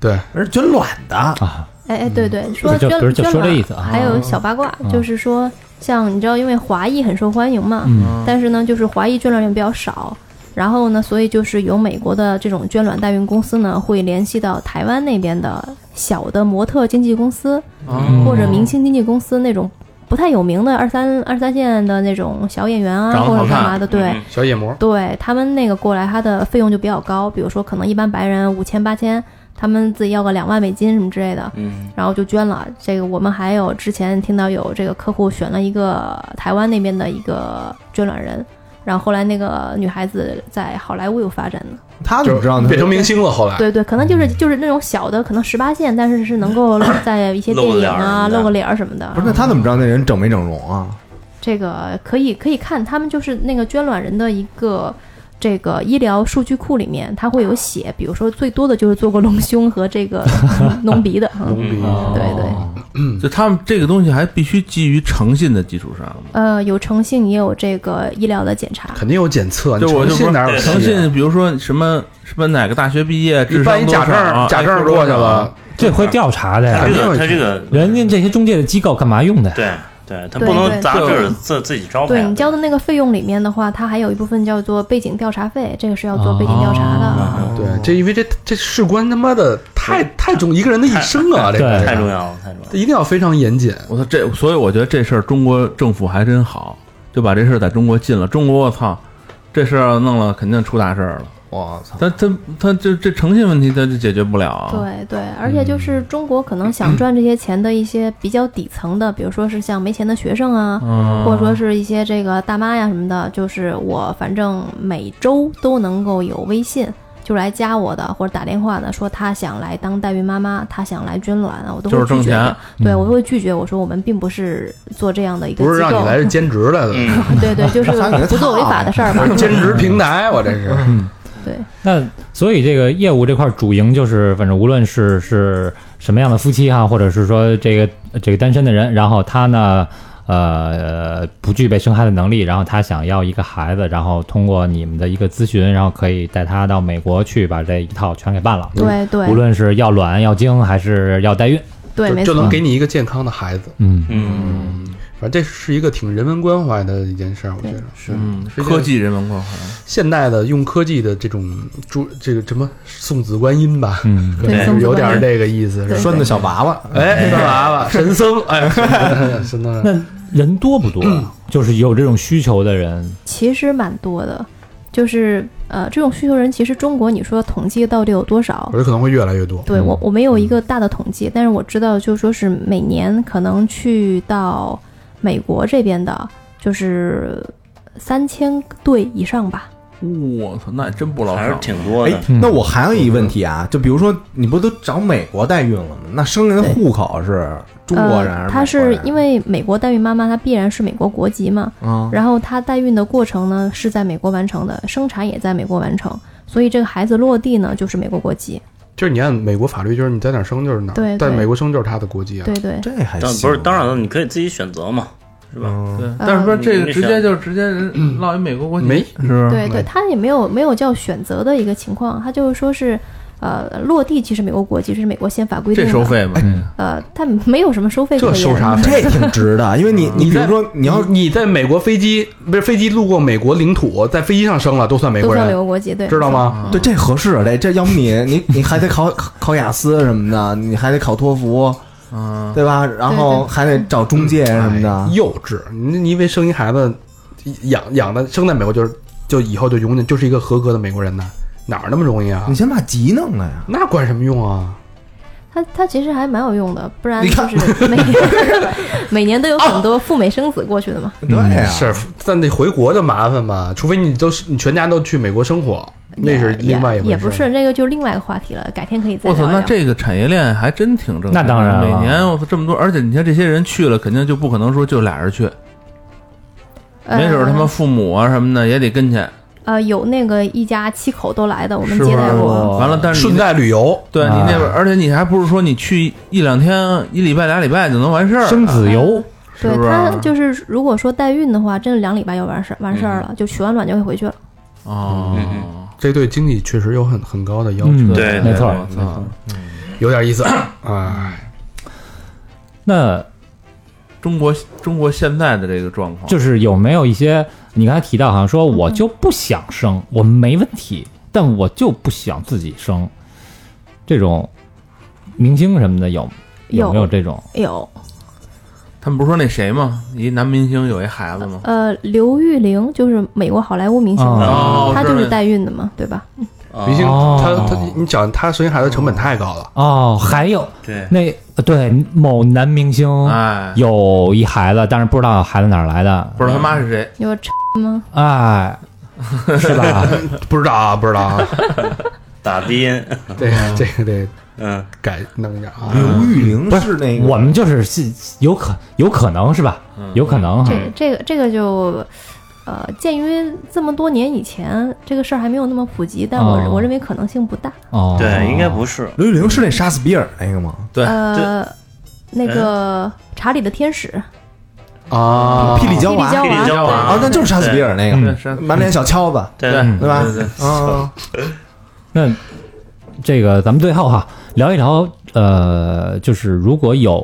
Speaker 2: 对，
Speaker 5: 而是捐卵的，
Speaker 3: 啊！
Speaker 7: 哎哎，对对，说
Speaker 3: 就
Speaker 7: 捐
Speaker 3: 比如就
Speaker 7: 捐
Speaker 3: 说这
Speaker 7: 卵
Speaker 3: 意思啊
Speaker 7: 还有小八卦，就是说，像你知道，因为华裔很受欢迎嘛，
Speaker 3: 嗯
Speaker 7: 但是呢，就是华裔捐卵人比较少。然后呢，所以就是有美国的这种捐卵代孕公司呢，会联系到台湾那边的小的模特经纪公司，
Speaker 3: 嗯
Speaker 7: 或者
Speaker 3: 哦
Speaker 7: 明星经纪公司那种不太有名的二三二三线的那种小演员啊，
Speaker 4: 长得
Speaker 7: 或
Speaker 4: 好
Speaker 7: 者
Speaker 4: 看
Speaker 7: 干嘛的，对。
Speaker 6: 嗯
Speaker 2: 小野膜。
Speaker 7: 对他们那个过来，他的费用就比较高，比如说可能一般白人五千八千，他们自己要个两万美金什么之类的，
Speaker 6: 嗯，
Speaker 7: 然后就捐了。这个我们还有之前听到有这个客户选了一个台湾那边的一个捐卵人，然后后来那个女孩子在好莱坞有发展呢。
Speaker 5: 他怎
Speaker 2: 就
Speaker 5: 么知道呢？
Speaker 2: 变成明星了，后来
Speaker 7: 对对，可能就是就是那种小的，可能十八线，但是是能够在一些电
Speaker 6: 露个
Speaker 7: 影
Speaker 6: 脸儿
Speaker 7: 啊
Speaker 6: 什么的
Speaker 7: 露个脸儿什么的。
Speaker 5: 不是，那他怎么知道那人整没整容啊？
Speaker 7: 这个可以可以看，他们就是那个捐卵人的一个这个医疗数据库里面，它会有写，比如说最多的就是做过隆胸和这个 隆鼻 哦的，嗯，对对，
Speaker 4: 就他们这个东西还必须基于诚信的基础上
Speaker 2: 啊
Speaker 4: 嘛。
Speaker 7: 呃，有诚信也有这个医疗的检查，
Speaker 2: 肯定有检测，你
Speaker 4: 就我
Speaker 2: 诚
Speaker 4: 就
Speaker 2: 信
Speaker 4: 不
Speaker 2: 哪有
Speaker 4: 诚
Speaker 2: 戏啊？
Speaker 4: 信，比如说什么什么哪个大学毕业，
Speaker 2: 你
Speaker 4: 智
Speaker 2: 办一
Speaker 4: 商多
Speaker 2: 假
Speaker 4: 少
Speaker 2: 证，
Speaker 4: 啊
Speaker 2: 假证
Speaker 4: IQ
Speaker 2: 过去
Speaker 4: 多少
Speaker 2: 了，
Speaker 3: 这会调查的
Speaker 6: 他
Speaker 3: 呀
Speaker 6: 这，个
Speaker 2: 肯定有
Speaker 6: 他这个
Speaker 3: 人家这些中介的机构干嘛用的呀？
Speaker 6: 对对，他
Speaker 7: 对
Speaker 6: 不能
Speaker 7: 对
Speaker 6: 砸
Speaker 4: 对
Speaker 6: 这儿自自己招牌
Speaker 7: 对
Speaker 6: 啊。
Speaker 7: 你交的那个费用里面的话，它还有一部分叫做背景调查费，这个是要做背景调查的。
Speaker 3: 哦
Speaker 2: 对，这因为这这事关他妈的太太重一个人的一生啊，这个
Speaker 3: 对
Speaker 6: 太重要了，太重要了。
Speaker 2: 一定要非常严谨。
Speaker 4: 我操，这所以我觉得这事儿中国政府还真好，就把这事儿在中国禁了。中国我操，这事儿弄了肯定出大事儿了。
Speaker 5: 我操！
Speaker 4: 他他他这这诚信问题他就解决不了啊。
Speaker 7: 对对，而且就是中国可能想赚这些钱的一些比较底层的，比如说是像没钱的学生啊，
Speaker 4: 嗯
Speaker 7: 或者说是一些这个大妈呀什么的，就是我反正每周都能够有微信。就来加我的，或者打电话的，说他想来当代孕妈妈，他想来捐卵啊，我都
Speaker 4: 就
Speaker 7: 会
Speaker 4: 是挣
Speaker 7: 拒绝
Speaker 4: 钱
Speaker 7: 的。对，我都会拒绝。我说我们并不是做这样的一个
Speaker 2: 嗯
Speaker 7: 机
Speaker 2: 不
Speaker 7: 构，
Speaker 2: 是让你来 这兼职来的，
Speaker 7: 对对，就是不做违法的事 儿嘛。
Speaker 2: 兼职平台，我这是
Speaker 7: 嗯对，
Speaker 3: 那所以这个业务这块主营就是，反正无论是是什么样的夫妻哈、或者是说这个这个单身的人，然后他呢，呃不具备生孩的能力，然后他想要一个孩子，然后通过你们的一个咨询，然后可以带他到美国去把这一套全给办了。
Speaker 7: 对对
Speaker 3: 无论是要卵、要精还是要代孕，
Speaker 7: 对，没
Speaker 2: 就就
Speaker 7: 错
Speaker 2: 能。给你一个健康的孩子。
Speaker 3: 嗯，
Speaker 6: 嗯，
Speaker 2: 反正这是一个挺人文关怀的一件事儿，我觉得是
Speaker 4: 嗯，
Speaker 2: 是一个
Speaker 4: 科技人文关怀，
Speaker 2: 现代的用科技的这种诸这个什么送子观音吧，
Speaker 3: 嗯
Speaker 2: 可能
Speaker 6: 对
Speaker 2: 是有点儿这个意思，是吧？
Speaker 5: 拴的小娃娃，
Speaker 2: 哎，干娃娃神僧，哎，神僧，
Speaker 3: 那人多不多？啊就是有这种需求的人，
Speaker 7: 其实蛮多的，就是呃，这种需求人其实中国你说统计到底有多少
Speaker 2: 我？觉得可能会越来越多。
Speaker 5: 嗯
Speaker 7: 对我我没有一个大的统计，但是我知道就是说是每年可能去到美国这边的，就是三千对以上吧。
Speaker 4: 我操，那真不老
Speaker 6: 还是
Speaker 4: 少。
Speaker 6: 挺多
Speaker 5: 哎
Speaker 6: 的。，
Speaker 3: 嗯
Speaker 5: 那我还有一问题啊，就比如说你不都找美国代孕了吗？那生人的户口是中国人还
Speaker 7: 呃，
Speaker 5: 是美国人？
Speaker 7: 她是因为美国代孕妈妈，她必然是美国国籍嘛，
Speaker 5: 啊，
Speaker 7: 然后她代孕的过程呢是在美国完成的，生产也在美国完成，所以这个孩子落地呢就是美国国籍。
Speaker 2: 就是你按美国法律，就是你在哪儿生就是哪儿，
Speaker 7: 对对
Speaker 2: 在美国生就是他的国籍啊。
Speaker 7: 对对，
Speaker 5: 这还
Speaker 6: 但
Speaker 5: 行
Speaker 6: 不是，当然了，你可以自己选择嘛，是吧？
Speaker 5: 嗯
Speaker 4: 对，
Speaker 7: 呃
Speaker 4: 但是说这个
Speaker 6: 你
Speaker 4: 直接就直接人落一美国国籍，
Speaker 2: 没
Speaker 4: 是
Speaker 5: 嗯
Speaker 7: 对
Speaker 5: 哎
Speaker 7: 对，他也没有没有叫选择的一个情况，他就是说是，呃，落地其实美国国籍这是美国宪法规定
Speaker 4: 这
Speaker 7: 的，
Speaker 4: 收费嗯吗？
Speaker 7: 呃，他没有什么收费可
Speaker 2: 这
Speaker 7: 言，
Speaker 2: 收啥费？
Speaker 5: 这挺值的，因为你你比如
Speaker 2: 在
Speaker 5: 说你
Speaker 7: 嗯
Speaker 5: 要
Speaker 2: 你在美国飞机不是飞机路过美国领土，在飞机上生了都算美
Speaker 7: 都
Speaker 2: 国
Speaker 7: 算美
Speaker 2: 人，
Speaker 7: 国国籍，对，
Speaker 2: 知道？吗？
Speaker 5: 对这合适，这这要不你你你还得考考考雅思什么的，你还得考托福，
Speaker 4: 嗯，
Speaker 5: 对吧？然后还得找中介什么的
Speaker 2: 哎。幼稚，你你以为生一孩子养养的生在美国就是就以后就永远就是一个合格的美国人呢？哪儿那么容易啊
Speaker 5: 你？先把籍弄了呀，
Speaker 2: 那管什么用啊？
Speaker 7: 他他其实还蛮有用的，不然
Speaker 5: 你
Speaker 7: 就
Speaker 5: 看
Speaker 7: 是每每年 都有很多赴美生子过去的嘛，
Speaker 5: 对呀，
Speaker 2: 是，但得回国就麻烦吧，除非你都是你全家都去美国生活，那是
Speaker 7: 也
Speaker 2: 另外一回事。
Speaker 7: 也不是那个就是另外一个话题了，改天可以再
Speaker 4: 我操，
Speaker 7: 聊一
Speaker 4: 那
Speaker 7: 聊。
Speaker 4: 这个产业链还真挺正常的。
Speaker 3: 那当然了
Speaker 4: 每年我操这么多，而且你看这些人去了，肯定就不可能说就俩人去，
Speaker 7: 呃
Speaker 4: 没准儿他们父母啊什么的也得跟去，
Speaker 7: 呃有那个一家七口都来的，我们
Speaker 4: 是不
Speaker 7: 接
Speaker 4: 是？
Speaker 7: 待过，啊
Speaker 4: 完了，但是
Speaker 2: 顺
Speaker 4: 你那
Speaker 2: 带旅游，
Speaker 4: 对你那边，
Speaker 3: 啊
Speaker 4: 而且你还不是说你去一两天、一礼拜、俩礼拜就能完事儿啊，
Speaker 3: 生子游，
Speaker 4: 是
Speaker 7: 嗯对
Speaker 4: 不是
Speaker 7: 他就是如果说代孕的话，真的两礼拜就完事完事儿了，就取完卵就会回去了。
Speaker 4: 哦
Speaker 6: 嗯，
Speaker 2: 这对经济确实有很很高的要求，
Speaker 3: 嗯，
Speaker 6: 对
Speaker 3: 没错。
Speaker 4: 我操，
Speaker 2: 有点意思啊。
Speaker 3: 那
Speaker 4: 中国中国现在的这个状况，
Speaker 3: 就是有没有一些你刚才提到，好像说我就不想生，我没问题，但我就不想自己生，这种明星什么的有有没有
Speaker 7: 有
Speaker 3: 这种？
Speaker 7: 有，
Speaker 4: 他们不是说那谁吗？一男明星有一孩子吗？
Speaker 7: 呃，刘玉玲就是美国好莱坞明星
Speaker 3: 哦
Speaker 7: 嘛
Speaker 4: 哦，
Speaker 7: 她嗯
Speaker 4: 知
Speaker 7: 就
Speaker 4: 道
Speaker 7: 是
Speaker 4: 那
Speaker 7: 代孕的嘛，对吧？
Speaker 6: 啊
Speaker 2: 毕竟
Speaker 3: 哦
Speaker 2: 他他，你想他生一孩子成本太高了，
Speaker 3: 哦，还有
Speaker 6: 对，
Speaker 3: 那呃对某男明星
Speaker 4: 哎，
Speaker 3: 有一孩子，但是不知道孩子哪儿来的，
Speaker 4: 不知道他妈是谁，
Speaker 7: 你说 X 吗？
Speaker 3: 哎，是吧？
Speaker 2: 不知道啊，不知道 啊，
Speaker 6: 打鼻音，
Speaker 2: 这个这个得
Speaker 6: 嗯，
Speaker 2: 改弄一下啊。
Speaker 5: 刘玉玲是那个
Speaker 3: 我们就是是有可有可能是吧？有可能哈
Speaker 7: 这这个这个就。呃，鉴于这么多年以前这个事儿还没有那么普及，但我、
Speaker 3: 哦
Speaker 7: 我认为可能性不大。
Speaker 3: 哦，
Speaker 6: 对，应该不是，
Speaker 5: 刘玉玲是那杀死比尔那个吗？
Speaker 6: 哎
Speaker 4: 对
Speaker 7: 呃，那个查理的天使
Speaker 2: 啊，
Speaker 5: 霹雳娇
Speaker 7: 霹雳
Speaker 5: 娃
Speaker 7: 娇
Speaker 6: 霹雳娇
Speaker 7: 娃
Speaker 6: 娃
Speaker 5: 啊，那就是杀死比尔那
Speaker 3: 嗯
Speaker 5: 个，
Speaker 4: 对是
Speaker 5: 满脸小敲子，
Speaker 6: 对
Speaker 4: 对
Speaker 5: 对吧
Speaker 4: 对对？
Speaker 5: 啊，
Speaker 3: 那这个咱们最后哈聊一聊，呃，就是如果有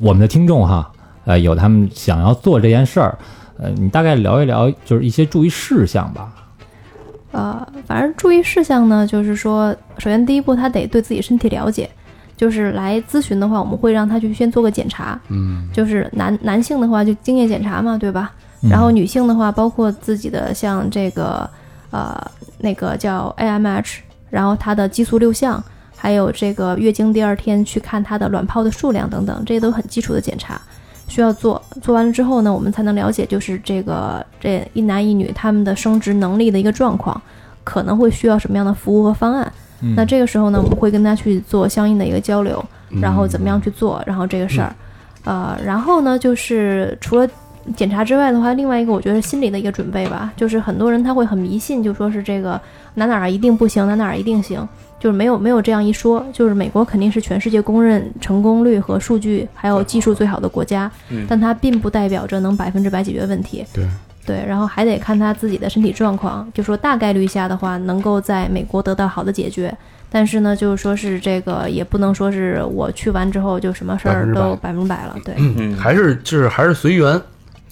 Speaker 3: 我们的听众哈，呃，有他们想要做这件事儿，呃，你大概聊一聊就是一些注意事项吧。
Speaker 7: 对，呃，反正注意事项呢，就是说，首先第一步，他得对自己身体了解。就是来咨询的话，我们会让他去先做个检查，
Speaker 2: 嗯，
Speaker 7: 就是男男性的话就精液检查嘛，对吧？
Speaker 3: 嗯
Speaker 7: 然后女性的话，包括自己的像这个呃那个叫 AMH，然后她的激素六项，还有这个月经第二天去看她的卵泡的数量等等，这些都很基础的检查需要做。做完了之后呢，我们才能了解就是这个这一男一女他们的生殖能力的一个状况，可能会需要什么样的服务和方案。
Speaker 3: 嗯
Speaker 7: 那这个时候呢，我们会跟他去做相应的一个交流，然后怎么样去做，然后这个事儿，呃，然后呢，就是除了检查之外的话，另外一个我觉得是心理的一个准备吧，就是很多人他会很迷信，就说是这个哪哪儿一定不行，哪哪儿一定行，就是没有没有这样一说。就是美国肯定是全世界公认成功率和数据还有技术最好的国家，
Speaker 6: 嗯
Speaker 7: 但它并不代表着能百分之百解决问题。
Speaker 2: 对
Speaker 7: 对，然后还得看他自己的身体状况。就说大概率下的话，能够在美国得到好的解决，但是呢，就是说是这个也不能说是我去完之后就什么事儿都百分之百了。对，
Speaker 6: 嗯
Speaker 2: 还是就是还是随缘，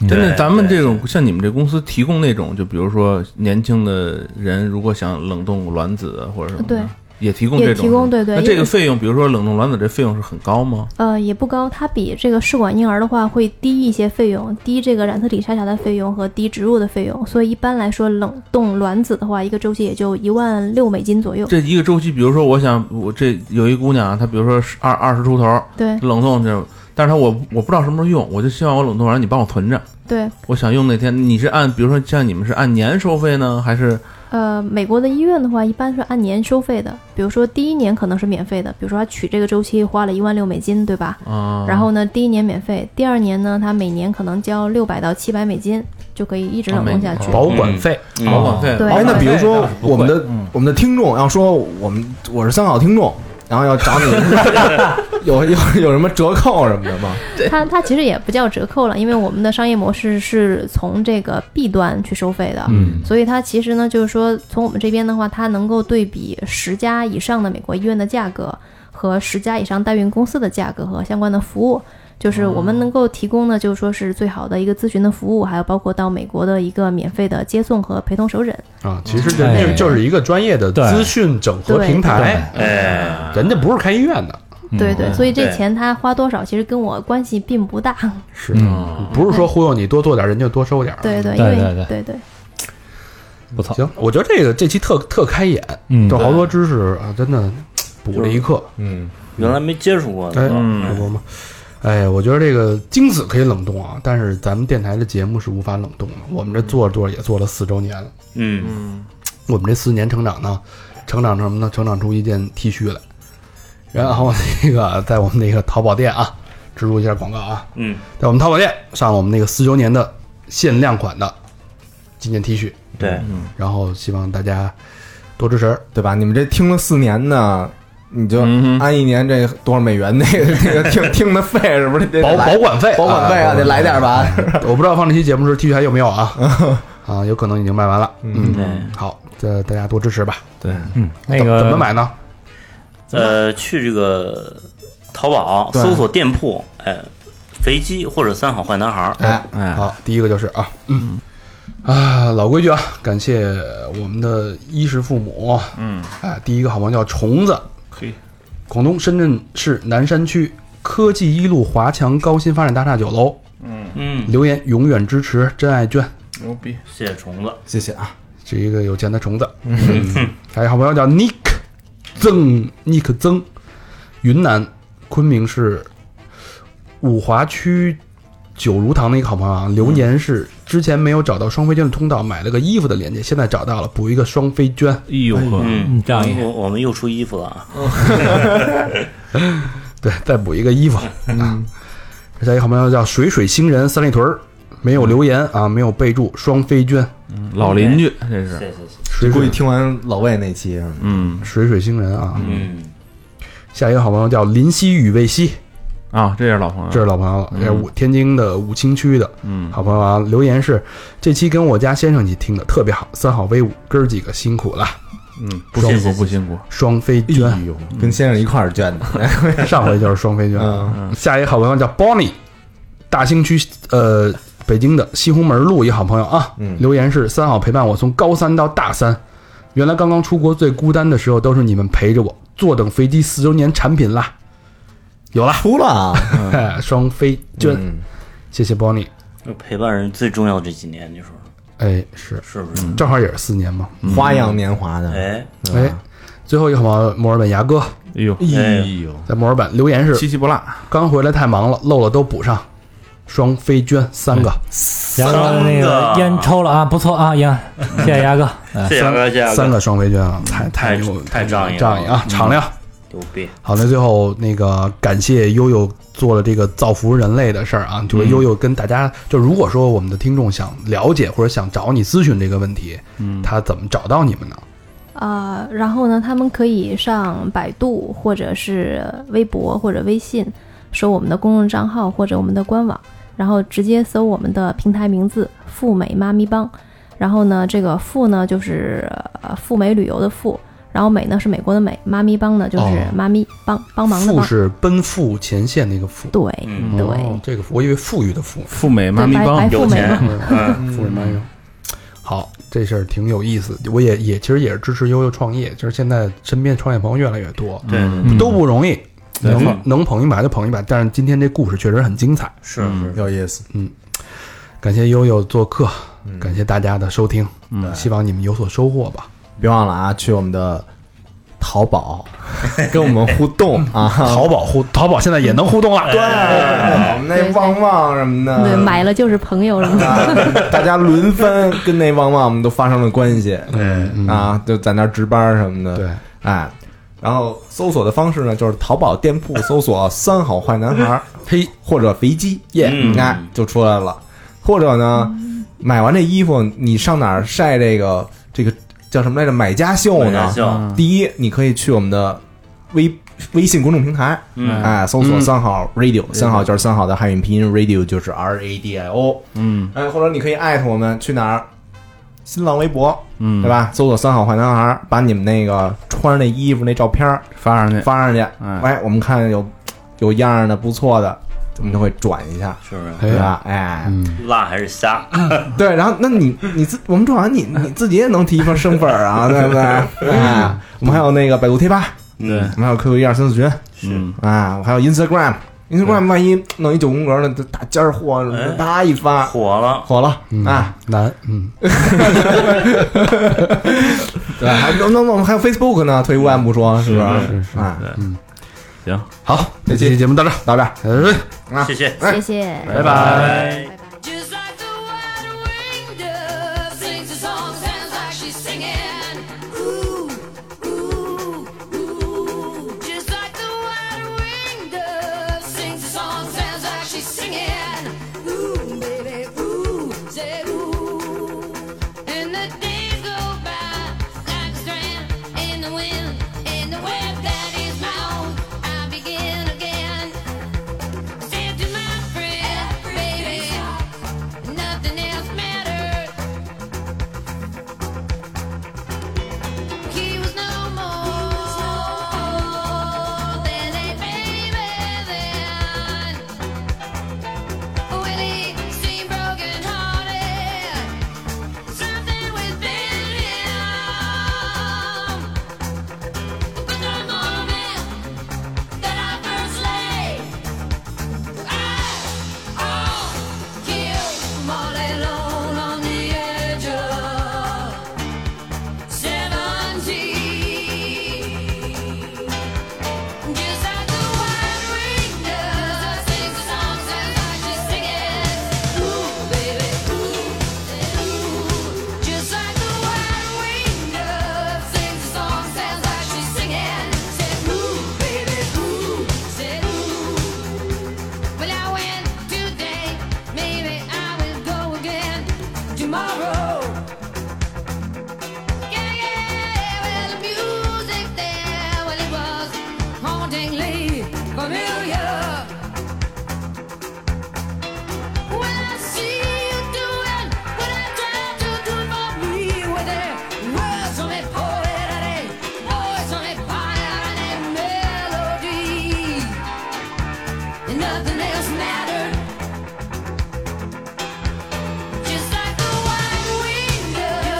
Speaker 4: 真的，
Speaker 6: 对
Speaker 4: 咱们
Speaker 6: 对
Speaker 4: 这种像你们这公司提供那种，就比如说年轻的人如果想冷冻卵子或者什么的，
Speaker 7: 对，
Speaker 4: 也提供
Speaker 7: 也
Speaker 4: 这种。
Speaker 7: 提供对对
Speaker 4: 那
Speaker 7: 因
Speaker 4: 这
Speaker 7: 为
Speaker 4: 个费用，比如说冷冻卵子这费用是很高吗？
Speaker 7: 呃，也不高，它比这个试管婴儿的话会低一些费用，低这个染色体筛查的费用和低植入的费用。所以一般来说，冷冻卵子的话，一个周期也就一万六美金左右。
Speaker 4: 这一个周期，比如说我想我这有一姑娘啊，她比如说是二二十出头，
Speaker 7: 对
Speaker 4: 冷冻这种，但是她我我不知道什么时候用，我就希望我冷冻完你帮我存着，
Speaker 7: 对，
Speaker 4: 我想用那天你是按比如说像你们是按年收费呢，还是
Speaker 7: 呃，美国的医院的话，一般是按年收费的。比如说第一年可能是免费的，比如说他取这个周期花了一万六美金，对吧？
Speaker 4: 啊？
Speaker 7: 然后呢，第一年免费，第二年呢，他每年可能交六百到七百美金，就可以一直冷冻下去。
Speaker 2: 保
Speaker 3: 嗯
Speaker 2: 管费，
Speaker 6: 嗯
Speaker 4: 保管费，
Speaker 7: 对
Speaker 5: 哎，那比如说
Speaker 3: 那是不贵
Speaker 5: 我们的我们的听众要说我们我是三好听众，然后要找你，有有有什么折扣什么的吗？
Speaker 7: 它它其实也不叫折扣了，因为我们的商业模式是从这个 B 端去收费的，
Speaker 3: 嗯
Speaker 7: 所以它其实呢，就是说从我们这边的话，它能够对比十家以上的美国医院的价格和十家以上代孕公司的价格和相关的服务。就是我
Speaker 3: 哦
Speaker 7: 们能够提供的，就是说是最好的一个咨询的服务，还有包括到美国的一个免费的接送和陪同首诊。
Speaker 2: 啊，其实这
Speaker 3: 哎
Speaker 2: 那就是一个专业的
Speaker 3: 对
Speaker 2: 资讯整合平台，
Speaker 6: 哎，
Speaker 2: 人家不是开医院的，
Speaker 3: 嗯
Speaker 7: 对
Speaker 3: 哦
Speaker 7: 对，所以这
Speaker 6: 对
Speaker 7: 钱他花多少，其实跟我关系并不大。
Speaker 3: 嗯
Speaker 2: 是不是说忽悠你多做点，人就多收点？
Speaker 7: 对对，因
Speaker 3: 对
Speaker 7: 为
Speaker 3: 对对
Speaker 7: 对对，
Speaker 3: 不错，
Speaker 2: 行，我觉得这个这期特特开眼，
Speaker 3: 嗯
Speaker 2: 就好多知识啊，真的补了一课。
Speaker 5: 嗯，
Speaker 6: 原来没接触过
Speaker 2: 哎，
Speaker 6: 呢，嗯
Speaker 2: 可不嘛。哎，我觉得这个精子可以冷冻啊，但是咱们电台的节目是无法冷冻的。我们这做着做着也做了四周年了，
Speaker 6: 嗯，
Speaker 2: 我们这四年成长呢，成长成什么呢？成长出一件 T 恤来。然后那个在我们那个淘宝店啊，植入一下广告啊，
Speaker 6: 嗯，
Speaker 2: 在我们淘宝店上了我们那个四周年的限量款的纪念 T 恤，
Speaker 6: 对，
Speaker 5: 嗯
Speaker 2: 然后希望大家多支持。
Speaker 5: 对吧？你们这听了四年呢，你就
Speaker 4: 嗯哼
Speaker 5: 按一年这多少美元那个那个听听的费是不是得？
Speaker 2: 保保管费，
Speaker 5: 保管费啊，
Speaker 2: 哎
Speaker 5: 得来点吧。
Speaker 2: 我不知道放这期节目时 T 恤还有没有啊？ 啊，有可能已经卖完了。嗯，
Speaker 6: 对，
Speaker 2: 好，这大家多支持吧。
Speaker 5: 对，
Speaker 3: 嗯，那
Speaker 2: 怎
Speaker 3: 个
Speaker 2: 怎么？买呢？
Speaker 6: 呃，去这个淘宝
Speaker 5: 对
Speaker 6: 搜索店铺，哎，肥鸡或者三好坏男孩儿，
Speaker 5: 哎，
Speaker 4: 哎，
Speaker 2: 好，第一个就是啊，嗯啊，老规矩啊，感谢我们的衣食父母。
Speaker 4: 嗯，
Speaker 2: 啊，第一个好朋友叫虫子，
Speaker 4: 可以，
Speaker 2: 广东深圳市南山区科技一路华强高新发展大厦九楼
Speaker 6: 嗯，
Speaker 2: 留言，永远支持，真爱券。
Speaker 4: 牛逼，
Speaker 6: 谢谢虫子，
Speaker 5: 谢谢啊，
Speaker 2: 是一个有钱的虫子。嗯还有好朋友叫 Nick 曾，Nick 曾，云南昆明市五华区九如堂的一个好朋友啊，流年是之前没有找到双飞娟的通道，买了个衣服的链接，现在找到了，补一个双飞娟。
Speaker 4: 哎呦呵，
Speaker 3: 嗯
Speaker 6: 嗯，
Speaker 3: 仗义
Speaker 6: 我我们又出衣服了啊，
Speaker 2: 对，再补一个衣服啊。下一个好朋友叫水水星人三里屯儿，没有留言啊，没有备注双飞娟，
Speaker 4: 老邻居这
Speaker 6: 谢
Speaker 4: 是，
Speaker 6: 谢谢谢，
Speaker 2: 水
Speaker 5: 估计
Speaker 2: 水
Speaker 5: 听完老魏那期是吗？
Speaker 4: 嗯
Speaker 2: 水水星人啊。
Speaker 6: 嗯，
Speaker 2: 下一个好朋友叫林夕与魏夕，
Speaker 4: 啊，这是老朋友，
Speaker 2: 这是老朋友了，
Speaker 5: 嗯
Speaker 2: 这是武天津的武清区的
Speaker 4: 嗯，
Speaker 2: 好朋友啊。留言是：这期跟我家先生一起听的，特别好，三好威武，哥儿几个辛苦了，
Speaker 4: 嗯，不辛
Speaker 6: 谢谢
Speaker 4: 苦不辛苦，
Speaker 2: 双飞
Speaker 5: 哎
Speaker 2: 娟，
Speaker 5: 呦，跟先生一块儿捐 的，
Speaker 2: 上回就是双飞娟。
Speaker 5: 嗯，
Speaker 2: 下一个好朋友叫 Bonnie，大兴区呃北京的西红门路一个好朋友啊，
Speaker 5: 嗯
Speaker 2: 留言是三好陪伴我从高三到大三，原来刚刚出国最孤单的时候都是你们陪着我，坐等飞机四周年产品啦，有啦，
Speaker 5: 出了啊，
Speaker 2: 双飞娟，
Speaker 5: 嗯
Speaker 2: 谢谢 Bonnie，
Speaker 6: 嗯陪伴人最重要这几年，你说
Speaker 2: 哎是。
Speaker 6: 是不是？
Speaker 5: 嗯
Speaker 2: 正好也是四年嘛，
Speaker 5: 花样年华的，
Speaker 6: 哎，
Speaker 5: 对
Speaker 2: 哎
Speaker 5: 吧，，
Speaker 2: 最后一个好友墨尔本牙哥
Speaker 4: 哎呦，
Speaker 6: 哎
Speaker 5: 呦，
Speaker 2: 在墨尔本留言
Speaker 4: 七
Speaker 2: 是：
Speaker 4: 七不落，
Speaker 2: 刚回来太忙了，漏了都补上。双飞娟三个，
Speaker 6: 哎
Speaker 3: 牙哥那个烟抽了啊，不错啊，烟，谢谢 牙哥。哎
Speaker 6: 谢谢大哥，谢谢大哥
Speaker 2: 三个双飞娟啊，太太
Speaker 6: 嗯太
Speaker 2: 牛，
Speaker 6: 太仗义了嗯
Speaker 2: 仗义啊，敞亮。
Speaker 6: 牛逼，
Speaker 2: 好，那最后那个感谢悠悠做了这个造福人类的事儿
Speaker 6: 嗯
Speaker 2: 啊，就是悠悠跟大家，就如果说我们的听众想了解或者想找你咨询这个问题，嗯，他怎么找到你们呢？
Speaker 7: 啊、然后呢，他们可以上百度或者是微博或者微信，搜我们的公众账号或者我们的官网，然后直接搜我们的平台名字“赴美妈咪帮”。然后呢，这个“赴”呢就是呃赴美旅游的“赴”，然后“美呢”是美国的“美”，妈咪帮呢就
Speaker 2: 哦
Speaker 7: 是妈咪帮、帮忙的
Speaker 2: 富
Speaker 7: 帮。
Speaker 2: 是奔赴前线那个富，
Speaker 7: 对
Speaker 6: 嗯
Speaker 7: 对，
Speaker 2: 哦这个富我以为富裕的富，
Speaker 4: 赴美妈
Speaker 7: 对
Speaker 4: 咪
Speaker 7: 白白
Speaker 4: 帮，
Speaker 7: 富
Speaker 6: 有
Speaker 7: 美
Speaker 6: 钱
Speaker 7: 嘛。
Speaker 6: 嗯，
Speaker 2: 富人漫游。好，这事儿挺有意思，我也也其实也是支持悠悠创业，就是现在身边创业朋友越来越多，
Speaker 6: 对，
Speaker 3: 嗯
Speaker 2: 都不容易，
Speaker 6: 没错
Speaker 2: 能能捧一把就捧一把。但是今天这故事确实很精彩，
Speaker 6: 是
Speaker 4: 嗯
Speaker 6: 是，
Speaker 5: 嗯有意思，
Speaker 2: 感谢悠悠做客，感谢大家的收听，希望你们有所收获吧。
Speaker 5: 别忘了啊，去我们的淘宝跟我们互动 啊，
Speaker 2: 嗯淘宝互淘宝现在也能互动了，
Speaker 5: 对，我们那旺旺什么的，
Speaker 7: 对，买了就是朋友了。
Speaker 5: 啊， 大家轮番跟那旺旺我们都发生了关系，
Speaker 6: 嗯，
Speaker 5: 啊，就在那儿值班什么的，
Speaker 2: 对，
Speaker 5: 哎，然后搜索的方式呢，就是淘宝店铺搜索“三好坏男孩”
Speaker 2: 嘿，
Speaker 5: 或者“肥鸡”，耶，
Speaker 6: 嗯
Speaker 5: 哎，就出来了。或者呢，买完这衣服，你上哪儿晒这个这个叫什么来着？买家秀
Speaker 6: 买
Speaker 5: 呢
Speaker 6: 家？秀
Speaker 5: 嗯第一，你可以去我们的微微信公众平台，
Speaker 6: 嗯
Speaker 5: 哎，搜索“三好 radio”，三好就是三好的汉语拼音，radio 就是 R A D I O，
Speaker 4: 嗯
Speaker 5: 哎，或者你可以艾特我们去哪儿？新浪微博，
Speaker 4: 嗯，
Speaker 5: 对？吧？搜索“三好坏男孩儿”，把你们那个穿着那衣服那照片儿
Speaker 4: 发上去，
Speaker 5: 发上去。
Speaker 4: 哎
Speaker 5: 哎，我们看有有样儿的、不错的，我们就会转一下，
Speaker 6: 是不是？
Speaker 5: 对
Speaker 2: 哎，
Speaker 5: 吧？哎，
Speaker 2: 嗯，
Speaker 6: 辣还是虾？
Speaker 5: 对。然后，那你你自我们转完，你你自己也能提升身份儿啊，对不对？哎，我们还有那个百度贴吧，
Speaker 6: 对，
Speaker 5: 我们还有 QQ 一二三四群，
Speaker 6: 是
Speaker 5: 啊，我还有 Instagram。Instagram 万一弄一九宫格儿的大尖儿货什么的，
Speaker 6: 哎
Speaker 5: 啪一发
Speaker 6: 火了，
Speaker 5: 火了
Speaker 2: 嗯
Speaker 5: 啊！
Speaker 2: 难，嗯，
Speaker 5: 对，还弄弄弄还有 Facebook 呢，退一万步说，是不是？是啊，
Speaker 4: 行。
Speaker 2: 好，这期节目到这儿，
Speaker 5: 到这儿。
Speaker 2: 哎
Speaker 6: 谢谢，
Speaker 7: 谢谢，
Speaker 2: 拜拜。
Speaker 6: 拜。
Speaker 8: Just like the wild winged dove sings a song, sounds like she's singing. Ooh, ooh, ooh. Just like the wild winged dove sings a song, sounds like she's singing. Ooh, baby, ooh, say ooh. And the days go by like a strand in the wind, in the web that is my own. I begin again. Say to my friend, baby. Nothing else mattered. He was no more than a baby then. Well, he seemed broken hearted. Something within him. But the moment that I first laid Seventeen. Just like the wild ring does, sings the songs and I just sing it. Ooh, baby, ooh, ooh. Just like the wild ring does, sings the songs and I just sing it. Said ooh, baby, ooh, said ooh. Well, I went today, maybe I will go again tomorrow. Yeah, yeah, well, the music there, well, it was hauntingly familiar. When I see you doing what I tried to do for me, were there words on a poet and a voice on a fire and a melody? and nothing else mattered. Just like the wild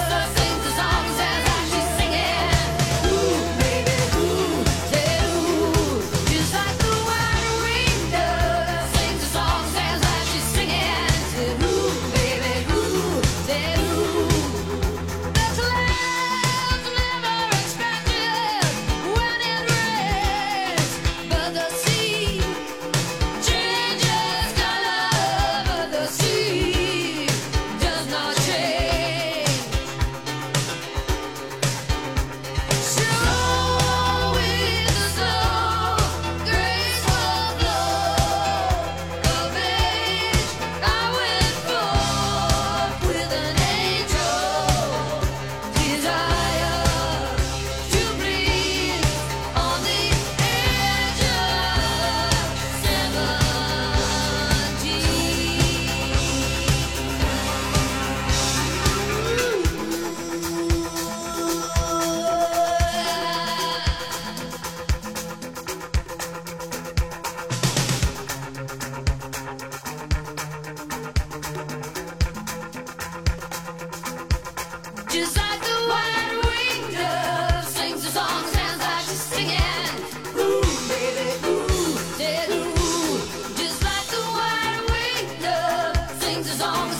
Speaker 8: sings a song.